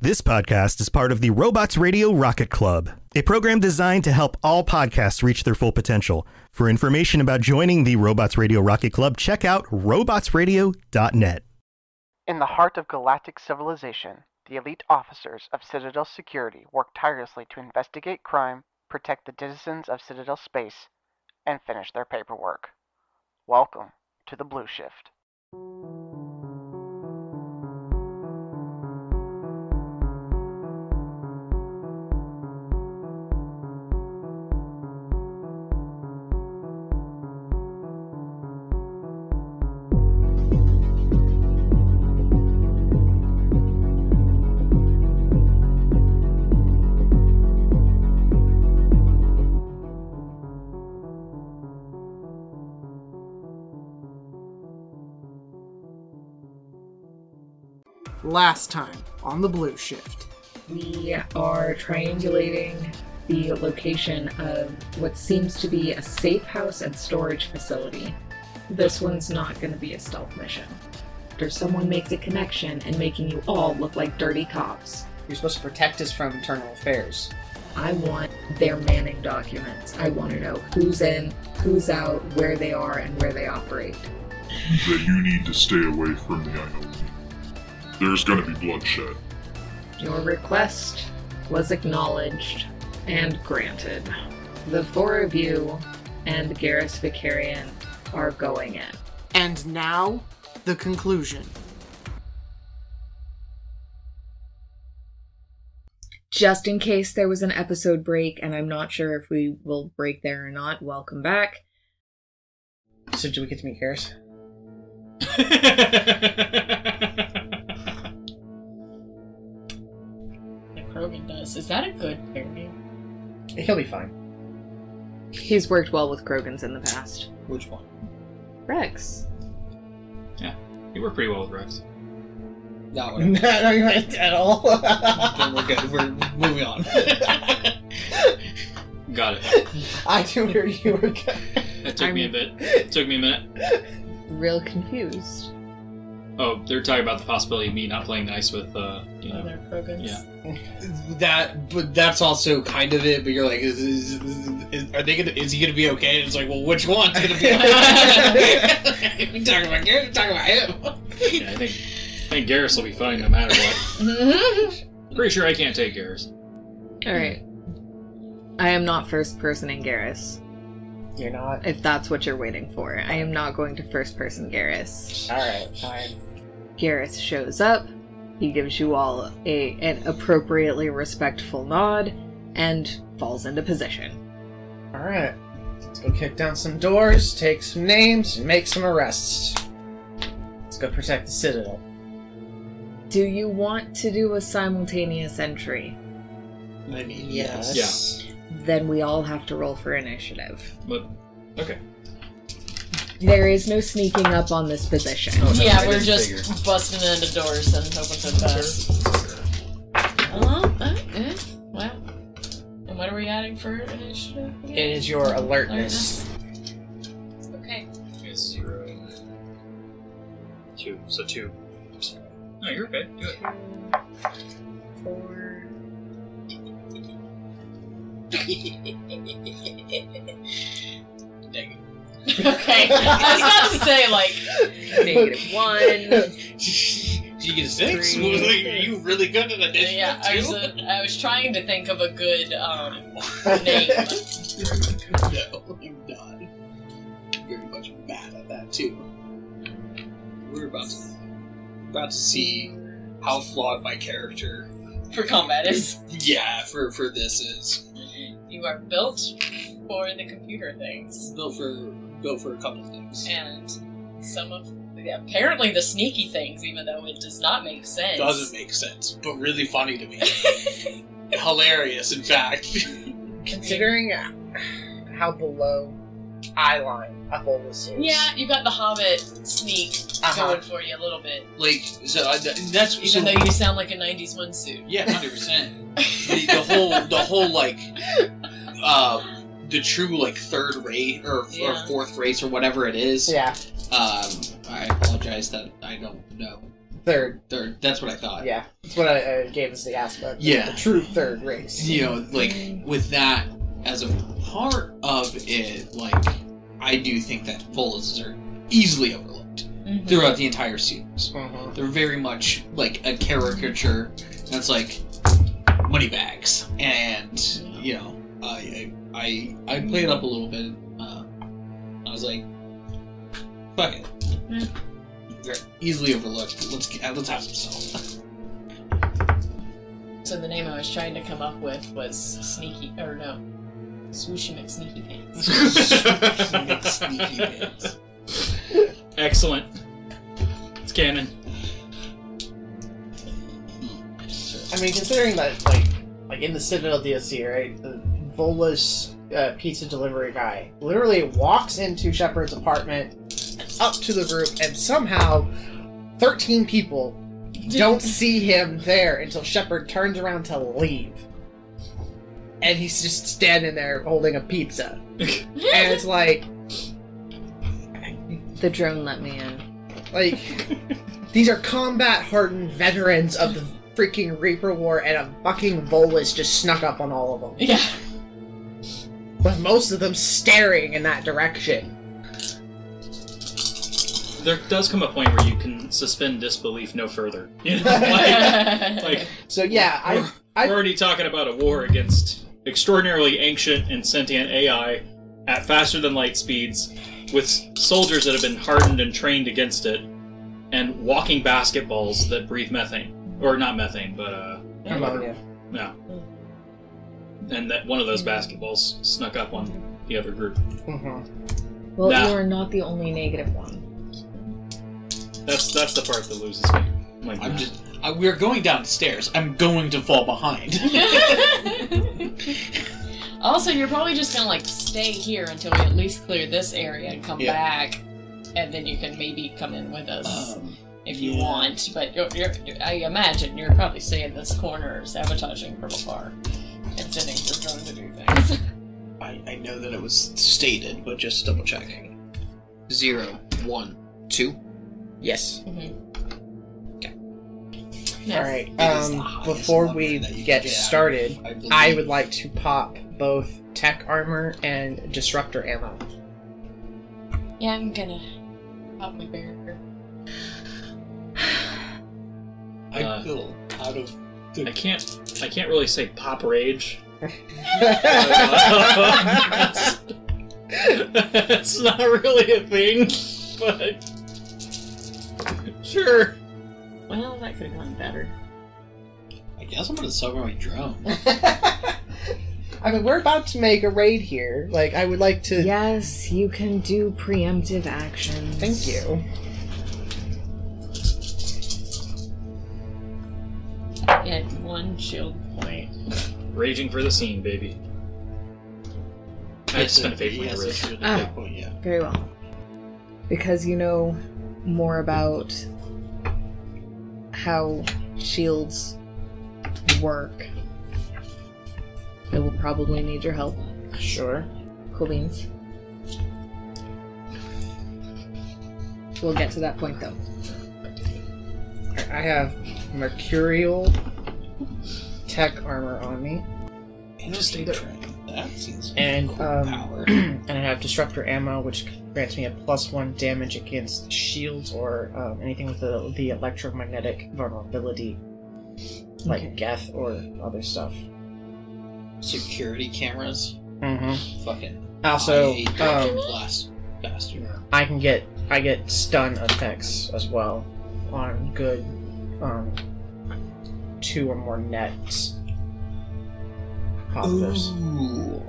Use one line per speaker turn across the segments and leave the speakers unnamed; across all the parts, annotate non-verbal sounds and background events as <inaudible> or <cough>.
This podcast is part of the Robots Radio Rocket Club, a program designed to help all podcasts reach their full potential. For information about joining the Robots Radio Rocket Club, check out robotsradio.net.
In the heart of galactic civilization, the elite officers of Citadel Security work tirelessly to investigate crime, protect the citizens of Citadel space, and finish their paperwork. Welcome to the Blue Shift.
last time on the blue shift.
We are triangulating the location of what seems to be a safe house and storage facility. This one's not going to be a stealth mission. After someone makes a connection and making you all look like dirty cops,
You're supposed to protect us from internal affairs.
I want their manning documents. I want to know who's in, who's out, where they are, and where they operate.
that you need to stay away from the island. There's gonna be bloodshed.
Your request was acknowledged and granted. The four of you and Garrus Vicarian are going in.
And now, the conclusion.
Just in case there was an episode break, and I'm not sure if we will break there or not, welcome back.
So do we get to meet
<laughs>
Garrus?
that Krogan does. Is that a good bear name?
He'll be fine.
He's worked well with Krogans in the past.
Which one?
Rex.
You work pretty well with Rex.
That
no,
one.
no, you're right at
<laughs>
all.
then we're good. We're moving on.
Got it.
<laughs> I knew where you were going.
That took me a bit. took me a minute.
Real confused.
Oh, they're talking about the possibility of me not playing nice with, uh, you know.
Other Krogans.
Yeah.
That, but that's also kind of it. But you're like, is, is, is- are they gonna? Is he gonna be okay? And it's like, well, which
<laughs>
one's gonna be? okay? <laughs> we talking about Garrett. we Talking about him.
yeah I think I think Garrus will be fine no matter what.
<laughs>
pretty sure I can't take Garrus.
Alright. I am not first person in Garrus,
You're not.
if that's what you're waiting for. I am not going to first person Garrus.
All right, fine.
Gareth shows up. He gives you all a an appropriately respectful nod and falls into position.
All right. Let's go kick down some doors, take some names, and make some arrests. Let's go protect the citadel.
Do you want to do a simultaneous entry?
I mean,
Then we all have to roll for initiative.
But okay.
There is no sneaking up on this position.
Oh, no, I
Yeah, we're
didn't
just
figure.
busting into doors and hoping for the best. Oh, that, eh, well. And what are we adding for initiative?
It is your alertness.
Okay.
It's zero. Two. So two. No, you're okay. Do it.
Four.
<laughs>
Okay. I was about to say, like,
Negative one.
<laughs> did you get a six?
Three.
Was <laughs> it- are you really good at addition?
Yeah, I was, uh, I was trying to think of a good um, name.
no, I'm not. I'm very much bad at that too. We're about to, about to see how flawed my character.
for combat is.
Yeah, for for this is
You are built for the computer things,
built for built for a couple of things.
and some of apparently the sneaky things, even though it does not make sense.
doesn't make sense, but really funny to me.
<laughs>
Hilarious, in fact. <laughs>
Considering how below eye line up all this is.
Yeah, you got the Hobbit sneak
Uh-huh.
going for you a little bit,
like, so I, that's
even
so,
though you sound like a '90s wingsuit.
yeah, hundred percent. The the whole, the whole like, um, the true like third rate or,
Yeah.
or fourth race or whatever it is.
Yeah.
Um, I apologize that I don't know
Third.
Third. That's what I thought.
Yeah. That's what I, I gave as the aspect.
Yeah.
The true third race.
You know, like with that as a part of it, like I do think that bullets are easily overlooked
Mhm.
throughout the entire series.
Mhm.
They're very much like a caricature. That's like money bags, and you know, I I I, I played up a little bit. Uh, I was like, fuck it.
Yeah.
They're easily overlooked. Let's get- let's have some stuff.
So the name I was trying to come up with was sneaky, or no, swooshy McSneaky
<laughs>
Pants.
<laughs>
<laughs> Sneaky pants.
Excellent. It's canon.
I mean, considering that, like, like in the Citadel DLC, right, the Volus uh, pizza delivery guy literally walks into Shepard's apartment, up to the roof, and somehow 13 people don't see him there until Shepard turns around to leave. And he's just standing there holding a pizza. and it's like,
The drone let me in.
like, these are combat hardened veterans of the freaking Reaper War, and a fucking Volus just snuck up on all of them.
yeah.
with most of them staring in that direction.
There does come a point where you can suspend disbelief no further. You know, like,
<laughs>
<laughs>
like
So yeah, I I-
we're already talking about a war against extraordinarily ancient and sentient AI at faster than light speeds, with soldiers that have been hardened and trained against it, and walking basketballs that breathe methane, or not methane, but uh,
ammonia.
no. And that one of those basketballs snuck up on the other group.
Mm-hmm.
Well,
Nah.
you are not the only negative one.
That's that's the part that loses me. I'm like,
I'm just. I, we're going downstairs. I'm going to fall behind.
<laughs>
<laughs>
also, you're probably just gonna like stay here until we at least clear this area and come
Yeah.
back, and then you can maybe come in with us
Um,
if you
yeah.
want. But you're, you're, I imagine you're probably staying in this corner, sabotaging from afar, and sending for drone to do things. <laughs>
I, I know that it was stated, but just double checking. Zero, one, two.
Yes.
Yes.
All right.
It is the
Um,
highest
before
number
we
that you can
get
get.
started,
I, believe.
I would like to pop both tech armor and disruptor ammo.
Yeah, I'm gonna pop my barrier.
I
Uh,
feel out of.
I can't. I can't really say pop rage.
I
That's not really a thing, but sure.
Well, that could have gone better.
I guess I'm gonna summon my drone.
mean, we're about to make a raid here. Like, I would like to.
Yes, you can do preemptive actions.
Thank you.
At one shield point.
Raging for the scene, baby. I had to spend a fate point to rage.
Ah.
Oh.
Fate point, Oh, yeah.
Very well. Because you know more about how shields work, I will probably need your help.
Sure.
Cool beans. We'll get to that point though.
I have mercurial tech armor
<clears throat>
on me.
Interesting train. That seems
And,
cool
um,
power.
and I have disruptor ammo, which grants me a plus one damage against shields or um, anything with the, the electromagnetic vulnerability, like
Okay.
Geth or other stuff.
Security cameras.
Mm-hmm.
Fucking. I
Also,
hate that
um,
blast bastard.
I can get I get stun effects as well on good um, two or more nets. Positives.
Ooh.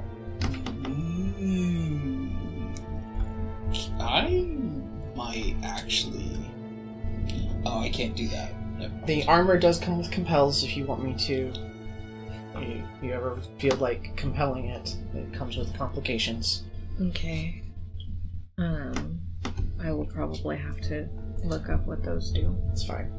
Mm. I might actually. Oh, I can't do that. Never
The
mind.
armor does come with compels if you want me to. You, you ever feel like compelling it? It comes with complications.
Okay. Um I will probably have to look up what those do.
It's fine.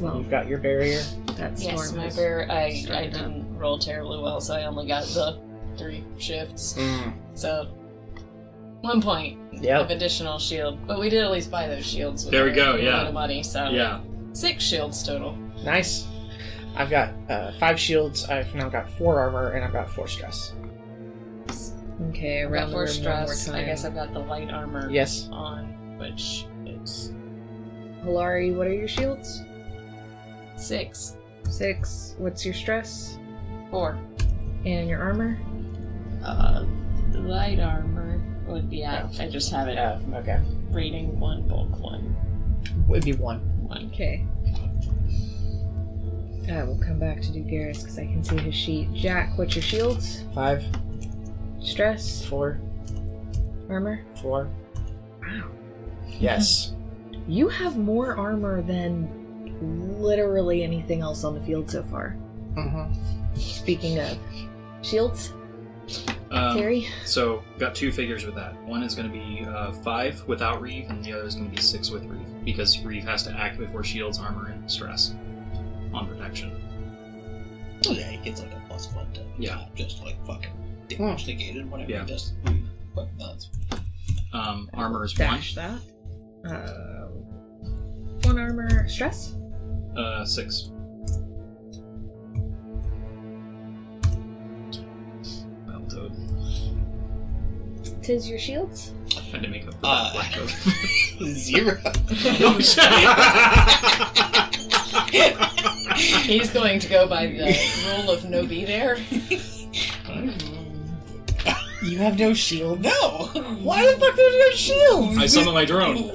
Well,
You've got your barrier.
that's
Yes,
normal.
my bear. I, I
Started
didn't
Mm.
roll terribly well, so I only got the three shifts. So One point of
Yep.
additional shield, but we did at least buy those shields. With
There we
our
go,
little
yeah.
bit of money, so
Yeah.
six shields total.
Nice. I've got uh, five shields. I've now got four armor, and I've got four stress.
Okay,
I've got
around the
four
room
stress.
one more
I
time.
guess I've got the light armor
Yes.
on, which is
Hilari, what are your shields?
six,
Six. What's your stress?
four.
And your armor?
Uh, light armor would be at. I just have it
Yeah. Oh. Okay.
reading one, bulk one,
Would be one. <laughs>
one.
Okay. I will come back to do Garrus because I can see his sheet. Jack, what's your shields?
Five,
Stress?
four,
Armor?
four. Yes.
You have more armor than literally anything else on the field so far. Uh-huh.
Mm-hmm.
Speaking of shields,
Um,
Carrie?
so got two figures with that. One is going to be uh, five without Reeve, and the other is going to be six with Reeve because Reeve has to act before shields, armor, and stress on protection.
Oh, yeah, he gets like a plus one to
Yeah.
just like fucking
Hmm.
damage negated, whatever.
Yeah. Hmm.
Just what nuts.
Um, armor is one,
dash that. Uh, one armor, stress?
uh, six. Well, dude,
Tis your shields?
I had to make up for that
Uh,
black code.
<laughs> Zero.
Oh, shit.
He's going to go by
<laughs>
the rule of no be there. <laughs>
You have no shield.
No! Why the fuck there's no shields?
<laughs> I summon my
<laughs>
drone. <laughs>
the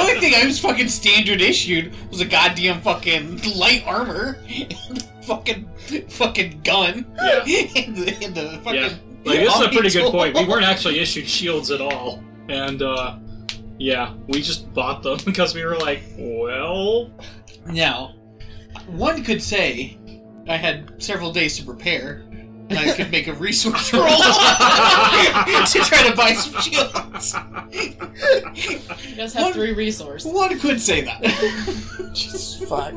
only thing I was fucking standard issued was a goddamn fucking light armor, and fucking fucking gun,
yeah.
and the, and the fucking.
Yeah. Like, this is a pretty good
omni-tool.
point. We weren't actually issued shields at all. And, uh, yeah, we just bought them <laughs> because we were like, well.
Now, one could say I had several days to prepare, and I could make a resource roll <laughs> to try to buy some shields.
He does have
What?
three resources.
One could say that.
Fuck.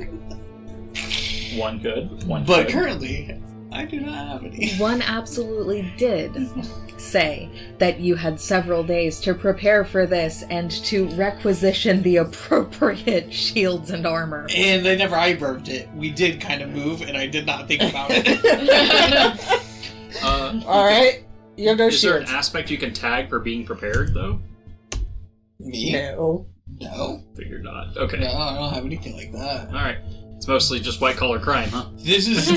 One good, one
But
good.
currently, I do not have any.
One absolutely did
Mm-hmm.
say that you had several days to prepare for this and to requisition the <laughs> appropriate shields and armor.
<laughs> And I never eyebrowed it. We did kind of move, and I did not think about it.
<laughs>
Uh,
All right. You have no
is there an
shield.
aspect you can tag for being prepared, though?
Me?
No.
No.
Figure not. Okay.
No, I don't have anything like that.
Alright. It's mostly just white collar crime, huh?
This is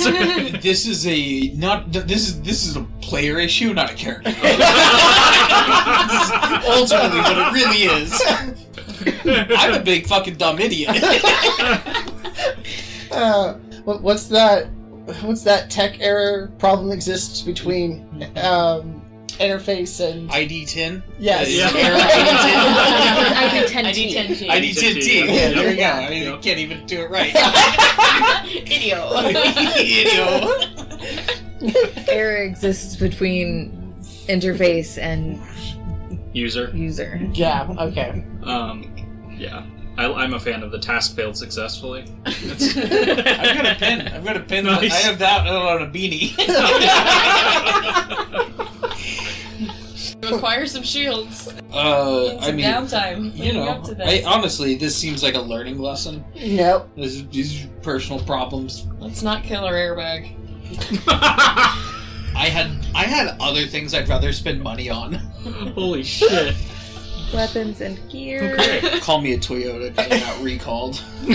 this is a not this is this is a player issue, not a character. Ultimately, what it really is. I'm a big fucking dumb idiot.
<laughs> Uh, what, what's that? What's that tech error problem exists
<laughs>
between um, interface and?
ID ten.
Yes.
Yeah.
Error ID
<laughs>
I do 10
ID
T.
10 T.
ten. ID ten T.
Yeah,
there you go.
yeah.
I
Yep.
can't even do it right.
Idiot.
Idiot.
Error exists between interface and
<laughs> User.
user.
Yeah. Okay.
Um, yeah. I, I'm a fan of the task failed successfully.
I've got a pin. I've got a pin.
Nice.
I have that on a <laughs> beanie. Uh,
Acquire some shields.
Uh,
and
I
some
mean,
downtime.
you
leading
know,
up to
I,
this.
honestly, this seems like a learning lesson.
Nope.
This is, these are personal problems.
Let's not kill
<laughs>
our airbag.
I had I had other things I'd rather spend money
<laughs>
on. <laughs>
Holy shit.
Weapons and gear.
Call me a Toyota because I got <laughs> recalled. they,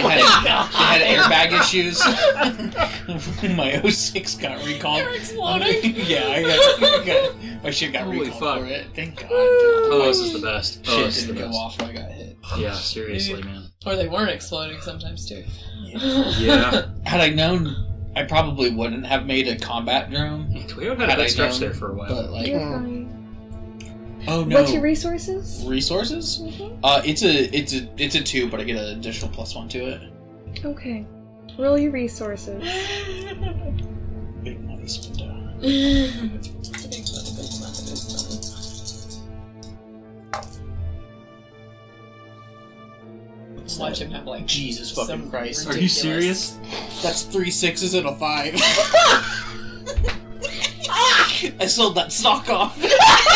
had, they had airbag issues. <laughs> my 06 got recalled.
They're exploding.
<laughs> yeah, I got, I got- my shit got
Holy
recalled
fuck.
for it. Thank God. Oh,
Oh, this is the best. Oh,
shit
this is the
didn't go
best.
off when I got hit.
Yeah, seriously, man.
<laughs> Or they weren't exploding sometimes too.
Yeah.
Had I known, I probably wouldn't have made a combat
<laughs>
drone.
Toyota had a
Had I
big stretch
known,
there for a while.
But like,
You're fine.
oh no.
What's your resources?
resources?
Mm-hmm.
Uh, it's a it's a it's a two, but I get an additional plus one to it.
Okay. Roll your resources.
<laughs> Big money spender.
<laughs> Just watch him have like
Jesus fucking
Some
Christ.
ridiculous- Are you serious?
<laughs>
That's three sixes and a five. I sold that
<laughs>
stock off. <laughs>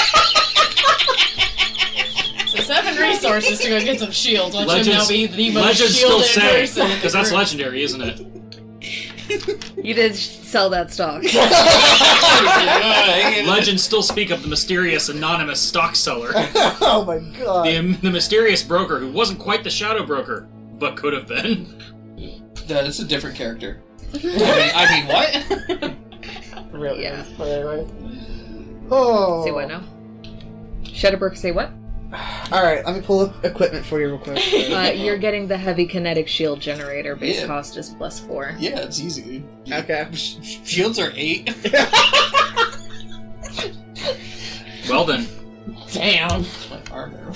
So seven resources to go get some shields. Watch
Legends-
him now be the most
Legends still
shielded
say
person.
because that's legendary, isn't it?
You did sh- sell that stock.
<laughs>
Legends still speak of the mysterious anonymous stock seller, the,
oh my god.
the mysterious broker who wasn't quite the shadow broker, but could have been. <laughs>
No, that's a
<laughs>
different character. I mean, I mean, what?
Really?
<laughs> Yeah.
But anyway.
<laughs>
Oh.
Say what now? Shadowbrook, say what?
Alright, let me pull up equipment for you real quick.
<laughs>
Uh, you're getting the heavy kinetic shield generator. Base
Yeah.
cost is plus four.
Yeah, it's easy.
okay.
Shields are eight.
Well then,
Damn.
My
<laughs>
armor.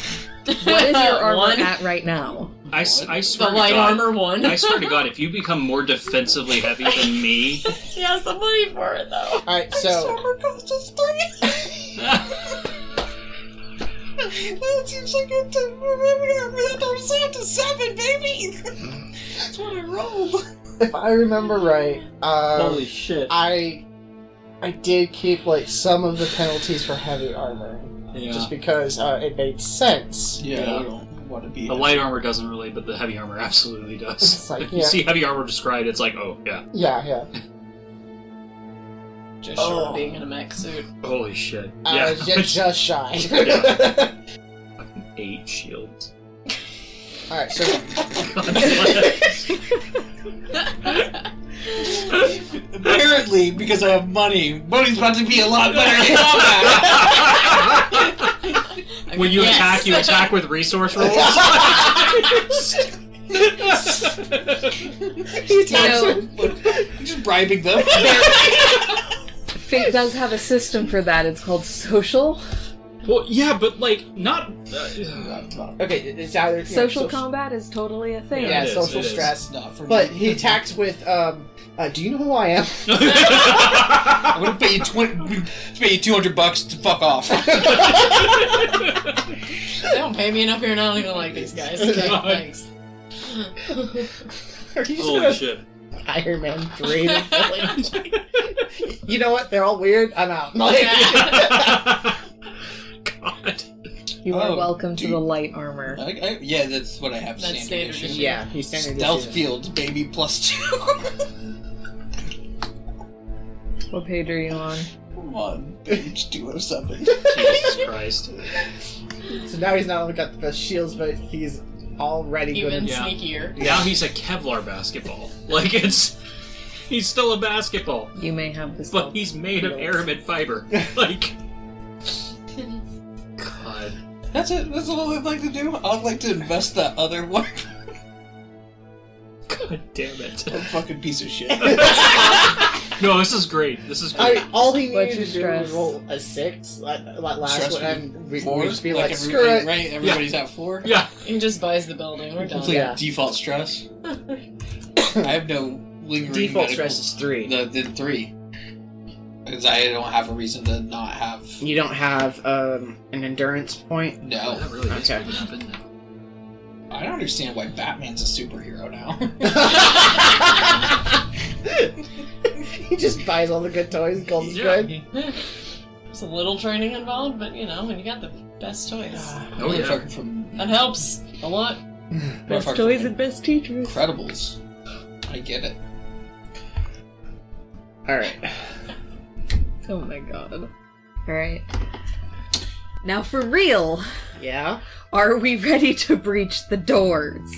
What is
<laughs>
your armor
One.
at right now?
I, s- I
The
swear to
light
God,
armor
<laughs>
one. <laughs>
I swear to God, if you become more defensively heavy than
<laughs>
me,
she has the money for it though.
Alright, so.
Armor cost us three. that seems like a ten. That turns out to seven, baby. That's what I rolled.
If I remember right, um,
Holy shit.
I I did keep like some of the penalties for heavy armor
Yeah.
just because uh, it made sense.
yeah.
Yeah.
I don't want to
<laughs>
be.
the light armor doesn't really, but the heavy armor absolutely does. <laughs>
It's like
You
yeah,
see heavy armor described, it's like, oh yeah,
yeah, yeah.
Just short
Oh.
of being in a mech suit.
holy shit,
I
yeah,
was
<laughs>
ju- Uh, just, shy.
eight shields.
<laughs>
<laughs>
All right, so
<laughs> Apparently, because I have money, money's about to be a lot better
<laughs>
in combat.
when you
Yes.
attack, you attack with resource rolls.
You know,
I'm <laughs> just bribing them.
Fate does have a system for that. It's called social.
well, yeah, but like not. Uh,
okay, it's either you know,
Social
so-
combat is totally a thing.
Yeah,
it is,
social
it is.
stress.
Not for
But
me.
he attacks with um. Uh, do you know who I am? <laughs>
I'm gonna pay you twenty, pay you two hundred bucks to fuck off.
They <laughs> don't pay me enough here, and I don't even like these guys.
<laughs>
Okay,
God.
thanks.
Are you just
holy
gonna
shit!
Iron Man three? <laughs> to fucking- you know what? They're all weird. I'm out. <laughs> Like,
<laughs> God.
You are
Oh, Uh,
welcome to
dude.
the light armor.
I, I, yeah, that's what I have.
That's
standard
standard issue.
issue.
yeah, he's standing.
Stealth field, baby, plus two. <laughs>
What page are you on?
Come on, page two
<laughs>
hundred seven.
Jesus Christ!
So now he's not only got the best shields, but he's already
<laughs> Even
good.
Yeah.
sneakier.
Now he's a Kevlar basketball. Like it's, he's still a basketball,
You may have this.
but he's made of aramid fiber. Like, God.
That's it. That's all I'd like to do. I'd like to invest that other one. <laughs>
God damn it.
I'm a fucking piece of shit.
No, this is great. This is great.
I, all he
What's
needed to
your
do was
stress?
roll a six, like, like last
Stress
one,
would
and we,
Four.
we'd just be like,
everybody-
screw it.
Right? Everybody's at four.
yeah.
He just buys the building. We're done.
It's like
Oh, Yeah. <coughs>
default stress. I have no lingering
Default
medical-
stress is three.
No, then three. Because I don't have a reason to not have.
You don't have um, an endurance
<laughs>
point. <laughs>
Oh,
No,
that really is
Okay.
going to happen.
I don't understand why Batman's a superhero now. <laughs>
he just buys all the good toys. Gold is
Yeah.
good.
There's a little training involved, but you know, when you got the best toys,
Oh, yeah.
Motherfucker from
that helps a lot.
motherfucker
best toys
from
and best teachers.
Incredibles. I get it.
All right.
Oh my god. Alright. Now for real,
<laughs> Yeah.
are we ready to breach the doors?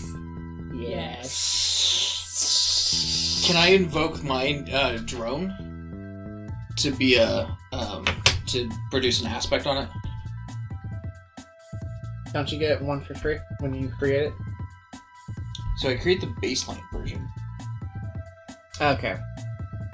Can I invoke my uh, drone to be a um, to produce an aspect on it?
Don't you get one for free when you create it?
So I create the baseline version,
Okay.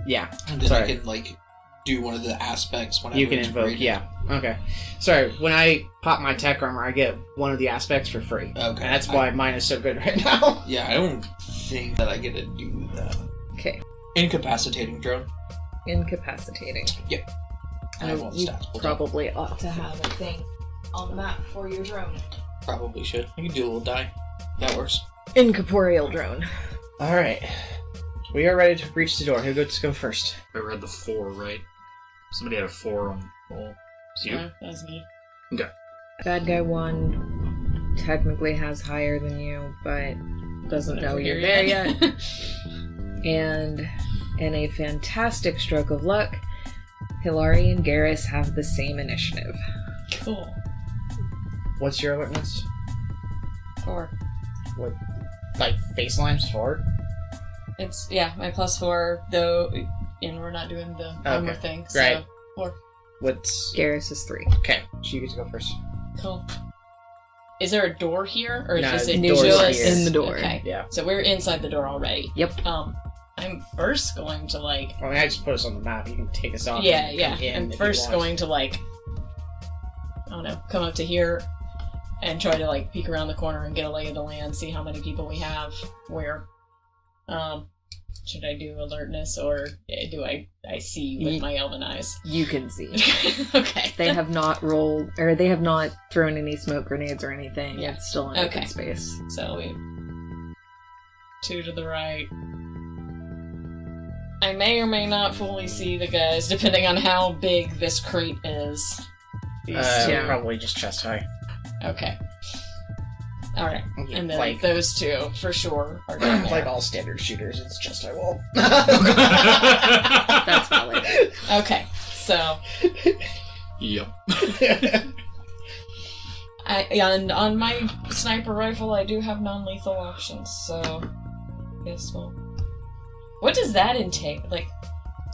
Yeah,
and then I
Sorry.
can like do one of the aspects whenever
you can
it's
invoke.
created.
Yeah. Okay. Sorry. When I pop my tech armor, I get one of the aspects for free.
Okay.
And that's
I-
why mine is so good right <laughs> now.
yeah, I don't think that I get to do that.
Okay.
Incapacitating drone.
Incapacitating. Uh,
I have all the
You
stats pulled up.
probably ought to
Ah,
have a thing.
On the map for your drone.
Probably should. I can do a little die. That works.
Incorporeal drone.
All right. We are ready to breach the door. Who goes to go first?
I read the four, right? Somebody had a four on the roll. It's you?
Yeah, that was me.
Bad guy one technically has higher than you, but doesn't know
Whatever,
you're
you're
there
in.
yet. <laughs> and in a fantastic stroke of luck, Hilari and Garrus have the same initiative.
<laughs> cool.
What's your alertness?
Four.
What, like baseline's forward?
It's yeah, my plus four though, and we're not doing the armor thing. So
right.
Four.
What's
Garrus is three.
okay? She gets to go first.
Cool. Is there a door here, or is
No,
just
the
it
door's
just-
here. In
the door.
Okay.
Yeah.
So we're inside the door already.
Yep.
Um, I'm first going to like.
I mean, I just put us on the map. You can take us off.
yeah,
and
yeah.
come in
I'm
if you
first
want.
going to like. I don't know. Come up to here, and try to like peek around the corner and get a lay of the land, see how many people we have, where. Um, should I do alertness or eh, do I I see with
Ye-
my elven eyes? <laughs>
You can see.
okay.
<laughs> They have not rolled, or they have not thrown any smoke grenades or anything.
Yeah.
It's still in
Okay.
open space.
So we two to the right. I may or may not fully see the guys, depending on how big this crate is. These
Uh,
two.
Yeah.
Probably just chest high.
Okay. All right, and then
like
those two for sure are down
<clears throat>
there.
like all standard shooters, it's chest high wall.
<laughs> That's probably it.
Okay, so
<laughs> Yep.
I and on my sniper rifle, I do have non-lethal options, so guess we'll. What does that entail? Like,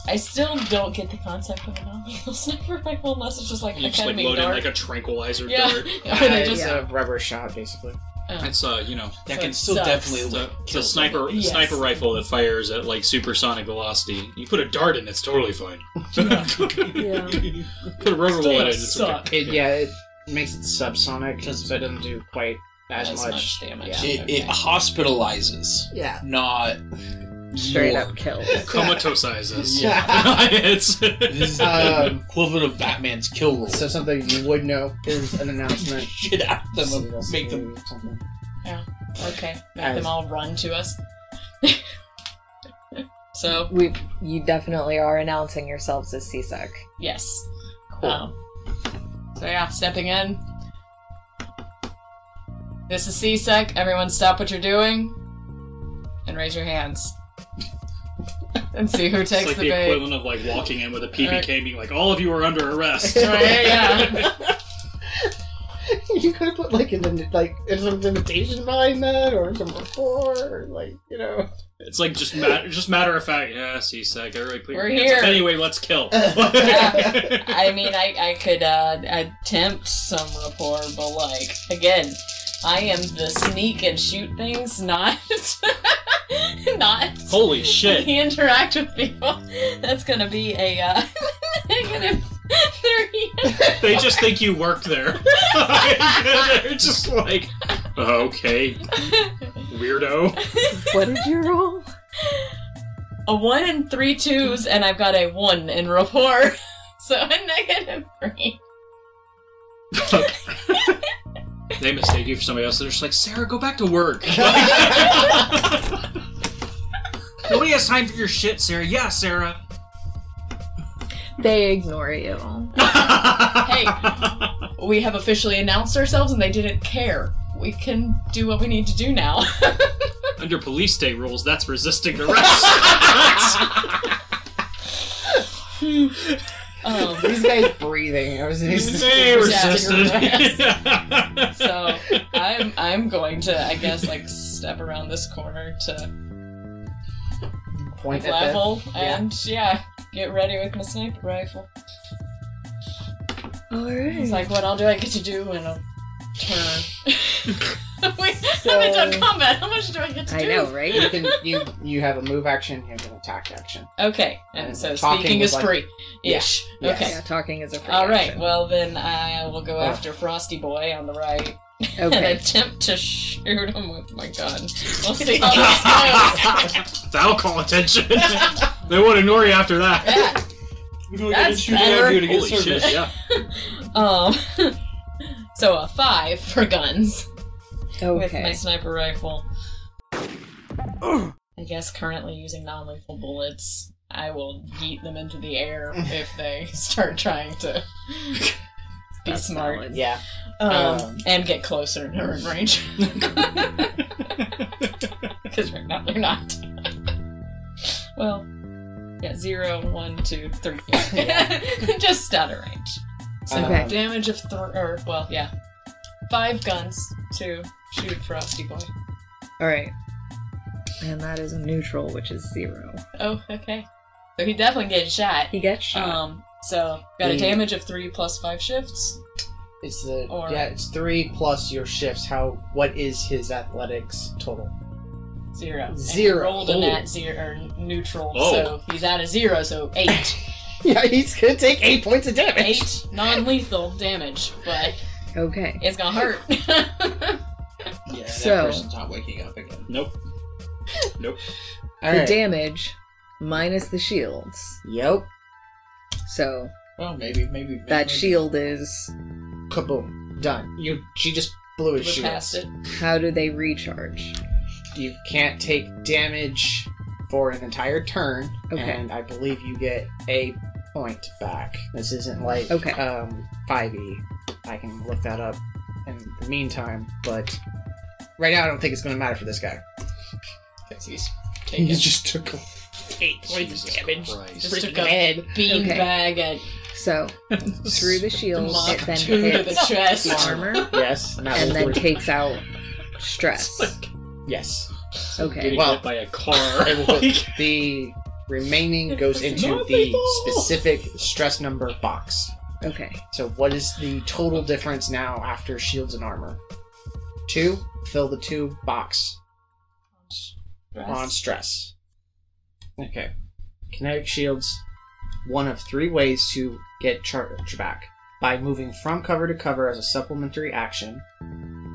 I still don't get the concept of a non-lethal <laughs> sniper rifle unless it's just like
You
a
just
kind
like
of
load in
dart.
like a tranquilizer
<laughs> yeah,
dart.
or they
it's
just
a rubber shot, basically.
oh,
It's uh, you know,
That
That
So can it
can
still
still
sucks.
definitely
definitely,
it's a,
look.
it's a sniper
Yes.
sniper rifle that fires at like supersonic velocity. You put a dart in, it's totally <laughs> fine. Put a rubber
Still
bullet in, it's okay.
suck.
It, yeah, it makes it subsonic,
Doesn't-
so it doesn't do quite as,
As
much.
much damage.
Yeah.
It, it hospitalizes,
Yeah.
not
Straight
more.
up kill.
Comatosizes.
Yeah.
<laughs>
<laughs>
it's
<laughs> This is
Um,
the equivalent of Batman's kill rule.
So something you would know is an
<laughs>
announcement.
Shit out of them, make them.
Something.
Okay, make
As-
them all run to us. <laughs> so
We, you definitely are announcing yourselves as CSEC.
yes, Um, so yeah, stepping in. This is CSEC. Everyone, stop what you're doing and raise your hands <laughs> and see who
It's
takes
like
the
the,
bait.
equivalent of like walking in with a PPK being like, all of you are under arrest. <laughs>
Right, yeah.
you could put like an like there's an invitation behind that, or number four, or like you know.
It's like just mat- just matter of fact, yeah, see sec, everybody put your
We're
hands up.
here.
Anyway, let's kill.
<laughs> Yeah. I mean, I, I could uh, attempt some rapport, but like, again, I am the sneak and shoot things, not. <laughs> not.
Holy shit.
<laughs> interact with people. That's gonna be a uh, <laughs> negative <laughs> three.
They just think you worked
<laughs>
there. They're just like, okay, weirdo.
What did you <laughs> roll?
a one and three twos, and I've got a one in rapport. <laughs> So a negative three.
They mistake you for somebody else. They're just like, Sarah, go back to work.
<laughs>
Nobody has time for your shit, Sarah. Yeah, Sarah.
They ignore you.
Hey, we have officially announced ourselves, and they didn't care. We can do what we need to do now. <laughs>
Under police state rules, that's resisting <laughs> arrest.
Um,
These guys breathing. I was <laughs>
<laughs>
Say resisted. <laughs>
so I'm I'm going to I guess like step around this corner to
point at them.
level
yeah.
and yeah get ready with my sniper rifle.
All
It's
right.
like, what all do I get to do in a turn? <laughs> Wait, I haven't done combat. How much do I get to
I
do?
know,
<laughs>
right?
You can you you have a move action. You have an attack action.
Okay, and so
Talking
speaking
was
is
like-
free ish.
Yeah.
Okay.
Yeah, talking is a free
All right.
action.
Well, then I will go
Oh.
after Frosty Boy on the right and
Okay.
attempt to shoot him with my gun.
<laughs>
We'll see how this goes.
That'll call attention. they won't ignore you after that.
Yeah. That's better.
Holy shit, yeah.
Um. <laughs> So a five for guns with my
Okay.
sniper rifle. I guess currently using non-lethal bullets. I will yeet them into
<laughs>
the air if they start trying to be
That's
smart.
valid.
Yeah.
Um,
Um,
and get closer in her in range. Because right now they're not. well, yeah, zero, one, two, three. <laughs> Just stat a range. So
Okay.
damage of three, or, well, yeah. Five guns to shoot Frosty Boy.
All right. And that is neutral, which is zero.
Oh, okay. So he definitely gets shot.
He gets shot.
Um, so got a
Yeah.
damage of three plus five shifts.
It's the
Or-
yeah, it's three plus your shifts. How what is his athletics total?
Zero. And he
Zero.
rolled a
Oh.
nat zero or neutral,
Oh.
so he's at a zero, so eight.
Yeah, he's gonna take eight points of damage.
eight non-lethal damage, but
okay.
it's gonna hurt. <laughs>
Yeah, that
So-
person's not waking up again.
Nope.
<laughs>
Nope.
All
the
right.
damage minus the shields.
Yep.
So
Well, maybe, maybe, maybe
that shield is
Kaboom. Done. You. She just blew his
We're
shield.
past it.
how do they recharge?
You can't take damage for an entire turn,
Okay.
and I believe you get a point back. This isn't like
Okay.
um five e. I can look that up in the meantime, but right now I don't think it's gonna matter for this guy.
'Cause he's
He
taking
just took a eight points of
Jesus
damage.
Christ.
Just
Freaking
took a-
head.
bean
Okay.
bag at <laughs>
So through the shield,
Mach
it then
two to the
hits
chest.
the armor
Yes. Not
and
with
then
three.
takes
<laughs>
out stress.
yes.
Okay.
Getting
Well-
hit by a car.
It will-
like,
The remaining goes
It's
into
not
the
lethal.
specific stress number box.
Okay.
So what is the total difference now after shields and armor? Two. Fill the two box on stress. Okay. Kinetic shields. One of three ways to get charge back by moving from cover to cover as a supplementary action.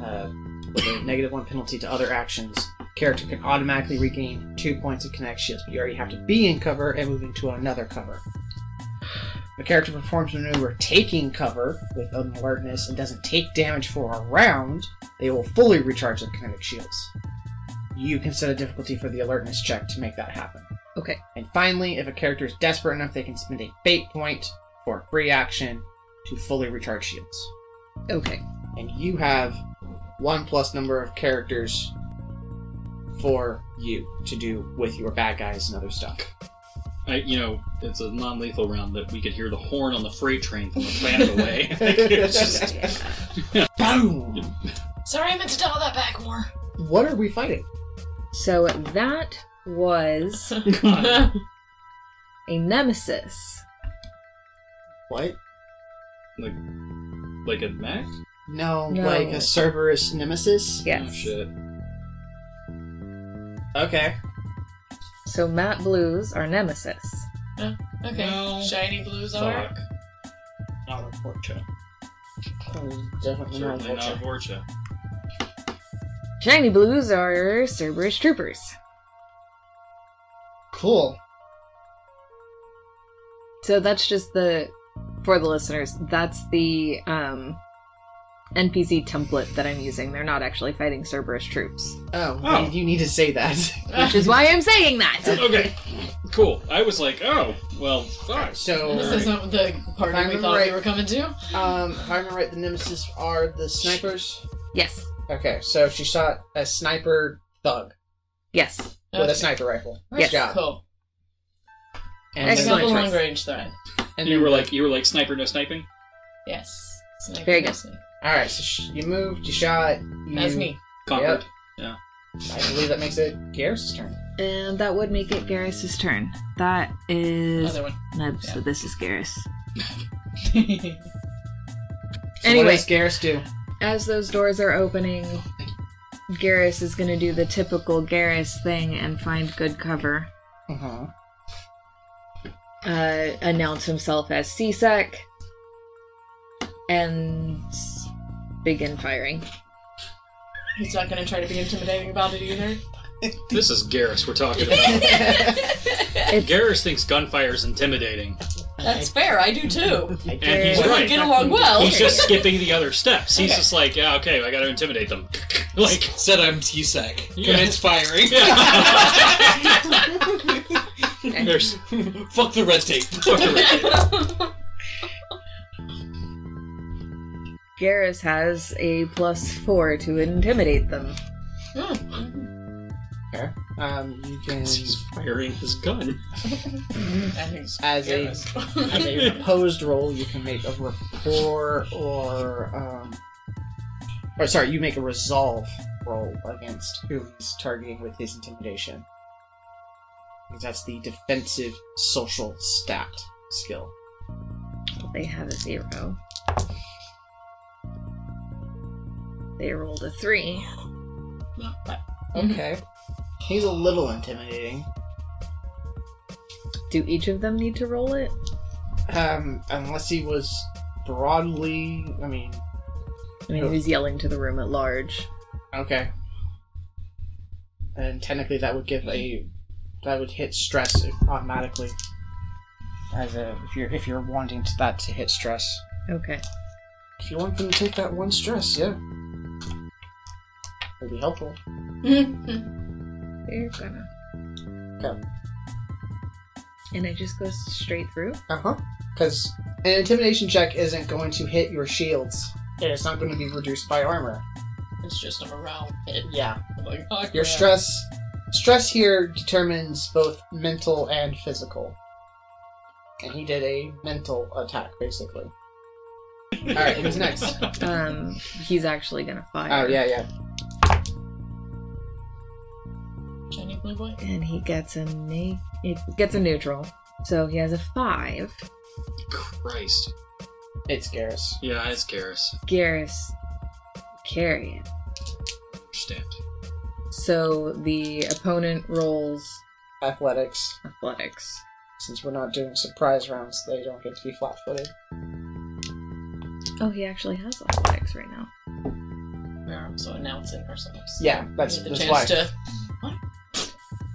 Uh, with a negative one penalty to other actions, character can automatically regain two points of kinetic shields, but you already have to be in cover and moving to another cover. A character performs a maneuver taking cover with alertness and doesn't take damage for a round, they will fully recharge their kinetic shields. You can set a difficulty for the alertness check to make that happen.
Okay.
And finally, if a character is desperate enough, they can spend a fate point for a free action to fully recharge shields.
Okay.
<laughs>
And you have one plus number of characters for you to do with your bad guys and other stuff.
<laughs> I, you know, it's a non-lethal round that we could hear the horn on the freight train from a planet away. It's just-
Boom!
Sorry, I meant to dial that
<laughs>
back more.
What are we fighting?
So that
<laughs>
was a nemesis.
What?
like, like a Oh, mech.
No,
No.
like a Cerberus nemesis?
Oh,
Yes.
shit.
Okay.
So Matt Blues are nemesis.
<laughs> Okay.
No.
Shiny blues are.
Fuck.
Not a Vorcha. Definitely not a
Certainly not
Vorcha.
Vorcha.
Shiny Blues are Cerberus troopers.
Cool.
So that's just the for the listeners, that's the um NPC template that I'm using. They're not actually fighting Cerberus troops.
Oh,
Oh.
you need to say that. <laughs>
Which is why I'm saying that.
<laughs> Okay, cool. I was like, oh, well, fuck.
so,
This isn't the party
If I
we
remember
thought we
right-
were coming to.
um, if I remember right, the nemesis are the snipers.
Yes.
Okay, so she shot a sniper thug
Yes.
with a
Okay,
sniper rifle.
Yes.
Nice job.
Cool.
And
I got
Excellent
the
choice.
long range threat.
and
you
then-
were like, you were like sniper, no sniping.
Yes. Sniper
Very good.
mostly.
all right. So sh- you moved, you shot. You,
That's me.
Conquered.
I believe that makes it Garrus' turn.
And that would make it Garrus's turn. That
Mm.
is
Other one. <laughs>
no, so this is Garrus.
So
Anyway.
what does Garrus do?
As those doors are opening,
Oh,
Garrus is gonna do the typical Garrus thing and find good cover.
Uh-huh.
uh, announce himself as CSEC and begin firing.
He's not gonna try to be intimidating about it either.
This is Garrus we're talking about. Garrus thinks gunfire is intimidating.
That's fair. I do too.
And he's
We
right.
get along well.
He's just skipping the other steps. He's
Okay.
just like, yeah, okay, I gotta intimidate them. <laughs>
Like <laughs>
like,
said, I'm T-Sec.
Yeah.
Commits firing.
yeah.
There's <laughs> fuck the red tape. Fuck the red tape.
<laughs>
<laughs>
Garrus has a plus four to intimidate them.
Okay. Um, you can
He's firing his gun.
as a
<laughs>
as a opposed roll, you can make a rapport or um, or sorry, you make a resolve roll against who he's targeting with his intimidation. Because that's the defensive social stat skill.
They have a zero. They rolled a three.
Okay. He's a little intimidating.
Do each of them need to roll it?
Um, unless he was broadly, I mean,
I mean, who's yelling to the room at large?
Okay. And technically, that would give a that would hit stress automatically. As a if you're if you're wanting to, that to hit stress.
Okay.
If you want them to take that one stress, yeah. It'd be helpful.
They're gonna.
Okay.
And it just goes straight through.
Uh huh. Because an intimidation check isn't going to hit your shields. And it's not going to be reduced by armor.
It's just a morale hit.
Yeah.
Like, oh, fuck
Your
yeah.
stress stress here determines both mental and physical. And he did a mental attack, basically. Alright, who's next? Oh
Um, he's actually gonna
Oh,
fire.
yeah, yeah.
Shiny blue boy.
And he gets a ne- it gets a neutral, so he has a five.
<laughs> Christ.
It's Garrus.
Yeah, it's Garrus.
Garrus, carry it.
Understand.
So the opponent rolls
Athletics.
athletics.
Since we're not doing surprise rounds, they don't get to be flat footed.
Oh, he actually has athletics right now.
We're also announcing ourselves.
Yeah, that's,
Get the
that's
chance
why.
to. What?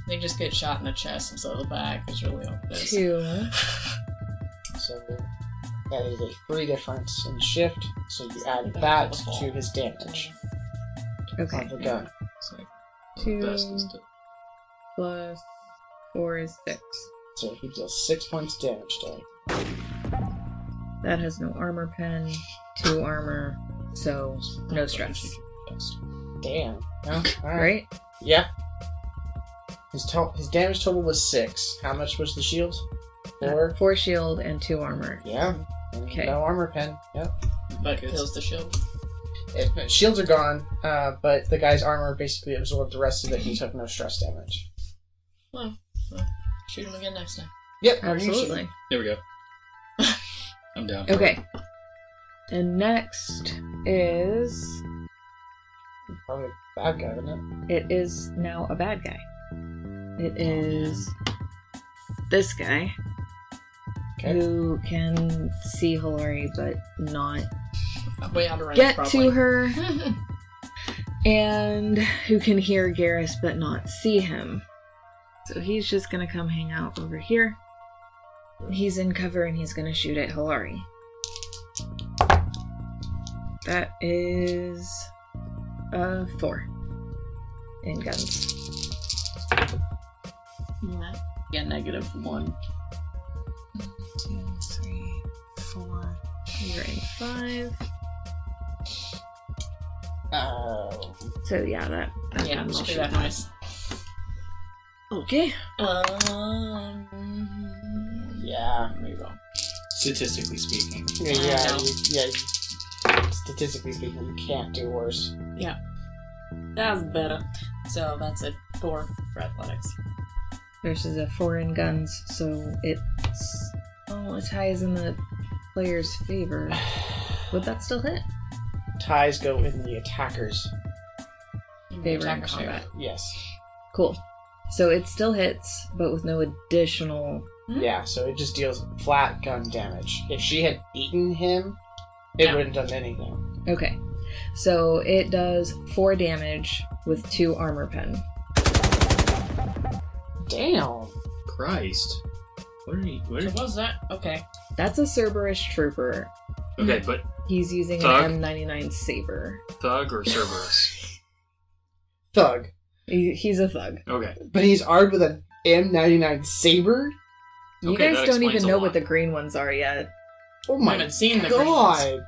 They just get shot in the chest instead of the back. Is really all it is.
Two.
So that is a three difference in shift, so you add
That's
that
helpful.
to his damage
Okay.
of the gun.
It's like,
Two.
the best is to
Plus four is six.
So he deals six points damage to him.
That has no armor pen, two armor, so no stress.
Damn. Well, Alright.
Right?
Yeah. His to- his damage total was six. How much was the shield?
Uh,
Four.
Four shield and two armor.
Yeah. And
Okay.
No armor pen. Yep.
But
Good.
kills the shield.
It- shields are gone, uh, but the guy's armor basically absorbed the rest of it. He took no stress damage.
Well, well, shoot him again next time.
Yep. are you shooting?
Absolutely.
There we go. <laughs> I'm down. for it.
Okay. And next is
Probably a bad guy, isn't it?
it is now a bad guy. It is this guy
Okay.
who can see Hilary but not
Way out of range.
get
probably.
to
<laughs>
her and who can hear Garrus but not see him. So he's just gonna come hang out over here. He's in cover and he's gonna shoot at Hilari. That is uh four in guns.
Yeah. Yeah, negative one.
Two, three, four. You're in five.
Oh.
So yeah, that, that
Yeah,
one will
just do
shoot
that
him.
noise.
Okay.
Um.
Yeah.
Reroll.
Statistically speaking,
Yeah.
I
Yeah.
know.
You, yeah. you- Statistically speaking, you can't do worse.
That's better. So that's it for for athletics.
versus a four in guns, so it's oh, a tie is in the player's
<sighs>
favor. Would that still hit?
Ties go in the attackers.
Favor in
Attacker share.
combat.
Yes.
Cool. So it still hits, but with no additional.
Yeah, so it just deals flat gun damage. If she had eaten him, it
Yeah.
wouldn't have done anything.
Okay. So it does four damage with two armor pen.
Damn.
Christ. What are you? What are
So
you?
what's that? Okay.
That's a Cerberus trooper.
Okay, but
He's using
Thug?
an M99 saber.
thug or Cerberus?
Thug.
He- He's a thug.
Okay.
But he's armed with an M99 saber?
You
Okay,
guys
that
don't
explains
even
a
know
lot.
what the green ones are yet.
Oh my
haven't seen the
god.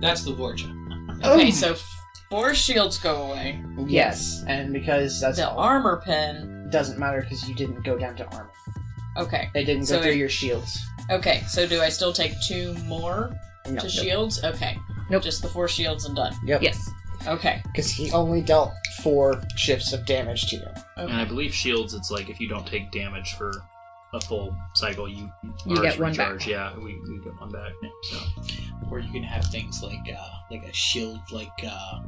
That's the Vorcha.
Okay,
Oh.
so f- four shields go away.
Yes, and because that's
The armor pin.
doesn't matter because you didn't go down to armor.
Okay.
They didn't
So
go through
it-
your shields.
Okay, so do I still take two more
No.
to shields? Okay.
Nope.
Just the four shields and done.
Yep.
Yes.
Okay.
Because he only dealt four shifts of damage to you.
And I
Okay.
believe shields, it's like if you don't take damage for a full cycle, you
You
ours
get one back.
recharge. Yeah, we, we get one back. So
Or you can have things like uh, like a shield, like uh,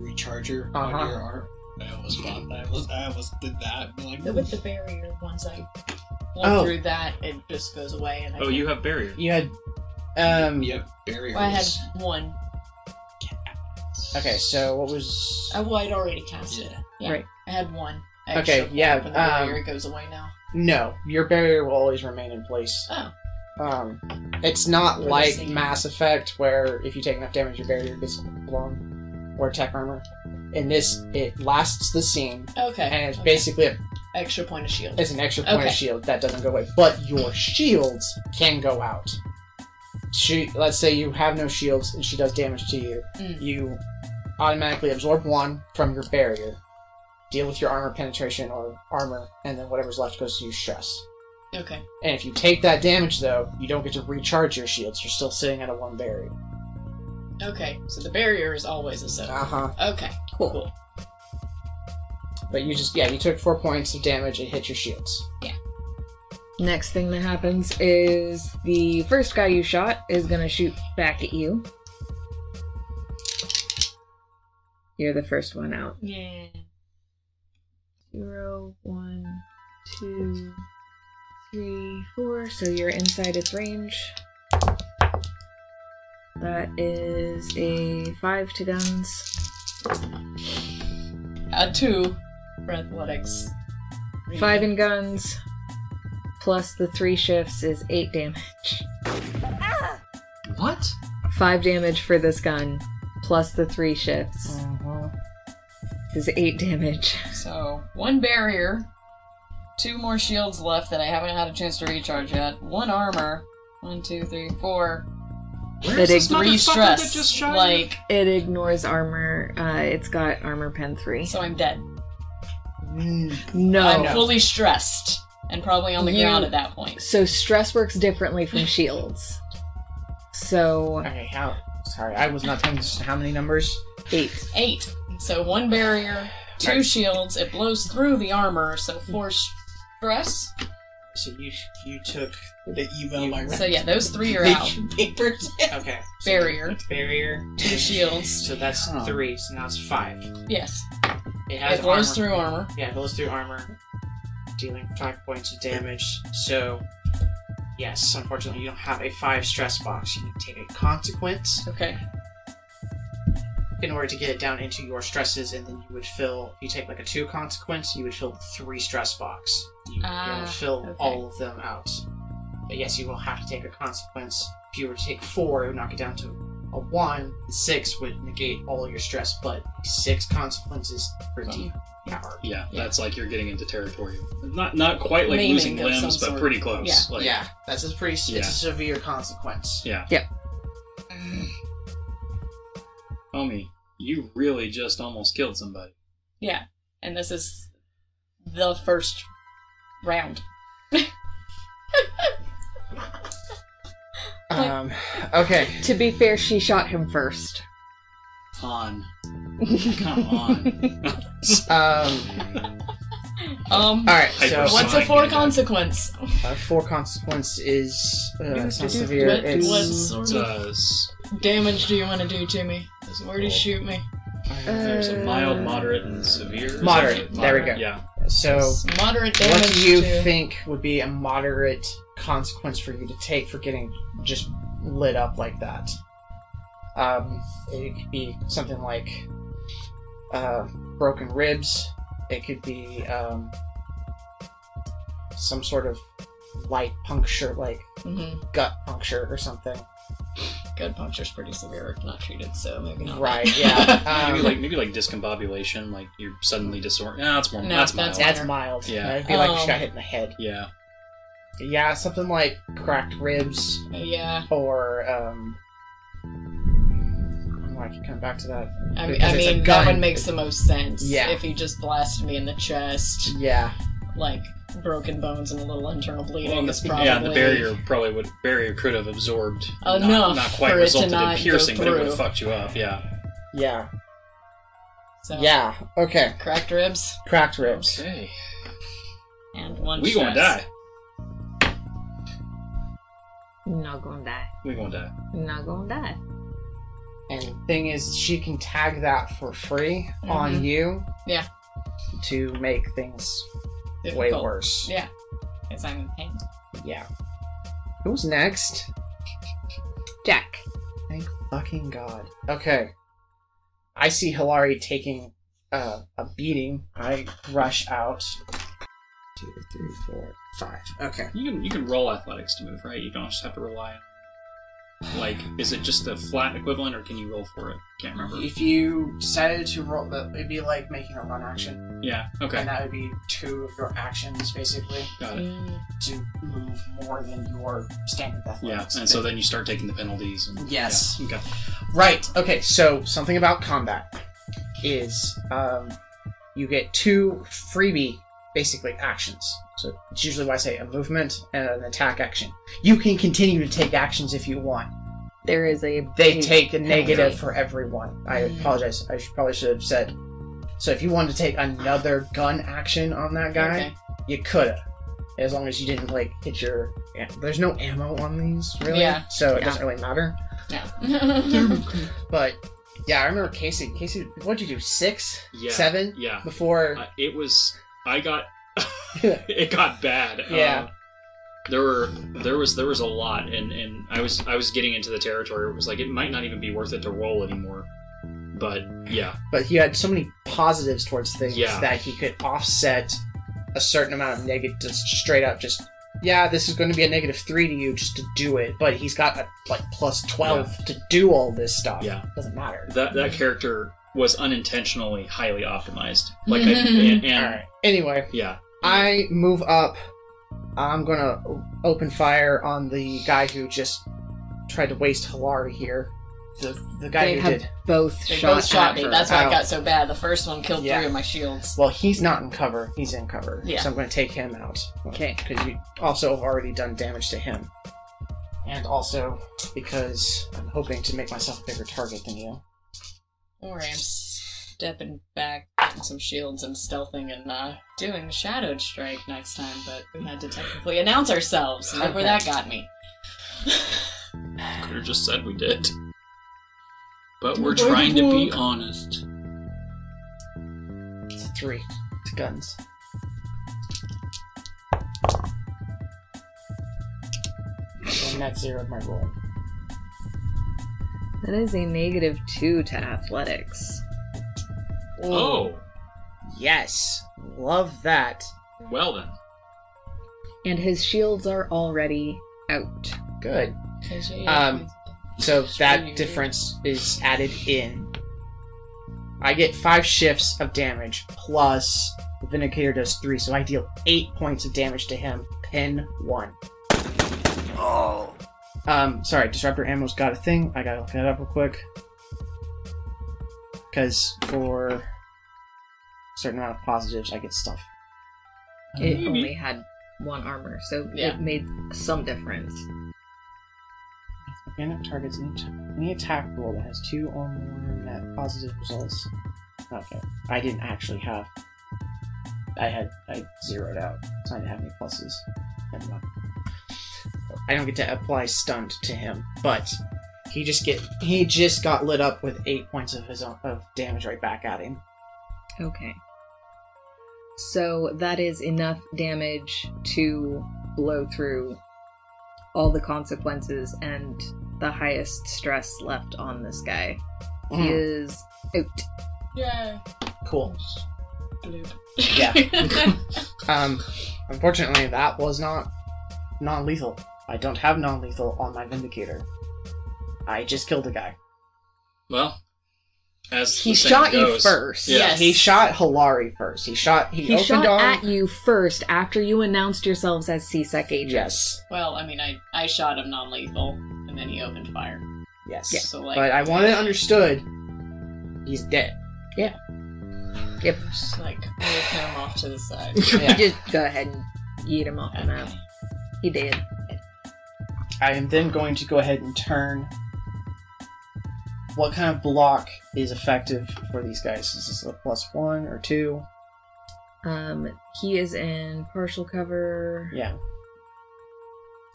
recharger
Uh-huh.
on your arm. I almost bought that. I almost, I almost did that. but like,
With the barrier, once I blow
Oh.
through that, it just goes away. And I
oh,
can-
you have barrier.
You had, um,
"Mm, yep, barriers.
Well, I had one.
okay. So what was?
Oh, well, I'd already cast it. Yeah.
Right.
I had one. I
Okay,
shoved one
yeah,
up in the barrier,
um,
it goes away now.
No, your barrier will always remain in place.
Oh.
Um, it's not
For the
like
same.
Mass Effect where if you take enough damage, your barrier gets blown, or tech armor. In this, it lasts the scene,
Okay.
and it's
okay.
basically a
extra point of shield.
It's an extra point
Okay.
of shield that doesn't go away, but your shields can go out. She, let's say you have no shields and she does damage to you.
Mm.
You automatically absorb one from your barrier, deal with your armor penetration or armor, and then whatever's left goes to your stress.
Okay.
And if you take that damage, though, you don't get to recharge your shields. You're still sitting at a one barrier.
Okay. So the barrier is always a seven.
Uh huh.
Okay.
Cool. But you just, yeah, you took four points of damage and hit your shields.
Next thing that happens is the first guy you shot is going to shoot back at you. You're the first one out.
Yeah.
Zero, one, two, three, four. So you're inside its range. That is a five to guns.
A Uh, two for athletics.
Five in guns plus the three shifts is eight damage.
What?
Five damage for this gun plus the three shifts
Uh-huh.
is eight
<laughs>
damage.
So one barrier, two more shields left that I haven't had a chance to recharge yet. One armor. One, two, three, four.
It
Where's this
is
Three
motherfucker
stress.
that just shot you?
like
It ignores armor. Uh, it's got armor pen three.
so, I'm dead.
no.
I'm fully stressed and probably on the
You-
ground at that point.
So stress works differently
<laughs>
from shields. So
Okay, how? Sorry, I was not thinking how many numbers.
eight.
Eight. So one barrier, two shields. It blows through the armor, so four stress.
So you you took
the email my
So yeah, those three are
They-
<laughs>
out.
papers.
Okay. so
Barrier,
Barrier.
two shields.
So that's
Oh.
three. So now it's five.
Yes,
It has
it blows
armor.
through armor.
Yeah, it goes through armor, dealing five points of damage. So, yes, unfortunately, you don't have a five stress box. You need to take a consequence
Okay.
in order to get it down into your stresses, and then you would fill. You take like a two consequence, you would fill the three stress box. You,
Ah,
you'll fill
okay.
all of them out. But yes, you will have to take a consequence. If you were to take four, it would knock it down to a one. Six would negate all of your stress, but six consequences per D power.
Yeah,
Yeah.
that's like you're getting into territory. Not not quite like
Maiming
losing
of some
limbs, but
sort.
pretty close.
Yeah.
Like,
yeah, that's a pretty.
Yeah.
It's a severe consequence.
Yeah.
Yeah.
Homie, you really just almost killed somebody.
Yeah, and this is the first round. <laughs>
Um, okay.
To be fair, she shot him first.
On. Come on.
Um,
Um,
alright, so
Hyper-
what's a
Sonic
four
and-
consequence?
uh, four consequence is uh, it's not severe.
What,
It's
what sort
It's,
of
uh, s-
damage do you want to do to me? Where do you shoot me?
there's a
Uh,
mild, moderate, and severe. or
Moderate,
something.
there we go.
Yeah.
so.
It's moderate damage.
Oh. What do you
to...
think would be a moderate consequence for you to take for getting just lit up like that? Um, it could be something like uh, broken ribs. It could be um, some sort of light puncture, like
Mhm.
gut puncture or something.
gut puncture's pretty severe if not treated, so maybe not.
Right,
<laughs>
yeah. Um,
Um,
maybe like maybe like discombobulation, like you're suddenly disoriented. No, it's more.
No,
that's,
that's
mild.
better.
That's mild.
Yeah.
That'd be like she got
Um,
hit in the head.
Yeah.
Yeah, something like cracked ribs
yeah.
or um. I'm like come back to that.
I, mean-
because
I
it's a
mean,
gun.
that one makes the most sense.
Yeah.
If he just blasted me in the chest,
Yeah.
like broken bones and a little internal bleeding
Well, and
is
the,
probably
yeah, the barrier probably would barrier could have absorbed not-
Enough
not, quite
for it to
resulted
not
in
go
piercing, but it would
through.
have fucked you up. Yeah.
Yeah.
So,
Yeah. Okay.
Cracked ribs
Cracked ribs.
Okay.
and one.
We gonna
chest.
die.
Not gonna die.
We gonna die.
Not gonna die.
And the thing is, she can tag that for free on you.
Mm-hmm. Yeah.
To make things way
Difficult.
worse.
Yeah. Because I'm in pain.
Yeah. Who's next?
Jack.
Thank fucking god. Okay. I see Hilari taking uh, a beating. I rush out. Two, three, four, five. Okay.
You can you can roll athletics to move, right? You don't just have to rely on like is it just the flat equivalent or can you roll for it? Can't remember.
If you decided to roll, that it'd be like making a run action,
Yeah. Okay.
and that would be two of your actions basically
Got it.
to move more than your standard
Yeah.
athletics.
And so then you start taking the penalties. And,
Yes.
Yeah. Okay.
Right. Okay. So something about combat is um, you get two freebie, basically actions. So it's usually why I say a movement and an attack action. You can continue to take actions if you want.
There is a.
They
big
take a
penalty.
negative for everyone. I apologize. I should, probably should have said. So if you wanted to take another gun action on that guy,
Okay.
you coulda, as long as you didn't like hit your. Yeah, there's no ammo on these, really.
Yeah.
So it
Yeah.
doesn't really matter.
<laughs> No.
But yeah, I remember Casey. Casey, what'd you do? Six,
Yeah.
seven
Yeah.
before.
Uh, it was I
<laughs>
got it got bad.
Yeah.
Uh, there were there was there was a lot and and I was I was getting into the territory where it was like it might not even be worth it to roll anymore. But yeah.
but he had so many positives towards things
Yeah.
that he could offset a certain amount of negative, just straight up, just yeah, this is going to be a negative three to you just to do it. But he's got a like plus twelve to do all this stuff.
Yeah.
doesn't matter.
That that character was unintentionally highly optimized. Like I, and, and-
All right. Anyway,
yeah.
I move up. I'm gonna o- open fire on the guy who just tried to waste Hilari here. The the guy
They
who
have
did.
both
They
shot,
both shot
at
me.
her.
That's why
Ow.
I got so bad. The first one killed
Yeah.
three of my shields.
Well, he's not in cover. He's in cover.
Yeah.
So I'm going to take him out.
'Kay.
Because you also have already done damage to him. And also because I'm hoping to make myself a bigger target than you.
Don't worry, I'm stepping back, getting some shields and stealthing and uh, doing the shadowed strike next time. But we had to technically announce ourselves. and Look where that got me.
Could have just said we did. But we're trying to be honest.
It's a three. It's guns. And that zeroed my roll.
That is a negative two to athletics.
Oh.
Yes. Love that.
Well then.
And his shields are already out.
Good.
'Cause you-
Um, So that
Sweet.
difference is added in. I get five shifts of damage, plus the Vindicator does three, so I deal eight points of damage to him. Pin one. Oh. Um, sorry, Disruptor Ammo's got a thing. I gotta look that up real quick. Because for a certain amount of positives, I get stuff.
It
Maybe.
only had one armor, so
Yeah.
it made some difference.
Random targets any, any attack roll that has two or more net positive results. Okay, I didn't actually have. I had I zeroed out, so I didn't have any pluses. Never mind. I don't get to apply stunned to him, but he just get he just got lit up with eight points of his own, of damage right back at him.
Okay. So that is enough damage to blow through all the consequences and the highest stress left on this guy. He
Mhm.
is out.
Yay.
Cool.
Bloop.
Yeah. Um, unfortunately, that was not non-lethal. I don't have non-lethal on my Vindicator. I just killed a guy.
Well, as
He
the saying
shot you
goes-
first.
Yeah.
He shot Hilari first. He shot. He,
He
opened
shot
on.
at you first after you announced yourselves as E CSEC agents.
Yes.
<laughs> Well, I mean, I, I shot him non lethal, and then he opened fire.
Yes.
So, like,
but I want it understood. He's dead.
Yeah. Yep.
Just like move him off to the side.
Yeah.
Just go ahead and eat him off the map. He did.
I am then going to go ahead and turn. What kind of block is effective for these guys? Is this a plus one or two?
Um, he is in partial cover.
Yeah.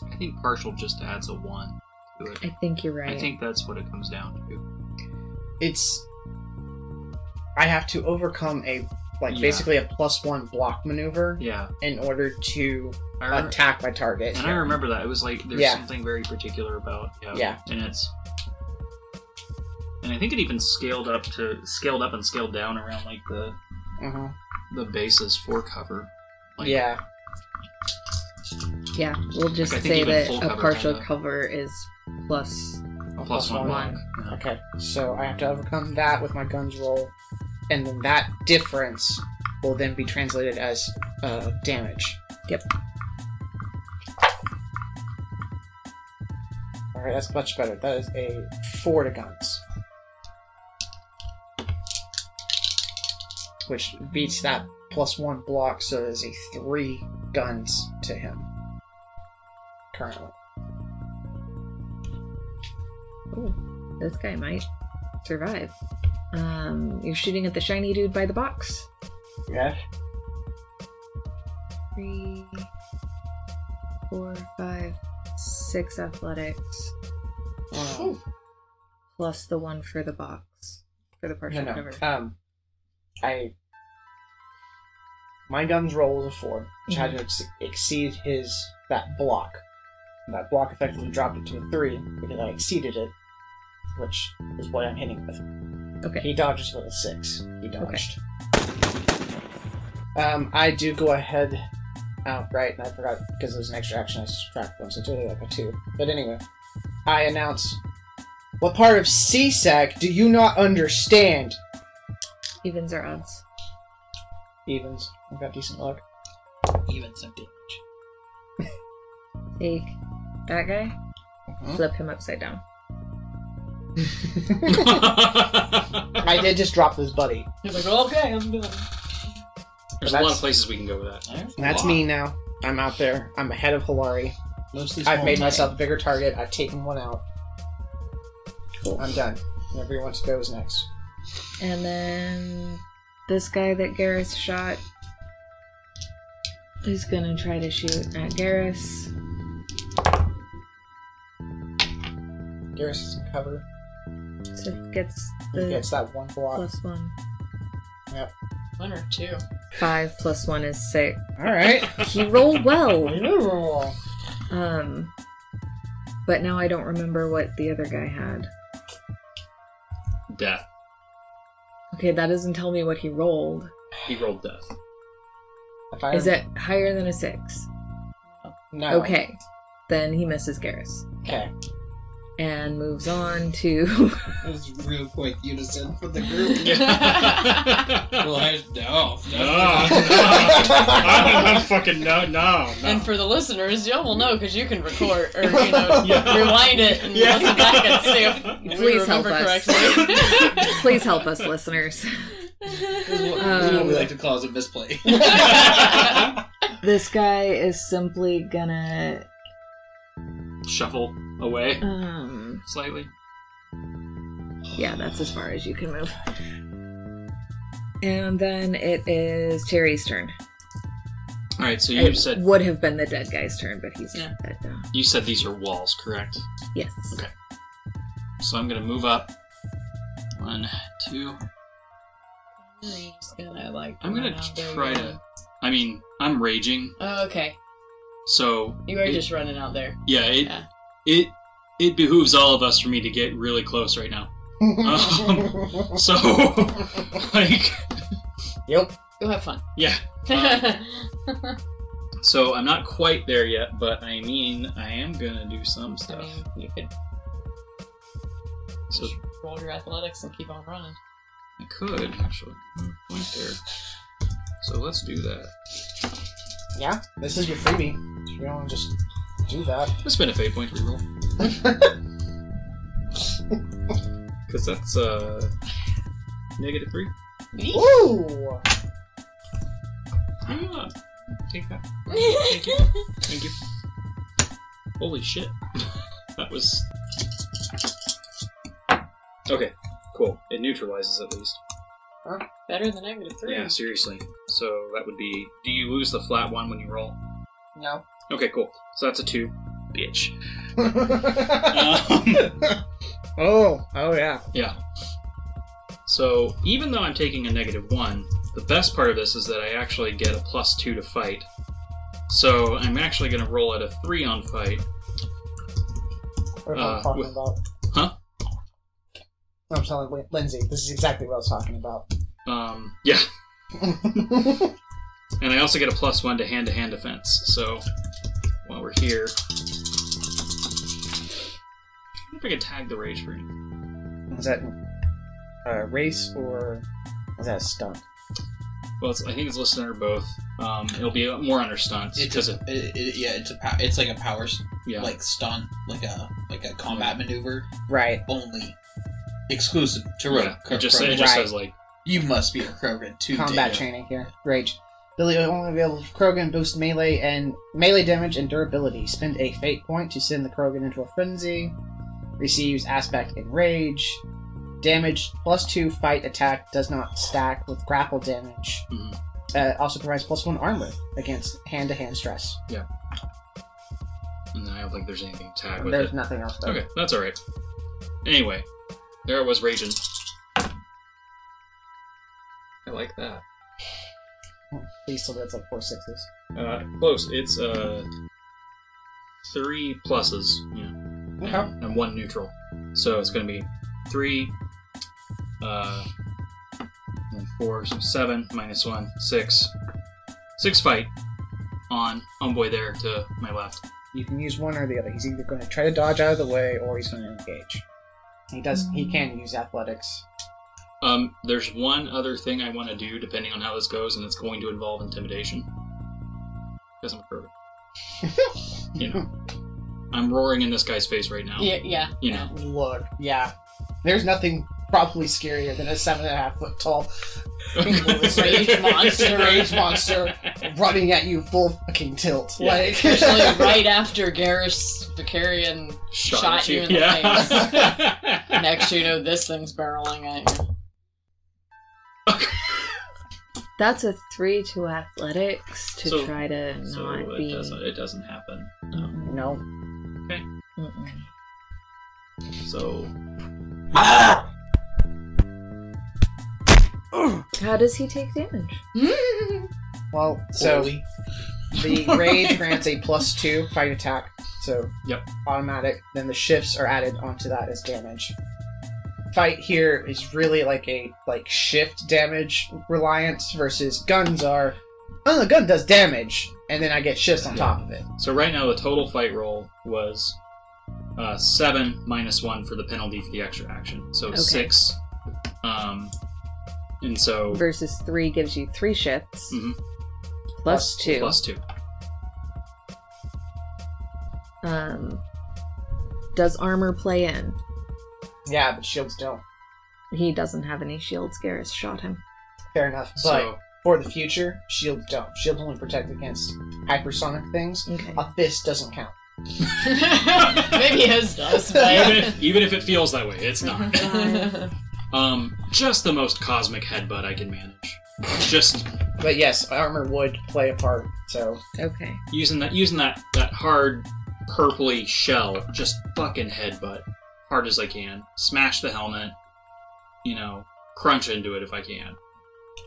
I think partial just adds a one to it.
I think you're right.
I think that's what it comes down to.
It's. I have to overcome a like
Yeah.
basically a plus one block maneuver
Yeah.
in order to
I remember-
attack my target.
And I remember that. It was like there's
Yeah.
something very particular about yeah.
Yeah.
And it's and I think it even scaled up to scaled up and scaled down around like the
Uh-huh.
the bases for cover. Like,
yeah.
Yeah, we'll just
I think
say
even
that
full
a
cover
partial
kinda-
cover is plus.
A
Plus one
block. Okay, so I have to overcome that with my guns roll, and then that difference will then be translated as uh, damage.
Yep.
All right, that's much better. That is a four to guns, which beats that plus one block, so it is a three guns to him currently.
Ooh, this guy might survive. Um, you're shooting at the shiny dude by the box.
Yeah.
Three, four, five, six athletics.
Oh.
Plus the one for the box for the partial
No, no.
cover.
Um, I. My guns roll was a four, which had to ex- exceed his that block. And that block effectively dropped it to a three because I exceeded it, which is what I'm hitting with.
Okay.
He dodges with a six. He dodged. Um, I do go ahead. Oh, right, and I forgot because it was an extra action. I subtract one, so it's really like a two. But anyway, I announce. What part of CSAC do you not understand?
Evens or odds?
Evens. I've got decent luck.
Even some damage.
Take that guy,
Mm-hmm.
flip him upside down.
<laughs> I did just drop this
<laughs>
buddy.
He's like, well, okay, I'm done.
There's a lot
That's-
of places we can go with that.
And that's me now. I'm out there. I'm ahead of Hilari. I've made myself a bigger target. I've taken one out.
Cool.
I'm done. Whoever wants to go is next.
And then this guy that Garrus shot is gonna try to shoot at Garrus.
Garrus is in cover.
So he gets
He
the
gets that one block.
plus one.
Yep.
One or
<laughs>
two. <laughs>
Five plus one is six.
Alright.
He rolled
<laughs>
well.
I know roll.
Um but now I don't remember what the other guy had.
Death.
Okay, that doesn't tell me what he rolled.
He rolled death.
If I
Is it higher than a six?
No.
Okay. Then he misses Garrus.
Okay.
And moves on to
That was real quick unison for the
<laughs>
group. well, <laughs> I, no, no.
I don't fucking no, no, no.
And for the listeners, y'all will know because you can record or
<laughs>
you know
Yeah.
rewind it and
Yeah.
listen back and see if we
Please help
remember
us. <laughs>
correctly.
<laughs>
Please help us, listeners.
This is what- this is what we like to call as a misplay.
Um, This guy is simply gonna
<laughs> Shuffle away
um
slightly.
yeah, that's as far as you can move. And then it is Terry's turn.
All right. So you
it
said
would have been the dead guy's turn, but he's not dead now.
you said these are walls, correct?
Yes.
Okay. So I'm gonna move up. One, two.
You're just gonna, like,
I'm gonna
run out there
try
again.
to. I mean, I'm raging,
Oh, okay.
so
You are
it-
just running out there.
Yeah, it it it behooves all of us for me to get really close right now.
<laughs>
Um, so, <laughs> like,
Yep.
Go have fun. <laughs>
yeah. Um, so I'm not quite there yet, but I mean, I am gonna do some
I
stuff.
mean, you could
So
Roll your athletics and keep on <laughs> running.
I could actually point there. So let's do that.
Yeah, this is your freebie. You don't just do that.
Let's spend a fate point to <laughs> reroll. Because that's uh negative three.
Ooh!
Yeah. Take that.
Thank you.
Thank you. Holy shit. <laughs> that was. Okay, cool. It neutralizes at least.
Better than negative three.
Yeah, seriously. So that would be. Do you lose the flat one when you roll?
No.
Okay, cool. So that's a two. Bitch. Um,
<laughs> Oh, oh yeah.
yeah. So even though I'm taking a negative one, the best part of this is that I actually get a plus two to fight. So I'm actually going to roll at a three on fight.
What am I
Uh,
talking
with-
about?
Huh?
I'm telling Lin- Lindsay, this is exactly what I was talking about.
Um,
<laughs>
yeah. and I also get a plus one to hand to hand defense. So while we're here, I wonder if I could tag the rage for you.
Is that uh, race or is that a stunt?
Well, it's, I think it's listed under both. Um, it'll be more under stunts.
It's
because
a, it, it, yeah, it's a pow- it's like a power s-
Yeah.
like stunt, like a like a combat maneuver,
Right.
only exclusive to Ro-
Yeah,
Kro-
it just, it
Krogan.
just
Right.
says like
you must be a Krogan to
Combat
do-
training here. Rage. Billy will only be able to Krogan boost melee and melee damage and durability. Spend a fate point to send the Krogan into a frenzy. Receives aspect enrage. Damage plus two fight attack does not stack with grapple damage.
Mhm.
Uh, also provides plus one armor against hand to hand stress.
No, I don't think there's anything tagged with
There's
it.
nothing else though.
Okay, that's all right. Anyway, there it was raging. I like that.
Please tell me that's like four sixes.
Uh, close. It's uh three pluses. Yeah.
Okay.
and one neutral. So it's going to be three, uh, and four, so seven minus one, six, six fight on homeboy there to my left.
You can use one or the other. He's either going to try to dodge out of the way or he's going to engage. He does. He can use athletics.
Um, there's one other thing I want to do depending on how this goes, and it's going to involve intimidation. Because I'm a pervert. you know, I'm roaring in this guy's face right now.
Yeah. yeah.
You
<laughs>
know,
Look, yeah. There's nothing probably scarier than a seven and a half foot tall rage monster, rage monster running at you full fucking tilt.
Yeah.
Like, <laughs>
Especially right after Garrus Vicarian shot,
at
you in the face.
<laughs>
Next, you know this thing's barreling at you.
That's a three to athletics to
So-
try to
so
not
it
be.
doesn't. It doesn't happen. No.
no.
Mm-mm.
So
How does he take damage?
Well, so
Holy.
the rage grants a plus two fight attack, so
Yep.
automatic. Then the shifts are added onto that as damage. Fight here is really like a like shift damage reliance versus guns are. Oh, the gun does damage, and then I get shifts on
Yeah.
top of it.
so right now the total fight roll was uh, seven minus one for the penalty for the extra action. So
Okay.
six. Um, and so
Versus three gives you three shifts.
Mhm.
plus two.
plus two.
Um, does armor play in?
Yeah, but shields don't.
He doesn't have any shields. Garrus shot him.
Fair enough. But <laughs>
So
for the future, shields don't. Shields only protect against hypersonic things.
<laughs>
Okay.
A fist doesn't count.
Maybe his does,
even
but.
if, even if it feels that way, it's not.
<laughs> Uh,
Um, just the most cosmic headbutt I can manage. Just
<laughs> But yes, armor would play a part. So
Okay.
using that using that that hard purpley shell just fucking headbutt hard as i can smash the helmet you know crunch into it if i can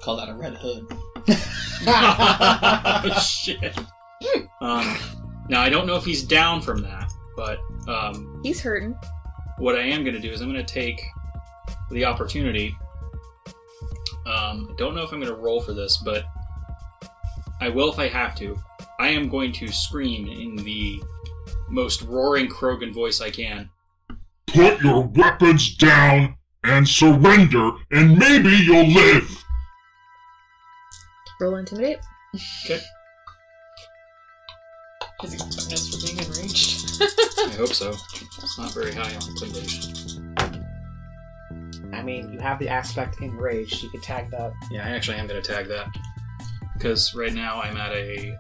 Call that a red hood.
<laughs> Oh, shit um, now i don't know if he's down from that but um,
He's hurting.
what i am going to do is i'm going to take the opportunity um, i don't know if i'm going to roll for this but i will if i have to i am going to scream in the most roaring krogan voice i can
put your weapons down and surrender, and maybe you'll live.
Roll intimidate.
Okay.
Is he expecting us for being enraged?
I hope so. It's not very high on intimidation.
I mean, you have the aspect enraged. You could tag that.
Yeah, I actually am going to tag that. Because right now I'm at a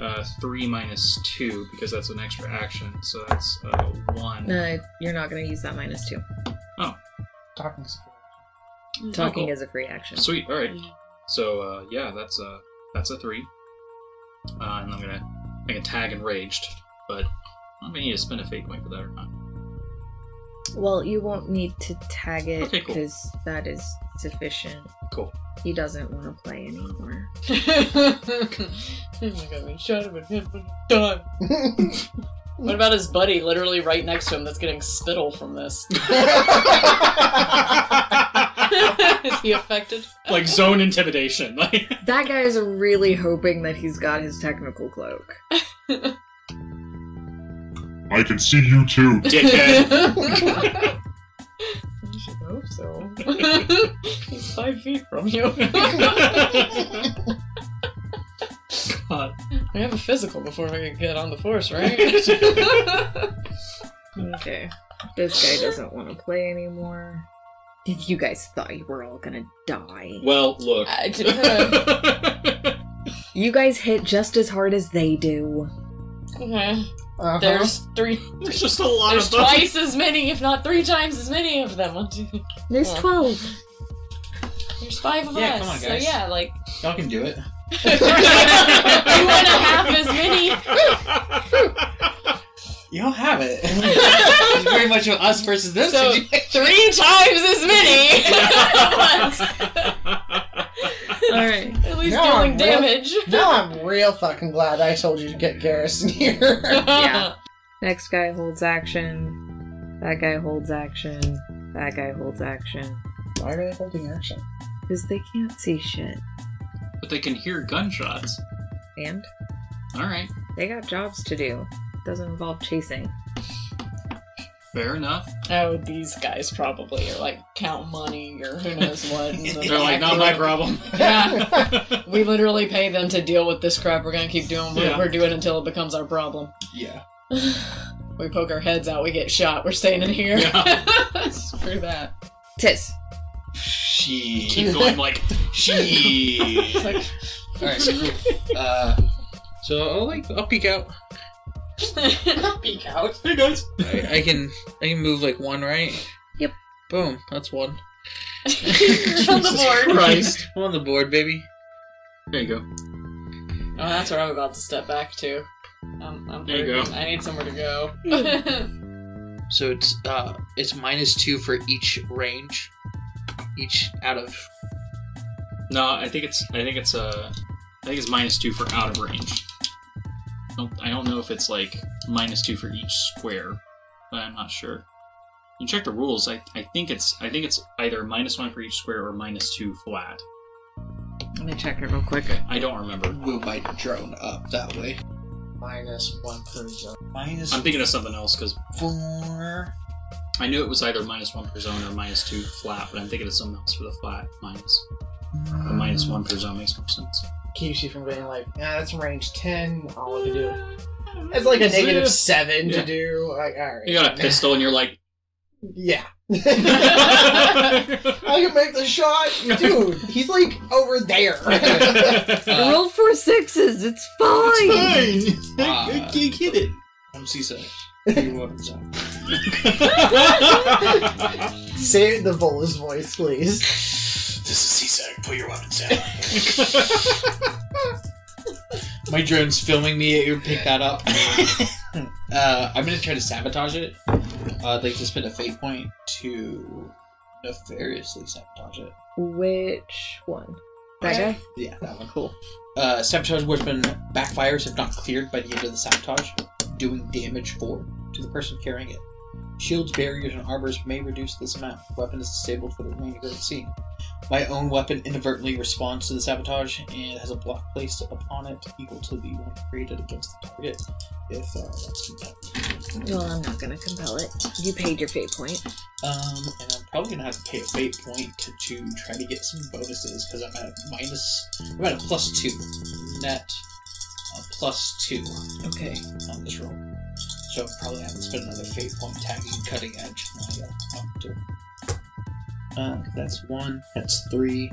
uh, 3 minus 2, because that's an extra action, so that's uh, 1.
No, you're not going to use that minus two.
Talking.
Talking
cool.
is a free action.
Sweet, alright. So, uh, yeah, that's a, that's a 3. Uh, and I'm going to make a tag enraged, but I'm going to need to spend a fake point for that or not.
Well, you won't need to tag it
Okay, cool.
because that is sufficient. <laughs>
Cool. <laughs>
He doesn't want to play anymore.
<laughs> oh my god, we shot him and hit him <laughs> done. What about his buddy literally right next to him that's getting spittle from <laughs> this? Is he affected?
Like zone intimidation. <laughs> Like,
That guy is really hoping that he's got his technical cloak.
I can see you too.
dickhead.
<laughs>
I should hope so. <laughs> He's five feet from you.
God.
We have a physical before we can get on the force,
<laughs>
right?
Okay.
<laughs>
This guy doesn't want to play anymore. Did you guys thought you were all gonna die?
Well, look.
I did-
You guys hit just as hard as they do.
okay.
Uh-huh.
There's three.
<laughs> There's just a lot
There's
of them.
twice as many, if not three times as many of them. One, two, three.
There's
Yeah.
twelve.
<laughs>
There's five of
Yeah,
us.
come on,
So
guys.
yeah,
<laughs>
like
Y'all can do it.
you want to have as many.
Y'all have <laughs> it. it's very much of us versus them.
So three times as many. at once.
<laughs> All right.
At least
No,
dealing
I'm real-
damage.
Now I'm real fucking glad I told you to get Garrison here.
Yeah. Next guy holds action. That guy holds action. That guy holds action.
Why are they holding action?
Because they can't see shit.
<laughs> But they can hear gunshots.
And
Alright,
they got jobs to do. Doesn't involve chasing.
fair enough.
Oh, these guys probably are like count money or who knows
<laughs>
what. and
They're like, not my problem.
<laughs>
<laughs>
Yeah. We literally pay them to deal with this crap. We're gonna keep doing what
Yeah.
we're doing until it becomes our problem.
<laughs>
<sighs>
Yeah.
We poke our heads out, we get shot, we're staying in here. <laughs> Screw <laughs> that.
Tis.
<laughs> She.
Keep going, like,
She.
It's like,
All right, so uh, so I'll like I'll peek out.
Peek out.
Hey guys!
I, I can I can move like one, right?
Yep.
Boom, that's
<laughs>
one.
on the board.
Christ.
I'm on the board, baby.
There you go.
Oh, that's where I'm about to step back to. Um, I'm
There you
hurt.
go.
I need somewhere to <laughs> go.
So it's uh it's minus two for each range, each out of.
No, I think it's I think it's uh I think it's minus two for out of range. I don't, I don't know if it's like minus two for each square, but I'm not sure. You check the rules. I, I think it's I think it's either minus one for each square or minus two flat.
Let me check it real quick.
I don't remember.
Move my drone up that way.
Minus one per zone.
Minus
I'm thinking of something else because
four.
I knew it was either minus one per zone or minus two flat, but I'm thinking of something else for the flat minus. The minus one per zone makes more sense.
Keeps you from being like, ah, that's range 10. All I can do. It's like a negative seven
Yeah.
to do. Like, all right.
You got a pistol and
<laughs>
you're like, <laughs>
Yeah. <laughs> I can make the shot, dude. He's like over there. <laughs>
Uh,
Roll four sixes. It's fine.
I- I can't
hit it.
I'm Cisa. You want some?
Say it in the Vola's voice, please.
This is CSAC. Put your weapons down. <laughs> My drone's filming me. It would pick that up. <laughs> uh, I'm gonna try to sabotage it. Uh, I'd like to spend a fate point to nefariously sabotage it.
Which one? That guy?
Yeah, that one. Cool. Uh, sabotage weapon backfires if not cleared by the end of the sabotage, doing damage four to the person carrying it. Shields, barriers, and arbors may reduce this amount. Weapon is disabled for the remainder of the scene. My own weapon inadvertently responds to the sabotage and has a block placed upon it equal to the one created against the target. If uh, that's compelled.
Well, I'm not gonna compel it. You paid your fate point.
Um, and I'm probably gonna have to pay a fate point to, to try to get some bonuses because I'm at minus. I'm at a plus two net, uh, plus two. Okay, on this roll. So I probably haven't spent another fate point tagging cutting edge. My, uh, my two. Uh, that's one. That's three.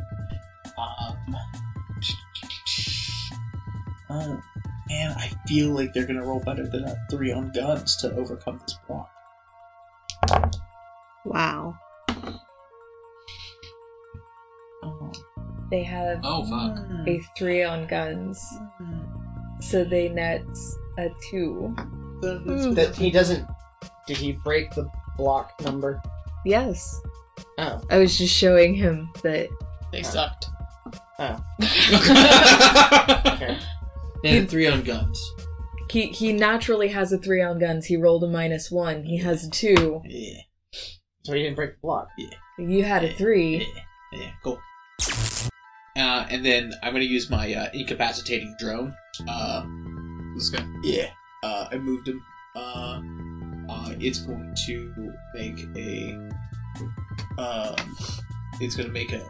Um, <sniffs> uh, and I feel like they're gonna roll better than a three on guns to overcome this block.
Wow. They have
Oh, fuck.
a three on guns, so they net a two.
That he doesn't. Did he break the block number?
Yes,
Oh.
I was just showing him that
They sucked. <laughs>
Oh.
<laughs> okay. And three on guns.
he he naturally has a three on guns. He rolled a minus one. He has a two.
Yeah.
So he didn't break the block.
Yeah.
You had a three.
Yeah, cool. Uh, and then I'm gonna use my uh, incapacitating drone. Uh,
This guy.
yeah, uh, I moved him. Uh, uh, it's going to make a. Um, it's gonna make a,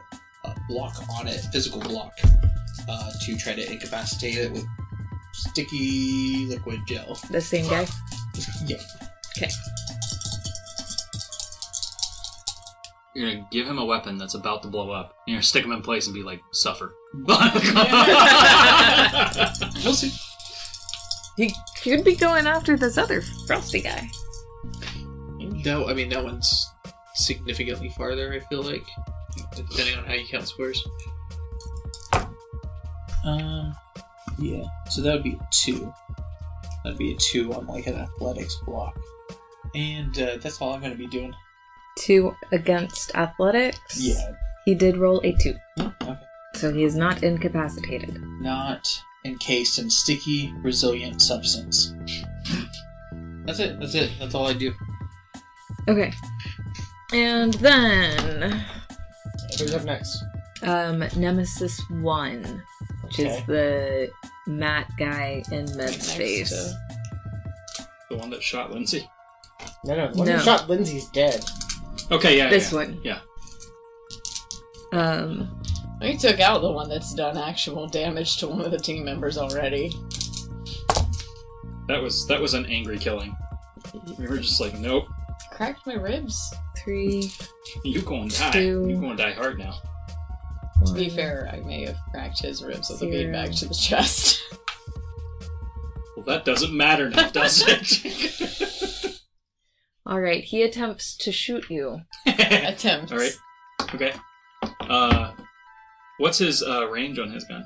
a block on it, physical block, uh, to try to incapacitate it with sticky liquid gel.
The same guy.
yeah.
Okay.
You're gonna give him a weapon that's about to blow up. and You're gonna stick him in place and be like, suffer.
We'll see.
He could be going after this other frosty guy.
No, I mean that one's significantly farther. I feel like, depending on how you count squares. Um, yeah. So that would be a two. That'd be a two on like an athletics block, and uh, that's all I'm gonna be doing.
Two against athletics.
Yeah.
He did roll a two.
Hmm, okay.
So he is not incapacitated.
Not encased in sticky, resilient substance. That's it. That's it. That's all I do.
Okay. And then
Who's up next?
um Nemesis One, which is
Okay.
the Matt guy in med
Next
space.
to- The one that shot Lindsay.
No, no. When
No.
he shot Lindsay's dead.
Okay, yeah.
This
yeah,
one.
Yeah.
Um
We took out the one that's done actual damage to one of the team members already.
That was that was an angry killing. We were just like, nope,
Cracked my ribs.
three
you gonna die.
Two.
You gonna die hard now.
To
Mm.
be fair, I may have cracked his ribs with
Zero.
a beanbag to the chest. <laughs>
Well, that doesn't matter now, does it?
Alright, he attempts to shoot you.
Attempt.
All right. Okay. Uh, what's his uh, range on his gun?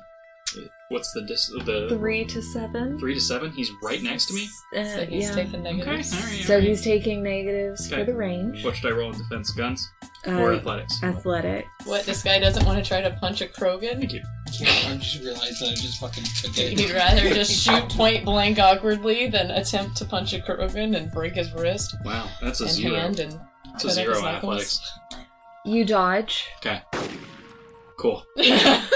What's the dis- the
Three to seven.
three to seven? He's right next to me.
Uh,
So he's
yeah.
taking negatives.
So he's taking negatives
Okay.
for the range.
What should I roll in defense? Guns or
Uh,
athletics?
Athletic.
What, this guy doesn't want to try to punch a Krogan?
Thank you.
I just realized that I just fucking took it. <laughs>
He'd rather just
<laughs>
shoot point blank awkwardly than attempt to punch a Krogan and break his wrist
Wow, that's a
and
zero.
hand and
that's
cut
a
up
zero
his
in
knuckles.
athletics.
You dodge.
Okay. Cool.
Fuck
yeah.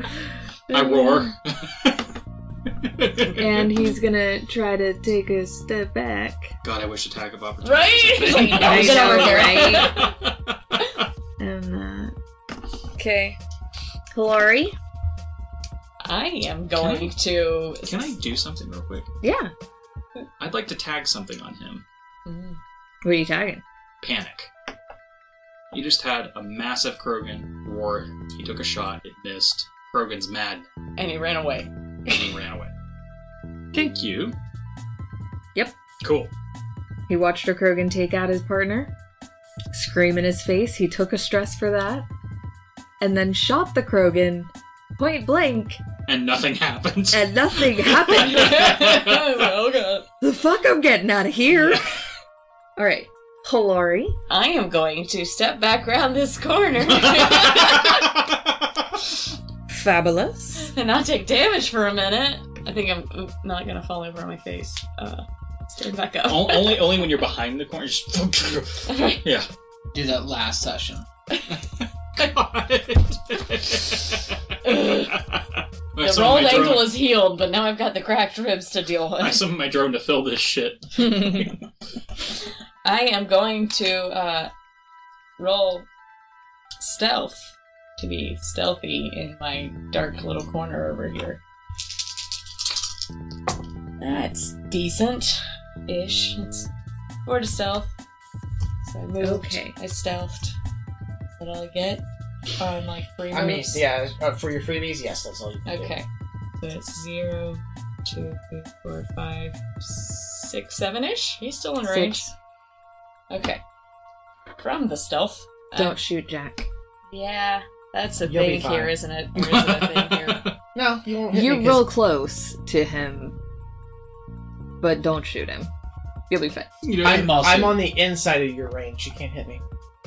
I
Mm-hmm.
roar.
and
<laughs>
he's gonna try to take a step back.
God, I wish attack of opportunity.
Right?
was a thing.
I
Get over here.
And uh, okay, Hilari.
I am going to.
Can I do something real quick?
Yeah.
I'd like to tag something on him.
Mm.
What are you tagging?
Panic. He just had a massive Krogan roar. He took a shot. It missed. Krogan's mad
And he
<laughs>
ran away.
and he ran away. Thank you.
Yep.
Cool.
He watched her Krogan take out his partner, scream in his face. He took a stress for that, and then shot the Krogan point blank,
And nothing <laughs> happened.
and nothing <laughs> happened.
oh god.
the fuck! I'm getting out of
<laughs>
<laughs>
here. All right, Hilari.
I am going to step back round this
<laughs>
corner
Fabulous.
and not take damage for a minute. I think I'm I'm not gonna fall over on my face. Uh, stand back up.
O- only, only when you're behind the corner. Just <laughs>
<laughs> Alright.
yeah.
Do that last session.
The rolled ankle is healed, but now I've got the cracked ribs to deal
I
with.
summoned my drone to fill this
<laughs>
shit.
I am going to uh, roll stealth to be stealthy in my dark little corner over here. That's decent ish. It's four to stealth. So I moved.
Okay.
I stealthed. Is that all I get? On like three
I mean,
moves?
yeah, uh, for your freebies, yes, that's all you can do.
Okay. So it's zero, two, three, four, five, six, seven ish. He's still in
Six.
range. Okay. From the stealth. uh,
Don't shoot Jack.
yeah, that's a
You'll be
thing
fine.
here, isn't it? Or is it a thing
<laughs>
here?
No, you won't hit
You're
me 'cause-
real close to him, but don't shoot him. You'll be fine.
I'm, I'm on the inside of your range. You can't hit me.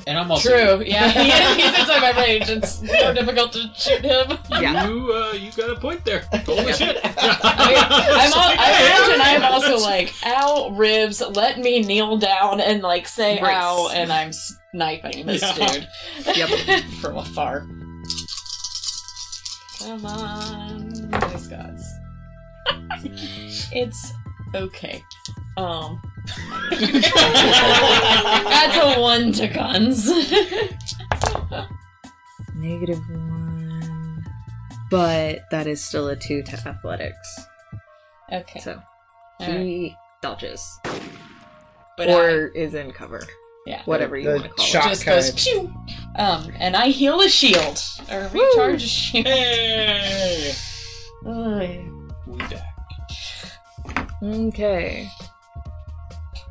And I'm
True. Yeah, <laughs> he is, he's inside my range. It's more difficult to shoot him.
You, uh, you got a point there. Holy shit.
Oh, I'm all, I imagine I'm also like, ow, ribs, let me kneel down and like say
Brace.
ow, and I'm sniping this
Yeah.
dude.
<laughs> Yep.
From
<laughs>
afar. Come on, Boy Scouts. <laughs> it's okay. Um. That's a one to guns. <laughs>
Negative one. But that is still a two to athletics.
okay.
So
All
he dodges.
But
or is in cover.
Yeah.
Whatever you
The
want to call
shot
it.
just goes
Cut.
pew, um, and I heal a shield or recharge a shield. Ugh.
We back.
Okay.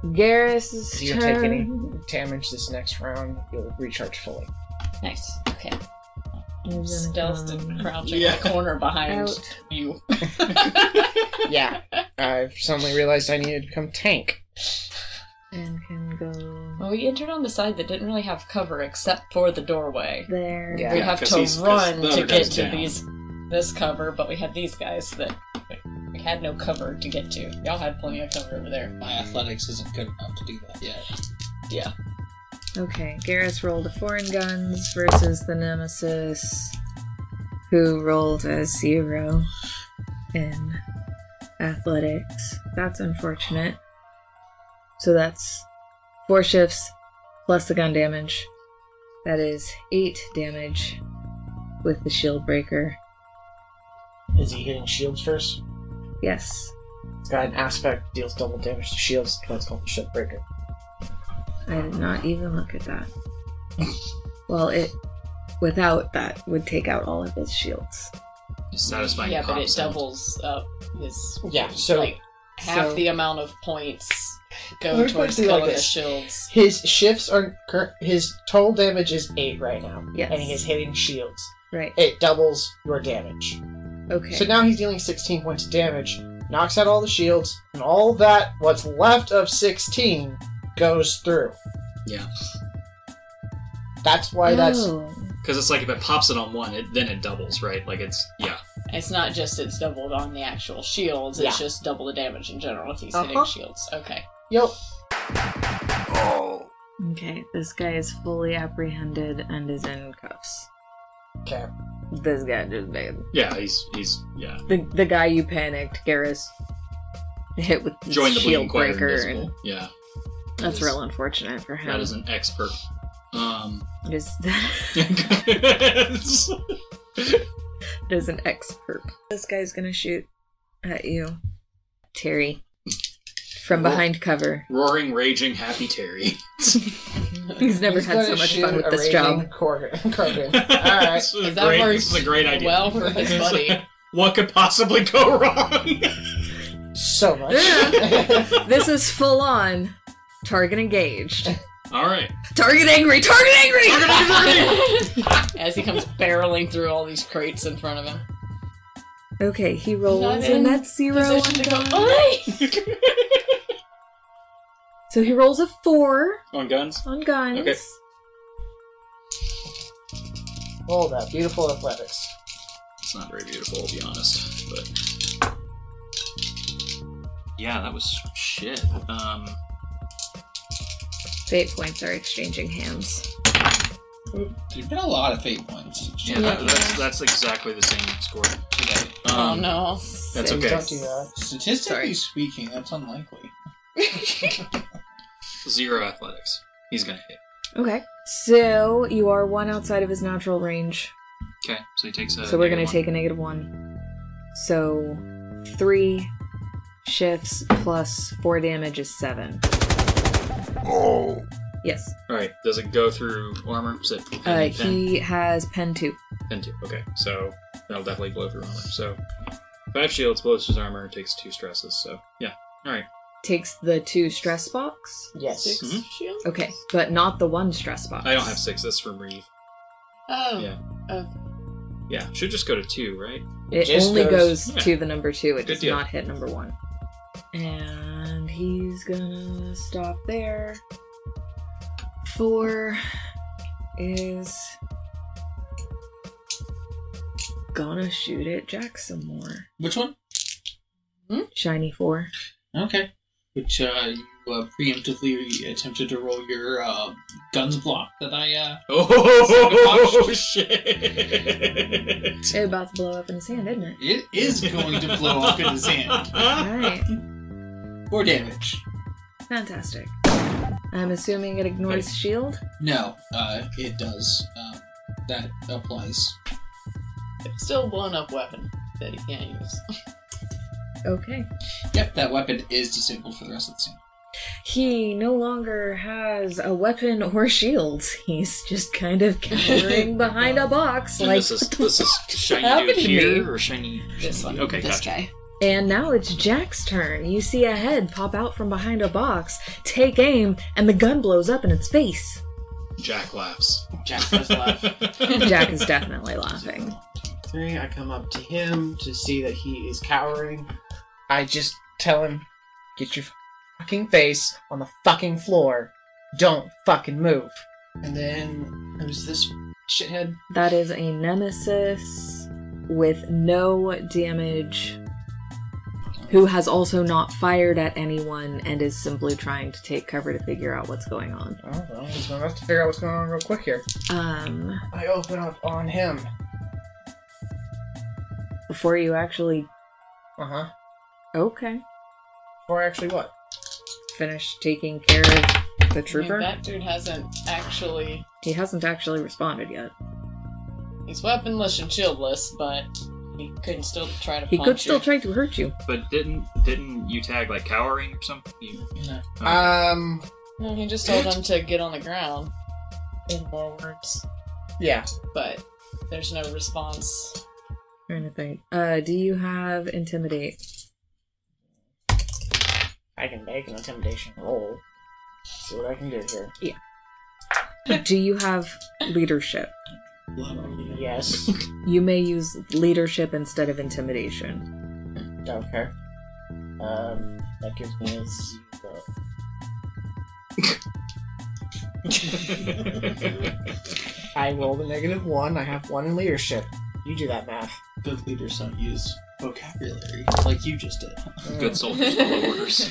Garrus's
Do you
turn.
take any damage this next round? You'll recharge fully.
Nice. Okay.
gonna
Stealth
come
and crouching
Yeah.
in the corner behind
out.
<laughs>
you. <laughs>
Yeah. I've suddenly realized I needed to become tank.
And can go
Well, we entered on the side that didn't really have cover except for the doorway.
there.
Yeah.
we have
'cause
to
he's- 'cause
run
the
to
other
get
guy's
to
down.
these this cover, but we had these guys that we had no cover to get to. Y'all had plenty of cover over there.
My athletics isn't good enough to do that yet.
Yeah.
Okay, Garrus rolled a four and guns versus the nemesis, who rolled a zero in athletics. That's unfortunate. So that's four shifts plus the gun damage. That is eight damage with the shield breaker.
Is he hitting shields first?
Yes,
It's got an aspect deals double damage to shields. That's called the shield breaker.
I did not even look at that. Well, it without that would take out all of his shields.
Satisfying
yeah, but
pop
it
sound.
doubles up his
Yeah, so-
like half
so-
the amount of points
Let
go
me put
towards
it like
killing the
this.
shields.
His shifts are cur- his total damage is eight right now,
Yes.
and he is hitting shields.
Right.
It doubles your damage.
Okay.
So now he's dealing 16 points of damage, knocks out all the shields, and all that what's left of 16 goes through.
Yeah.
That's why that's
Oh.
Because it's like if it pops it on one, it then it doubles, right? Like it's yeah.
It's not just it's doubled on the actual shields, it's
Yeah.
just double the damage in general if he's hitting
Uh-huh.
shields. Okay.
yep.
Oh,
Okay, this guy is fully apprehended and is in cuffs.
Okay.
This guy just bad.
Yeah, he's he's yeah.
The the guy you panicked, Garrus, hit with the
Join the bleeding
shield
choir.
breaker,
Invisible.
and
Yeah,
that's
Yes.
real unfortunate for him.
that is an expert.
<laughs>
Um, <laughs>
<laughs> Just that is an expert. This guy's gonna shoot at you, Terry, from
Roar-
behind
<laughs>
cover.
roaring, raging, happy Terry.
He's never had so
gonna
much
shoot
fun with
a
this
raging <laughs>
job. <laughs>
Corgan. Corgan. All
<laughs>
right.
This is, a
That
great,
works
this is a great idea.
well for
<laughs>
his buddy.
<laughs>
what could possibly go <laughs> wrong?
So much.
<laughs> This
<laughs>
is full on target engaged.
All right.
Target angry. Target angry.
As he comes barreling through all these crates in front of him.
Okay, he
Not
rolls,
in
and that's zero.
Position to go, "Oi!" <laughs>
So he rolls a four
On guns?
on guns.
Okay.
All that beautiful athletics.
It's not very beautiful, to be honest. But yeah, that was shit. Um,
Fate points are exchanging hands.
There's been a lot of fate ones.
Yeah, that- that's that's exactly the same score. Um,
Oh,
Um,
no.
That's okay.
Statistically speaking, that's unlikely.
Zero athletics. He's gonna hit.
Okay. So you are one outside of his natural range.
Okay, so he takes a.
so we're
Uh, negative
going to
one.
take a negative one. So three shifts plus four damage is seven.
Oh.
Yes.
All right. Does it go through armor? Is it
Uh,
pen- pen?
he has pen two.
Pen two. Okay, so that'll definitely blow through armor. So five shields blows his armor takes two stresses. So yeah. All right.
Takes the two stress box.
Yes.
Mm-hmm.
Mhm.
Okay, but not the one stress box.
I don't have six. That's from Reeve.
Oh.
Yeah.
Okay.
Yeah. Should just go to two, right?
It only goes,
Yeah.
to the number two. It
Good
does
deal.
not hit number one. And he's gonna stop there. Four is gonna shoot at Jack some more.
Which one?
Shiny four.
Okay. Which uh, you uh, preemptively attempted to roll your uh, guns block that I. Uh,
<laughs> Oh,
shit!
It's about to blow up in his hand, isn't it?
It is going to blow up in his hand.
<laughs>
Alright.
Four damage.
Fantastic. I'm assuming it ignores shield.
No, uh, it does. Um, that applies.
It's still a blown up weapon that he can't use.
Okay.
Yep, that weapon is disabled for the rest of the scene.
He no longer has a weapon or <laughs> shields. He's just kind of
<laughs>
cowering behind a box
And
like
this is
<laughs>
this is shiny
happened
dude
to
here
me?
or shiny
this one.
Okay,
this
gotcha.
guy.
And now it's Jack's turn. You see a head pop out from behind a box, take aim, and the gun blows up in its face.
Jack laughs.
Jack does laugh.
Jack
<laughs>
is definitely laughing.
Three, I come up to him to see that he is cowering. I just tell him, get your fucking face on the fucking floor. Don't fucking move. And then, who's this shithead?
That is a nemesis with no damage who has also not fired at anyone and is simply trying to take cover to figure out what's going on.
Oh, well, he's gonna have to figure out what's going on real quick here.
Um,
I open up on him.
before you actually.
Uh huh.
Okay.
Or actually, what?
Finish taking care of the
I mean,
trooper.
that dude hasn't actually.
He hasn't actually responded yet.
He's weaponless and shieldless, but he couldn't still try to
He
punch
could still
you.
try to hurt you.
But didn't didn't you tag like cowering or something? You-
No.
Okay.
Uh,
Um.
No, he just told him to get on the ground. In more words,
Yeah.
but there's no response.
Trying to think. Uh, do you have intimidate?
I can make an intimidation roll. See what I can do here.
Yeah. do you have leadership?
Yes.
You may use leadership instead of intimidation.
okay. Um, that gives me a zero. <laughs> I rolled a negative one. I have one in leadership. You do that math.
Good leaders don't use vocabulary like you just did.
Good
<laughs>
soldiers follow orders.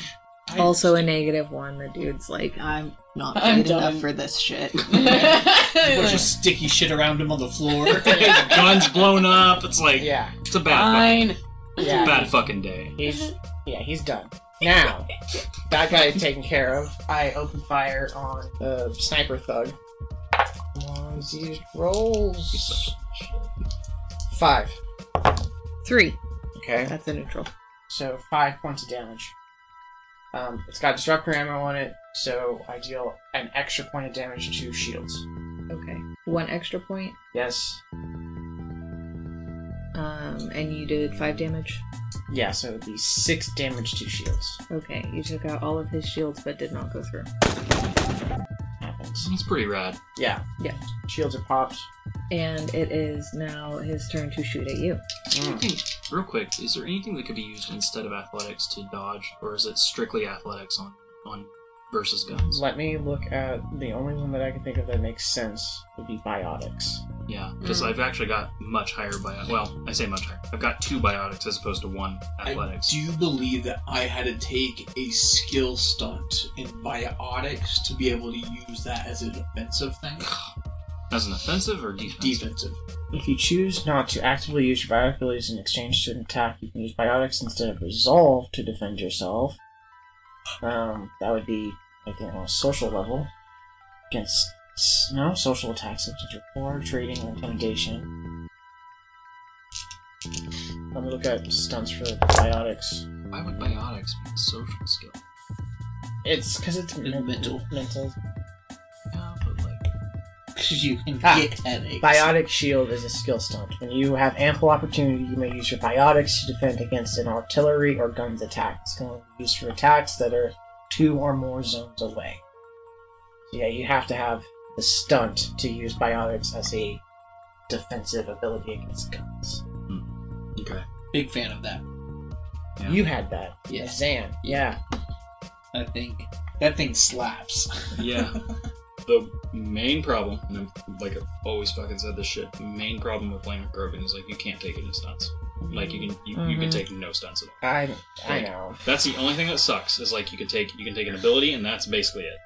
also, a negative one. The dude's like, I'm
not
I'm
good enough
done.
for this
<laughs>
shit. <laughs> Bunch of sticky shit around him on
<laughs>
the floor.
Guns blown up. It's like
yeah.
It's a
Uh,
bad. Fucking, it's
Yeah.
a bad fucking day.
He's yeah, he's done. Now that guy is taken care of. I open fire on the sniper thug. On these rolls. Five.
Three.
Okay.
That's a neutral.
So five points of damage. Um, it's got disruptor ammo on it, so I deal an extra point of damage to shields.
Okay. One extra point,
Yes.
um, and you did five damage.
Yeah, so it'd be six damage to shields.
Okay, you took out all of his shields, but did not go through.
Happens.
It's pretty rad.
Yeah.
Yeah.
Shields are popped.
And it is now his turn to shoot at you.
Is there anything, real quick, is there anything that could be used instead of athletics to dodge, or is it strictly athletics on on versus guns?
Let me look at the only one that I can think of that makes sense would be biotics.
Yeah, because
Mm.
I've actually got much higher bio. Well, I say much higher. I've got two biotics as opposed to one athletics.
Do you believe that I had to take a
<sighs>
skill stunt in biotics to be able to use that as an offensive thing?
As an offensive or defensive?
Defensive.
If you choose not to actively use your biotic abilities in exchange to an attack, you can use biotics instead of resolve to defend yourself. Um, that would be, I think, on a social level. Against, no, social attacks such as rapport, trading, or intimidation. Let me look at stunts for biotics.
Why would biotics be a social skill?
It's because it's men-
mental.
Mental.
Because <laughs> you can
Ah,
get headaches.
Biotic shield is a skill stunt. When you have ample opportunity, you may use your biotics to defend against an artillery or guns attack. It's going to be used for attacks that are two or more zones away. So yeah, you have to have the stunt to use biotics as a defensive ability against guns.
Okay.
Big fan of that.
You had that,
Yes.
Zan. Yeah.
I think that
<laughs>
thing slaps.
Yeah. the main problem, and I'm, like I've always fucking said this shit, the main problem with playing with Grogan is like you can't take any stunts. Like you can you, you can
Mhm.
take no stunts at all.
I I
Like,
know.
That's the only thing that sucks is like you can take you can take an ability and that's basically it.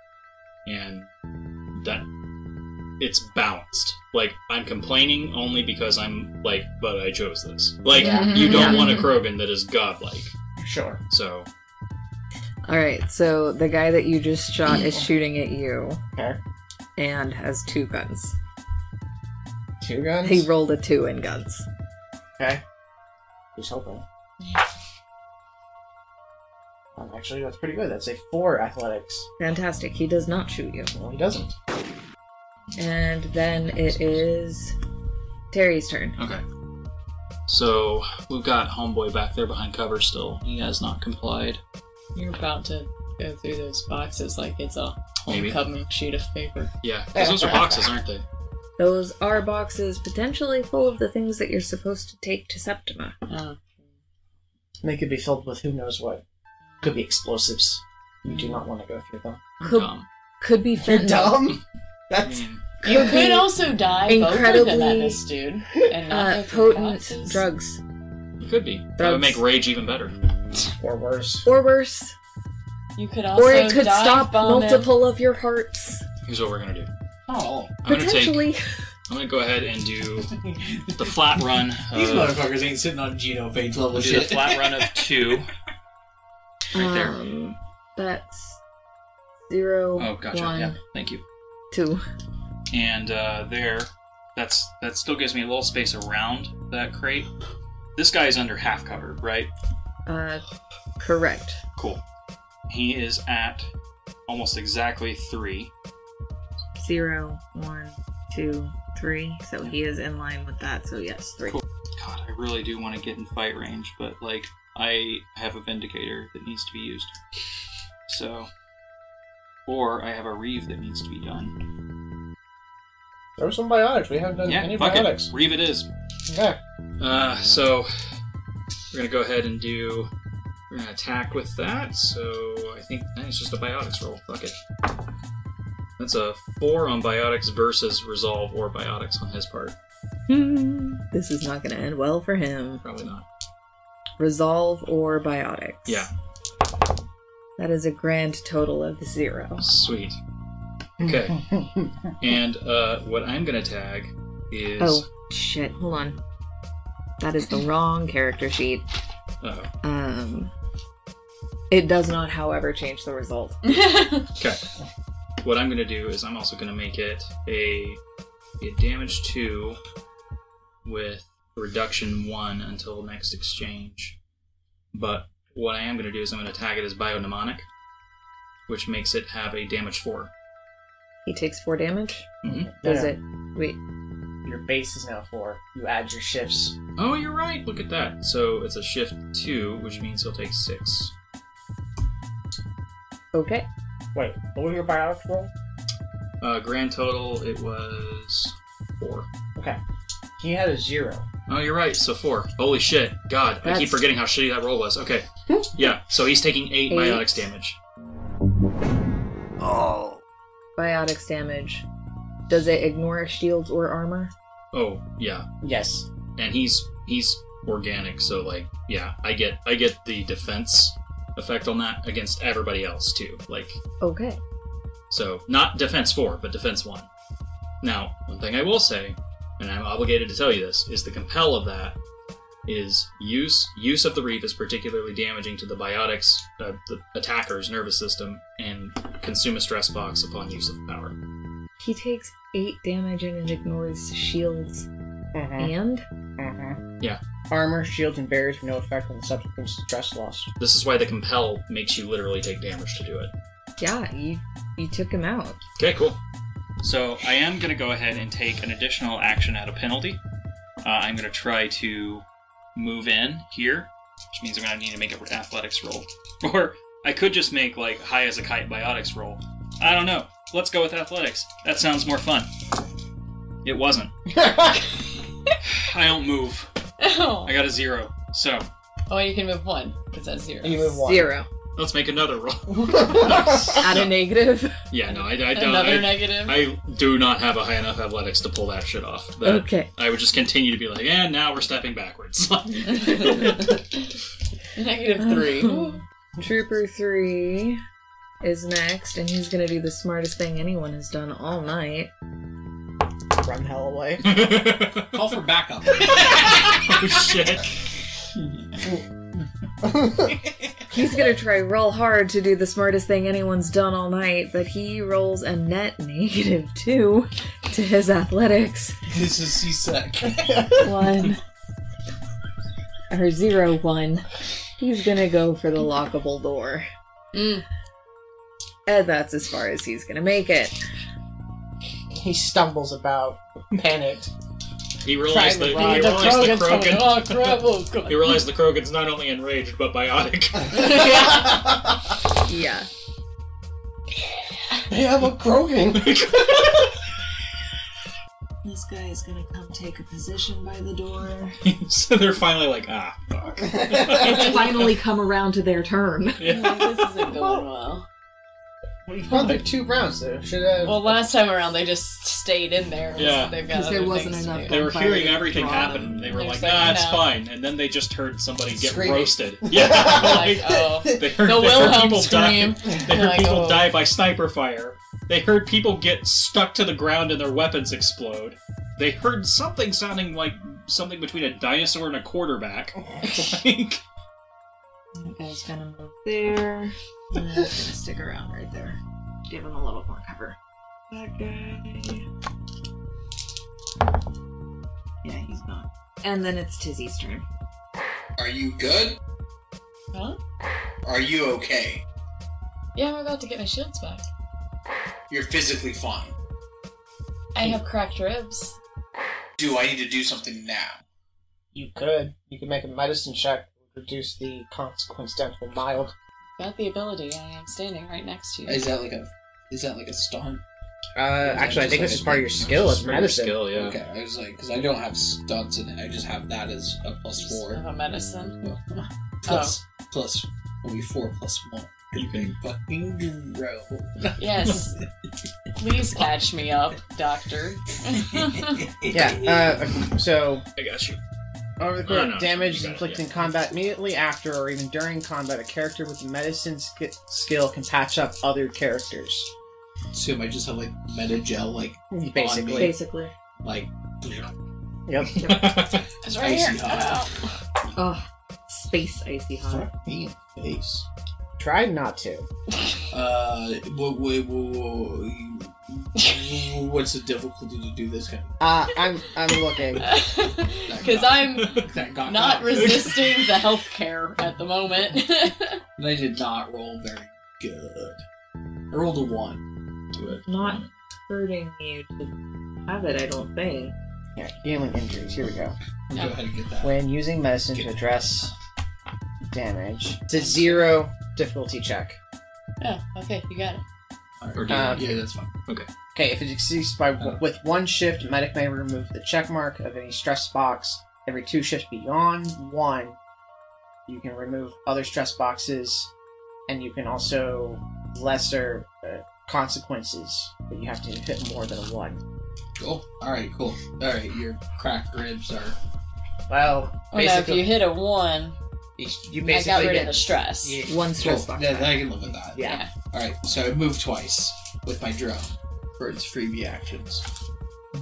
And that it's balanced. Like I'm complaining only because I'm like, but I chose this. Like
Yeah.
you don't
Yeah.
want a Krogan that is godlike.
Sure.
So
All right, so the guy that you just shot is shooting at you.
Okay.
And has two guns.
Two guns?
He rolled a two in guns.
Okay. He's <laughs> hoping. Um, actually, that's pretty good. That's a four athletics.
Fantastic. He does not shoot you.
No, he doesn't.
And then it is Terry's turn.
Okay. So we've got homeboy back there behind cover still. He has not complied.
You're about to go through those boxes like it's a
Maybe.
homecoming sheet of paper.
Yeah, 'cause those are boxes, aren't they?
Those are boxes potentially full of the things that you're supposed to take to Septima.
Oh.
And they could be filled with who knows what. Could be explosives. You do not want to go through them.
Could,
Um,
could be fentanyl.
dumb? That's
You
Could
could
be
also die incredibly
incredibly,
this dude and not
uh,
go through
potent
boxes.
drugs.
It could be. That would make rage even better.
or worse.
Or worse.
You could also
Or it could
dive
stop
bomb it.
multiple of your hearts.
Here's what we're gonna do.
Oh,
I'm gonna take.
Potentially.
I'm gonna go ahead and do the flat run. Of,
These motherfuckers ain't sitting on Geno Page level
We'll do the
shit.
flat run of two. Right there.
Um, that's zero.
Oh, gotcha.
one,
Yeah. Thank you.
Two.
And uh, there, that's that still gives me a little space around that crate. This guy is under half cover, right?
Uh, correct.
Cool. He is at almost exactly three.
Zero, one, two, three. So he is in line with that. So yes, three.
Cool. God, I really do want to get in fight range, but like I have a vindicator that needs to be used. So, or I have a reeve that needs to be done.
Throw some biotics. We haven't done
Yeah,
any
fuck
biotics.
it. Reeve it is.
Yeah.
Uh, so we're gonna go ahead and do. We're gonna attack with that. So I think eh, it's just a biotics roll. Fuck it. That's a four on biotics versus resolve or biotics on his part.
Hmm, <laughs> this is not going to end well for him.
Probably not.
Resolve or biotics.
Yeah.
That is a grand total of zero.
Sweet. Okay. and uh, what I'm gonna tag is.
Oh shit! Hold on. That is the wrong character sheet.
Uh,
Um, it does not, however, change the result.
okay. What I'm gonna do is I'm also gonna make it a, a damage two with reduction one until next exchange. But what I am gonna do is I'm gonna tag it as bio mnemonic, which makes it have a damage four.
He takes four damage.
Mhm.
Does
Yeah.
it? Wait.
Your base is now four. You add your shifts.
Oh, you're right. Look at that. So it's a shift two, which means he'll take six.
Okay.
Wait, what was your biotics roll?
Uh, grand total, it was four.
Okay. He had a zero.
Oh, you're right. So four. Holy shit. God, I keep
That's-
forgetting how shitty that roll was. Okay. Yeah. So he's taking
Eight.
eight, biotics damage.
Oh. Biotics damage. Does it ignore shields or armor?
Oh, yeah.
Yes.
And he's he's organic, so like, yeah, I get I get the defense effect on that against everybody else too. Like,
Okay.
so not defense four, but defense one. Now, one thing I will say, and I'm obligated to tell you this, is the compel of that is use use of the reef is particularly damaging to the biotics, uh, the attacker's nervous system, and consume a stress box upon use of power.
He takes eight damage and it ignores shields and
Mm-hmm.
Yeah.
Armor, shields, and barriers have no effect on the subsequent stress loss.
This is why the compel makes you literally take damage to do it.
yeah, you you took him out.
Okay, cool.
So I am going to go ahead and take an additional action at a penalty. Uh, I'm going to try to move in here, which means I'm going to need to make an athletics roll. <laughs> Or I could just make like high as a kite biotics roll. I don't know. Let's go with athletics. That sounds more fun. It wasn't. I don't move.
<laughs> Oh,
I got a zero. So
oh, you can move one because that's zero.
You move one. Zero. let's make another
<laughs>
roll.
Add <laughs> a negative.
yeah, no, I, I don't.
Another
I,
negative.
I do not have a high enough athletics to pull that shit off. That-
Okay.
I would just continue to be like, and now we're stepping backwards. <laughs>
<laughs> Negative
Oh.
three.
<laughs> Trooper three is next, and he's gonna do the smartest thing anyone has done all night.
Run hell away.
Call for backup.
<laughs> oh shit.
He's gonna try real hard to do the smartest thing anyone's done all night, but he rolls a net <laughs> negative two to his athletics.
This is C-Sec.
<laughs>
One. Or zero one. He's gonna go for the lockable door.
Mm.
And that's as far as he's gonna make it.
He stumbles about,
panicked.
He realized that
Trying to ride.
he
The
realized the
Krogan's coming. Oh,
Krogan.
Krogan, God.
<laughs> he realized the Krogan's not only enraged but biotic. <laughs>
Yeah.
They have a Krogan.
This guy is gonna come take
<laughs>
a position by the door.
so they're finally like, ah, fuck.
it's finally come around to their turn.
this isn't going well.
We've gone through two rounds, though. Should have.
Well, last time around they just stayed in there.
Yeah.
they've got
'Cause there
other
wasn't
things to
enough
do.
They were
Gunfire
hearing
to
everything
draw
happen.
them.
They were
They're
like,
like,
nah, it's
no."
fine. And then they just heard somebody get
Screaming.
roasted. Yeah.
<laughs> Like, oh.
<laughs> They heard, they
The
heard
Wilhelm
people
scream.
die. They heard
Like,
people
oh.
die by sniper fire. They heard people get stuck to the ground and their weapons explode. They heard something sounding like something between a dinosaur and a
<laughs>
quarterback. Like,
That guy's gonna move there. And then he's
Uh,
gonna stick around right there. Give him a little more cover. That guy. Yeah, he's gone. And then it's Tizzy's turn.
Are you good?
Huh?
Are you okay?
Yeah, I'm about to get my shields back.
You're physically fine.
I have cracked ribs.
Do I need to do something now?
you could. You could make a medicine check, reduce the consequence down to a mild.
Got the ability. I am standing right next to you.
Is that like a is that like a stun?
Uh, actually, I think this is part of your skill as medicine.
Okay, I was like, because I don't have stunts in it. I just have that as a plus four.
Have a <laughs> medicine. Oh.
Plus, plus, only four plus one. You can fucking grow. <laughs>
<laughs>
Yes. Please patch me up, doctor.
<laughs>
Yeah. Uh, okay, so
I got you.
Over the
Oh,
course,
no,
damage
you
is
got it,
inflicted
yeah.
in combat immediately after or even during combat. A character with a medicine sk- skill can patch up other characters.
Assume I just have like meta gel, like
Basically.
on me.
Basically.
like.
Yep.
<laughs>
It's right here.
Oh, space icy hot.
Face.
Try not to.
Uh, wha- wha- wha- wha- <laughs> what's the difficulty to do this kind?
Uh, I'm I'm looking.
<laughs> Because I'm
That got
not
got. <laughs>
resisting the health care at the moment.
I did not roll very good. I rolled a one.
Do it.
<laughs> Not hurting you to have it, I don't think.
Yeah, healing injuries. Here we go.
Go ahead and get that.
When using medicine to address damage, it's a zero difficulty check.
oh, okay, you got it.
Or do you-
Um,
yeah, that's fine. Okay.
Okay, if it exceeds by with one shift, medic may remove the check mark of any stress box. Every two shifts beyond one, you can remove other stress boxes, and you can also lesser uh, consequences, but you have to hit more than a one.
Cool. All right. Cool. All right. Your cracked ribs are.
Well,
Oh, no, if you hit a one,
you
I got rid of the stress.
Oh.
Cool. Yeah, I can live with that.
Yeah.
All right. So I move twice with my drone for its freebie actions.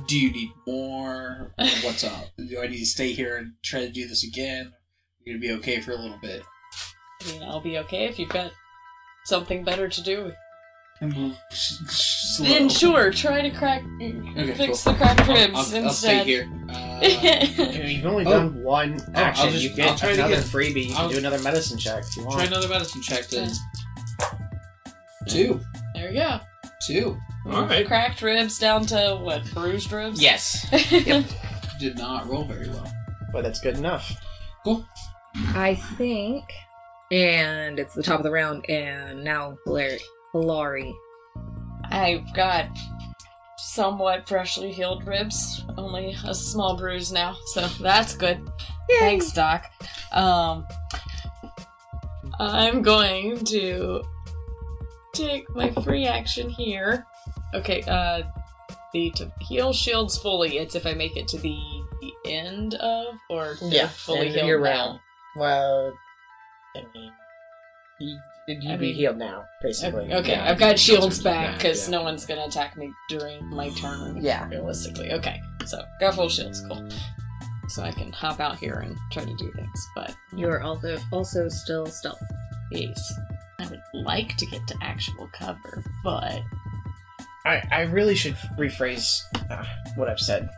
do you need
<laughs>
more? Or What's up? Do I need to stay here and try to do this again? You're gonna be okay for a little bit.
I mean, I'll be okay if you've got something better to do.
Slow.
Then sure, try to crack,
Okay,
fix
cool.
the crack
I'll-
ribs
I'll-
instead.
I'll stay here.
You've only
Oh.
done one
Oh, I'll
action.
just-
you
I'll
get
try to
another
get-
freebie. You
I'll-
can do another medicine check if you want.
Try another medicine check then. Two.
<laughs> there we go.
Two.
Cracked ribs down to what? Bruised ribs.
Yes. Did not roll very well.
But that's good enough.
I think. And it's the top of the round, and now Hilari. Hilari.
I've got somewhat freshly healed ribs, only a small bruise now, so that's good. Thanks, Doc. Um, I'm going to take my free action here. Okay, uh, the to heal shields fully. It's if I make it to the end of or they're
Yeah,
fully
end of
healed
your
now.
round.
Well, I mean, you, you'd
I
be
mean-
healed now, basically.
Okay, okay,
Yeah.
I've got shields back
Yeah,
because no one's gonna attack me during my turn.
Yeah.
realistically. Okay, so got full shields, cool. So I can hop out here and try to do things, but
You're also also still stealth.
Yes. I would like to get to actual cover, but
I, I really should rephrase uh, what I've said.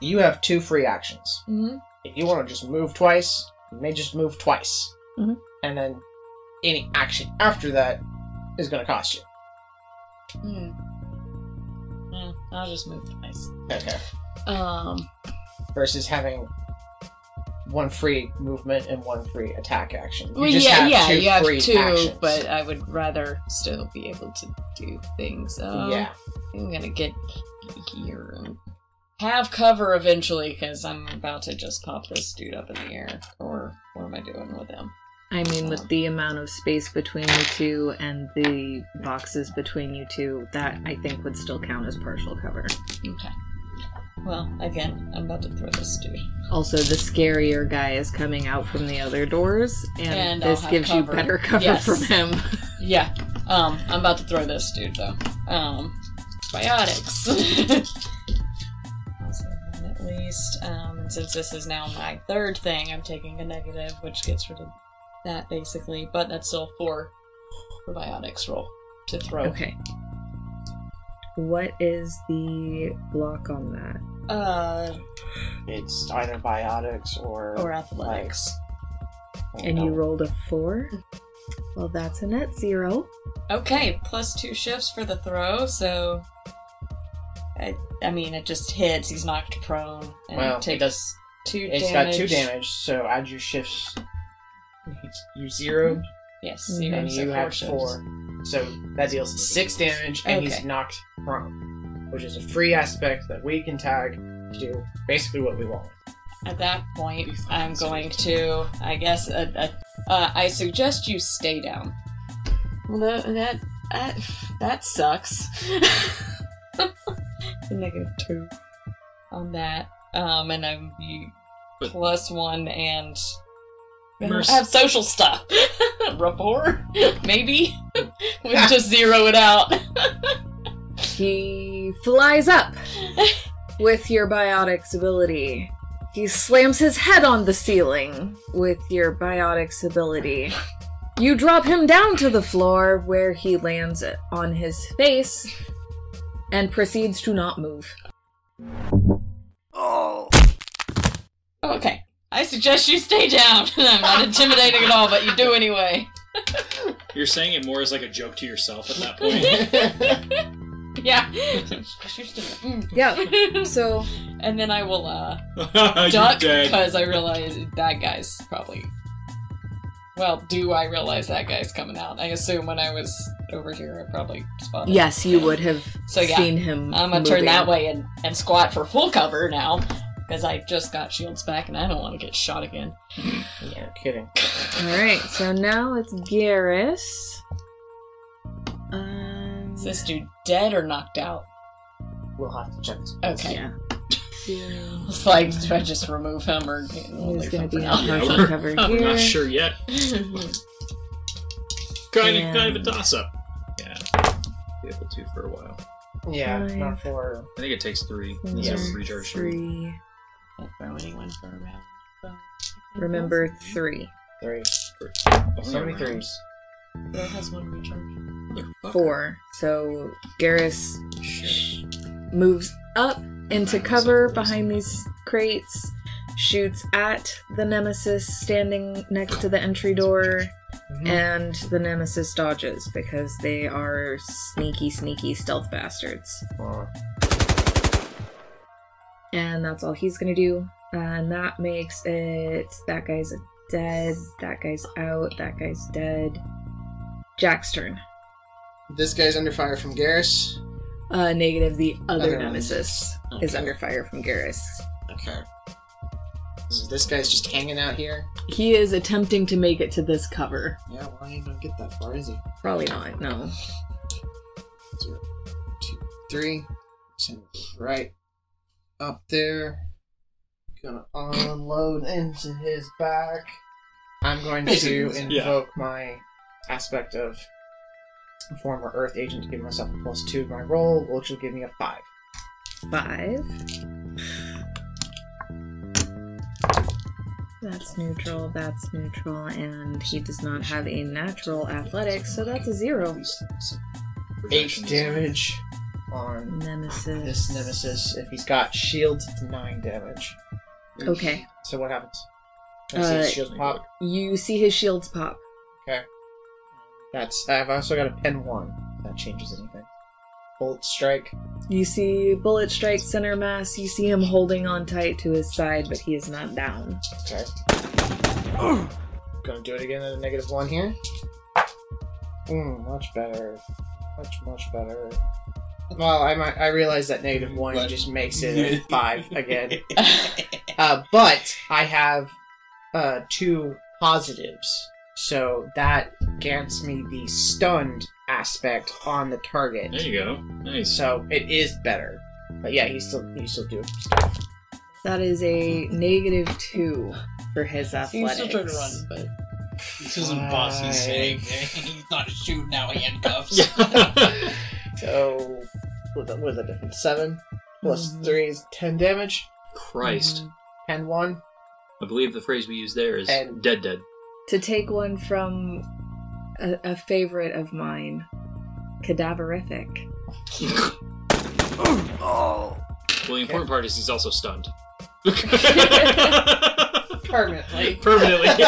You have two free actions.
Mhm.
If you want to just move twice, you may just move twice.
Mhm.
And then any action after that is going to cost you.
hmm. Hmm, I'll just move twice.
Okay.
Um,
Versus having one free movement and one free attack action. You
well,
just
yeah,
have
yeah,
two
you have
free
two,
actions.
but I would rather still be able to do things. Um,
Yeah.
I'm gonna get here and have cover eventually because I'm about to just pop this dude up in the air. Or what am I doing with him?
I mean, with the amount of space between you two and the boxes between you two, that I think would still count as partial cover.
Okay. Well, again, I'm about to throw this dude.
Also, the scarier guy is coming out from the other doors, and,
And I'll
this
have
gives
cover.
you better cover
Yes.
from him.
Yeah. Um, I'm about to throw this dude though. Um, biotics. <laughs> Also one at least. Um, and since this is now my third thing, I'm taking a negative, which gets rid of that basically. But that's still four for biotics roll to throw.
Okay. What is the block on that?
Uh,
It's either biotics or.
Or athletics.
And you rolled a four? Well, that's a net zero.
okay. Plus two shifts for the throw, so. I, I mean, it just hits. He's knocked prone and
Well, it
takes
does-
two
It's got
damage.
two damage, so add your shifts. <laughs> You zeroed.
Yes,
and
zero, so
you
four
have
shifts.
four. So that deals six damage, and he's
Okay.
knocked prone, which is a free aspect that we can tag to do basically what we
<laughs>
want. <laughs>
At that point, I'm going to, I guess, uh, uh, uh, I suggest you stay down. Well, that that that, that sucks. A <laughs> negative two on that, um, and I'm you, plus one and I don't
Merc-
have social stuff <laughs> rapport maybe. <laughs> we just zero it out.
He flies
<laughs>
up with your biotics ability. He slams his head on the ceiling with your biotics ability. You drop him down to the floor where he lands on his face and proceeds to not move.
Okay, I suggest you stay down. <laughs> I'm not intimidating at all, but you do anyway.
You're saying it more as like a joke to yourself at that point. <laughs>
<laughs> Yeah. Because you're still- mm. <laughs>
Yeah. So,
and then I will uh
You're
duck
dead.
because I realize that guy's probably. Well, do I realize that guy's coming out? I assume when I was over here, I probably spotted.
Yes, you
him.
would have
So yeah,
seen him.
I'm gonna turn
moving.
that way and and squat for full cover now because I just got shields back and I don't want to get shot again. <laughs>
Yeah, kidding.
All right, so now it's Garrus.
Is this dude dead or knocked out?
We'll have to check. This
Okay.
Yeah.
It's like, do I just remove him or? He's
gonna be
on
on partial
<laughs>
cover
We're
here. <laughs>
not sure yet.
<laughs>
Kind of, kind of a
And-
toss up. Yeah, be able to for a while.
Yeah,
Five.
not for.
I think it takes three.
Four,
It's a recharge three.
Three.
throw anyone for a round.
Remember three.
Three.
So many threes.
It has one recharge.
Four. So Garrus sh- moves up into cover behind these crates, shoots at the nemesis standing next to the entry door, and the nemesis dodges because they are sneaky, sneaky stealth bastards. And that's all he's gonna do. And that makes it that guy's dead, that guy's out, that guy's dead. Jack's turn.
This guy's under fire from Garrus.
Uh, negative, the other
Other
nemesis
nemesis.
is under fire from Garrus.
Okay. So this guy's just hanging out here.
He is attempting to make it to this cover.
Yeah, well, he ain't gonna get that far, is he?
Probably not, no.
Zero, two, three. Send it right up there. Gonna unload into his back. I'm going to
Yeah.
invoke my aspect of former Earth agent to give myself a plus two to my roll, which will give me a five.
Five. That's neutral, that's neutral, and he does not have a natural athletics, so that's a zero.
Eight damage on
nemesis.
This nemesis, if he's got shield, it's nine damage.
Okay.
So what happens? I see his
Uh,
shield pop.
You see his shields pop.
Okay. That's. I've also got a pen one. If that changes anything. Bolt strike.
You see bullet strike center mass. You see him holding on tight to his side, but he is not down.
Okay. Gonna do it again at a negative one here. Mm, much better. Much much better. Well, I might, I realize that negative
Mm,
one just makes
<laughs>
it
<laughs>
a five again. uh, but I have uh, two positives, so that grants me the stunned aspect on the target.
There you go. Nice.
So it is better. But yeah, he still he still do.
That is a negative two for his
He's
athletics.
still trying to run, but
This isn't boss. He's saying <laughs> he's not a shoe now.
<laughs>
Handcuffs.
eh? <laughs> So with a, with a difference seven plus
Mm-hmm.
three is ten damage.
<laughs> Christ.
Pen one.
I believe the phrase we use there is
And-
dead, dead.
To take one from a, a favorite of mine, cadaverific.
Well, the important part is he's also <laughs> stunned.
Permanently.
Permanently.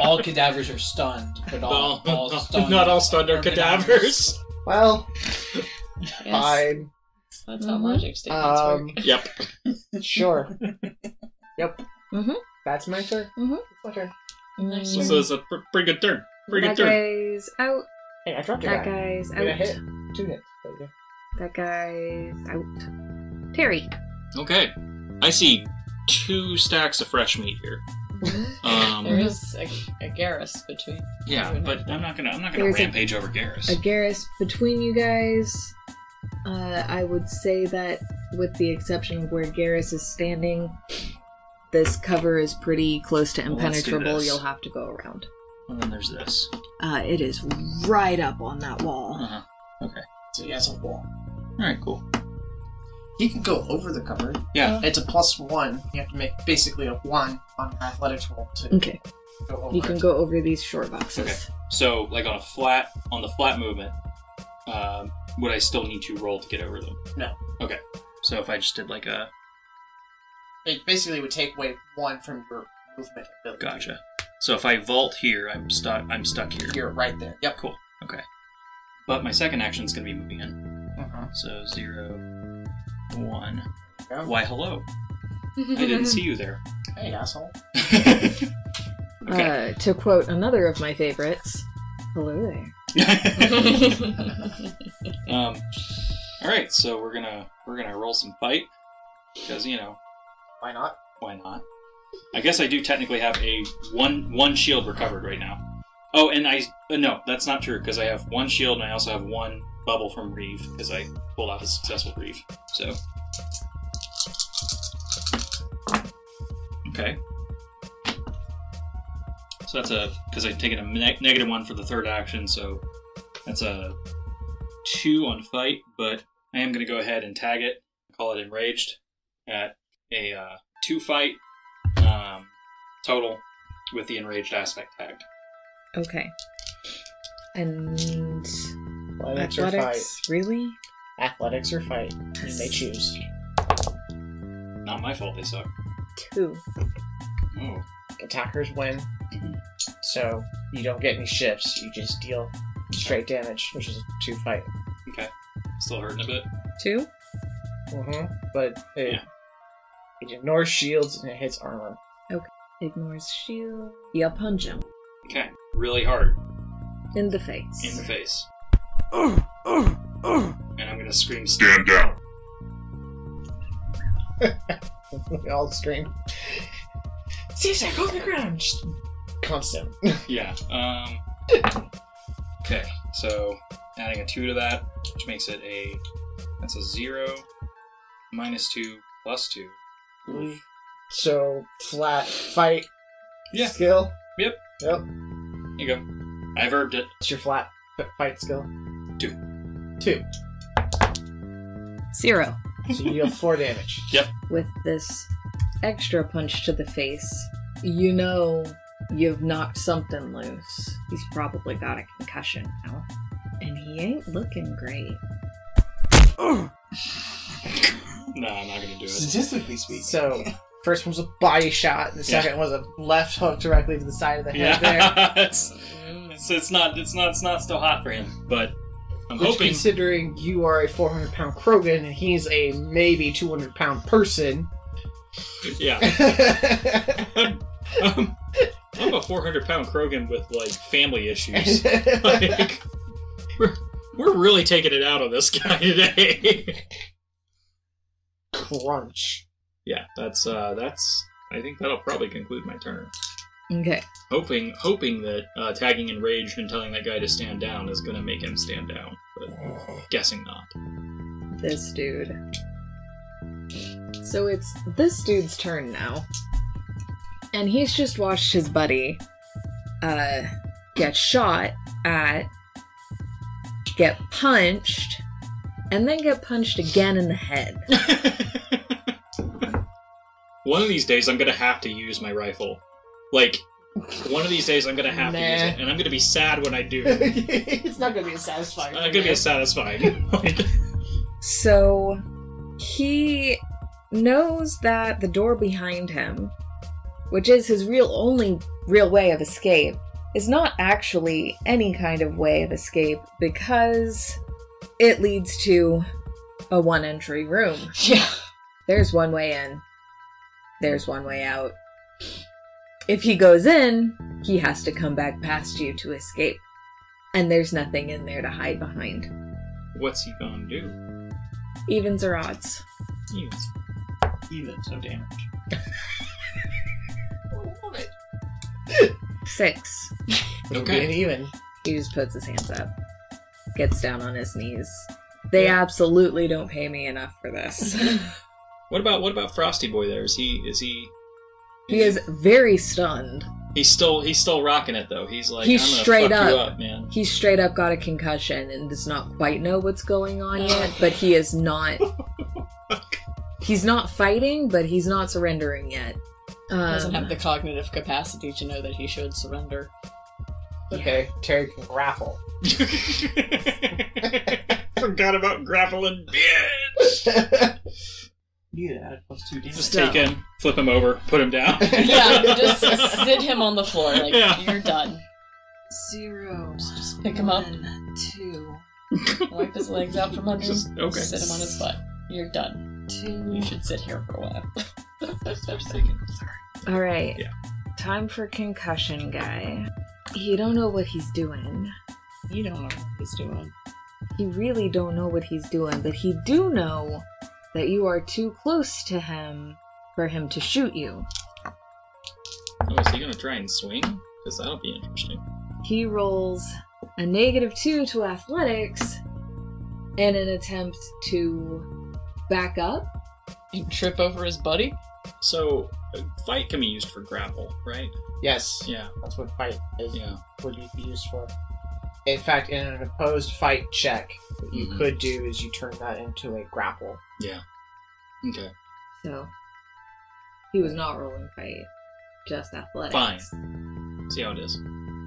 all cadavers are stunned, but all,
No,
all
no,
stunned.
not all stunned are cadavers.
Well,
fine.
That's how logic statements
Um,
work.
Yep.
<laughs> sure.
<laughs>
yep.
Mm-hmm.
That's my turn.
Mm-hmm.
It's my turn.
Nice
So it's a pr- pretty good turn. Pretty
Mm, That
good turn.
guy's out.
Hey, I dropped a
That
guy.
guy's
Did I
out.
hit? Two hits. There you go.
That guy's out. Terry.
Okay. I see two stacks of fresh meat here. Um,
<laughs> there is a, a Garrus <laughs> between.
Yeah, but I'm not gonna. I'm not gonna
There's a-
rampage over Garrus.
a Garrus between you guys. Uh, I would say that, with the exception of where Garrus is standing, this cover is pretty close to
Well, let's do
impenetrable.
this.
You'll have to go around.
and then there's this.
Uh, it is right up on that wall.
Uh-huh. Okay.
So he has a wall.
All right. Cool.
He can go over the cover.
Yeah.
It's a plus one. You have to make basically a one on an athletics roll to
Okay.
go over.
You can
it.
go over these short boxes.
Okay. So, like on a flat, on the flat movement, um, would I still need to roll to get over them?
No.
Okay. So if I just did like a
It basically would take away one from your movement ability.
gotcha. So if I vault here, I'm stuck. I'm stuck here.
You're right there. Yep.
Cool. Okay. But my second action is going to be moving in.
Uh-huh.
So zero, one.
Oh.
Yeah.
Why hello?
<laughs>
I didn't see you there. <laughs>
Hey, asshole.
Uh, to quote another of my favorites, "Hello there."
<laughs>
<laughs>
Um. All right. So we're gonna we're gonna roll some fight because you know
Why not?
Why not? I guess I do technically have a one one shield recovered right now. Oh, and I uh, no, that's not true because I have one shield and I also have one bubble from Reeve because I pulled off a successful Reeve. So okay, so that's a because I've taken a ne- negative one for the third action, so that's a two on fight, but I am going to go ahead and tag it, call it enraged, at a uh, two fight um, total with the enraged aspect tagged.
Okay. And
Athletics or
athletics, really?
Athletics or fight. You may choose.
Not my fault they suck.
Two.
Oh.
Attackers win, so you don't get any shifts. You just deal straight damage, which is a two fight.
Okay. Still hurting a bit.
Two?
hmm But it, it ignores shields and it hits armor. <laughs>
Okay. Ignores shield. Yeah, punch him.
Okay. Really hard.
In the face.
In the face.
Oh, oh, oh.
And I'm gonna scream
Stand down.
we all scream.
Caesar, go to the ground! Just
Constant.
yeah. Um. Okay. So adding a two to that, which makes it a that's a zero minus two plus two.
So flat fight
Yeah.
skill.
Yep.
Yep.
Here you go. I verbed it.
It's your flat f- fight skill.
Two.
Two.
Zero.
So you deal four damage.
<laughs> Yep.
With this extra punch to the face, you know you've knocked something loose. He's probably got a concussion now. And he ain't looking great.
No, I'm not gonna do it.
Statistically speaking.
So first one was a body shot, the
Yeah.
second was a left hook directly to the side of the head there.
Yeah. it's, it's it's not it's not it's not still hot for him, but <laughs> I'm
Which,
hoping.
considering you are a 400 pound Krogan and he's a maybe 200 pound person, <laughs>
Yeah. um, I'm a 400 pound Krogan with like
<laughs>
family issues. like, we're, we're really taking it out on this guy today. <laughs>
crunch.
yeah, that's uh, that's. I think that'll probably conclude my turn.
Okay.
Hoping, hoping that uh, tagging enraged and telling that guy to stand down is gonna make him stand down, but guessing not.
This dude. So it's this dude's turn now. And he's just watched his buddy uh get shot at get punched and then get punched again in the head.
<laughs> One of these days, I'm gonna have to use my rifle. Like, one of these days, I'm gonna have to use it,
Nah.
and I'm gonna be sad when I do.
it's not gonna be as satisfying.
It's Uh, gonna be satisfying. <laughs> like,
So he knows that the door behind him, which is his real only real way of escape, is not actually any kind of way of escape because it leads to a one entry room.
Yeah.
There's one way in. There's one way out. If he goes in, he has to come back past you to escape. And there's nothing in there to hide behind.
what's he gonna do?
Evens or odds?
Evens. Evens. No damage.
Six.
Okay. even.
He just puts his hands up, gets down on his knees. They absolutely don't pay me enough for
<laughs>
this.
What about what about Frosty Boy? There is he is he
he is very stunned.
he's still he's still rocking it though. He's like
he's
I'm gonna
straight
fuck
up,
you up, man.
He straight up got a concussion and does not quite know what's going on yet, but he is not.
<laughs>
he's not fighting, but he's not surrendering yet.
doesn't
Um,
have the cognitive capacity to know that he should surrender.
Okay, Terry can grapple.
<laughs> Forgot about grappling, bitch.
need to add plus two damage.
Just take him, flip him over, put him down.
<laughs> <laughs> yeah, <laughs>
<laughs>
just sit him on the floor. Like
Yeah.
you're done.
Zero. Just
pick him up.
Two.
Wipe his legs out from under
Just-
him.
okay.
Sit him on his butt. You're done.
Two.
You should sit here for a while. <laughs>
all right. Time for concussion guy. He don't know what he's doing.
You don't know what he's doing.
He really don't know what he's doing, but he do know that you are too close to him for him to shoot you.
Oh, is he gonna try and swing? Because that'll be interesting.
He rolls a negative two to athletics in an attempt to back up.
And trip over his buddy.
So, uh, fight can be used for grapple, right?
Yes.
Yeah.
That's what fight is.
Yeah.
Would be used for. In fact, in an opposed fight check, what
Hmm.
you could do is you turn that into a grapple.
Yeah. Okay.
So he was not rolling fight, just athletics.
Fine. See how it is.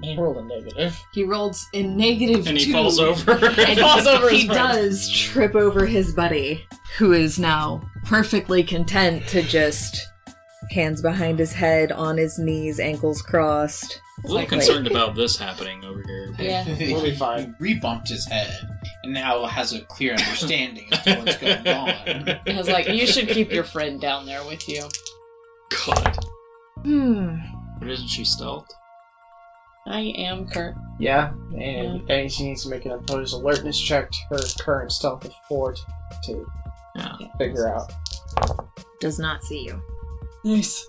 He rolled a negative.
He rolled a negative
And he
two. <laughs>
falls over.
And
Falls over his
He
friend.
does trip over his buddy, who is now perfectly content to just hands behind his head, on his knees, ankles crossed.
A little concerned about this happening over here. but-
we'll be fine. <laughs> He rebumped his head and now has a clear understanding of what's going
<laughs>
on.
<laughs> I was like, you should keep your friend down there with you.
God.
Hmm.
But isn't she stealth?
I am Kurt.
Yeah, and, and she needs to make an opposed alertness check to her current stealth of four to, to figure out.
Does not see you.
Nice.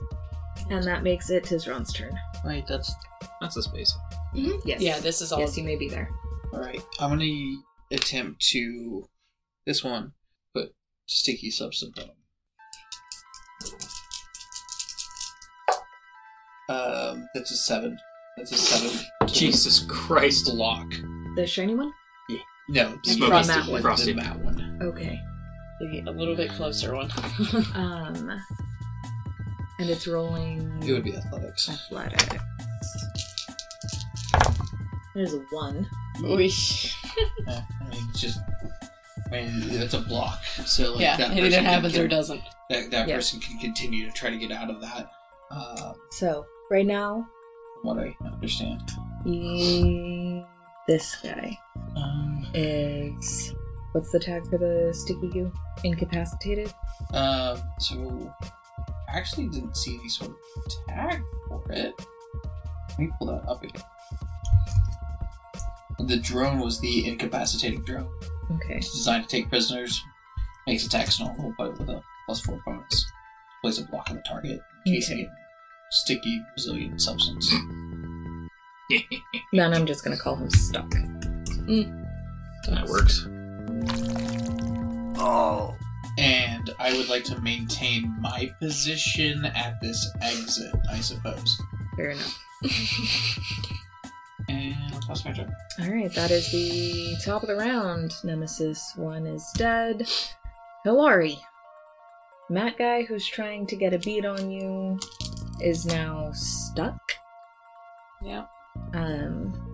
And that makes it Tizron's turn.
Wait, that's that's a space.
Yes.
Yeah, this is all-
Yes, you may be there.
Alright, I'm gonna attempt to this one, put sticky substance on. Um, that's a seven. That's a seven.
Jesus Christ.
Block.
The shiny one?
No,
Smoky
from
sticky.
that one.
Frosty.
the That one.
Okay.
A little bit closer one. <laughs>
um, and it's rolling.
It would be athletics.
Athletics. There's a one.
Yeah, I mean, it's just. I mean, it's a block. So like,
Yeah,
that
it either
person can-
happens or
can-
doesn't.
That, that
Yeah.
person can continue to try to get out of that. Uh,
So right now,
from what I understand.
mm, this guy is what's the tag for the sticky goo? Incapacitated.
Um, so I actually didn't see any sort of tag for it. Let me pull that up again. The drone was the incapacitating drone.
Okay.
It's designed to take prisoners, makes attacks normal, but with a plus four bonus. Plays a block on the target, encasing it in sticky, resilient substance.
Then I'm just gonna call him stuck.
That works.
Oh. And I would like to maintain my position at this exit, I suppose.
Fair enough.
And that's my turn.
All right, that is the top of the round. Nemesis one is dead. Hilari, Matt guy who's trying to get a beat on you is now stuck.
Yeah.
Um,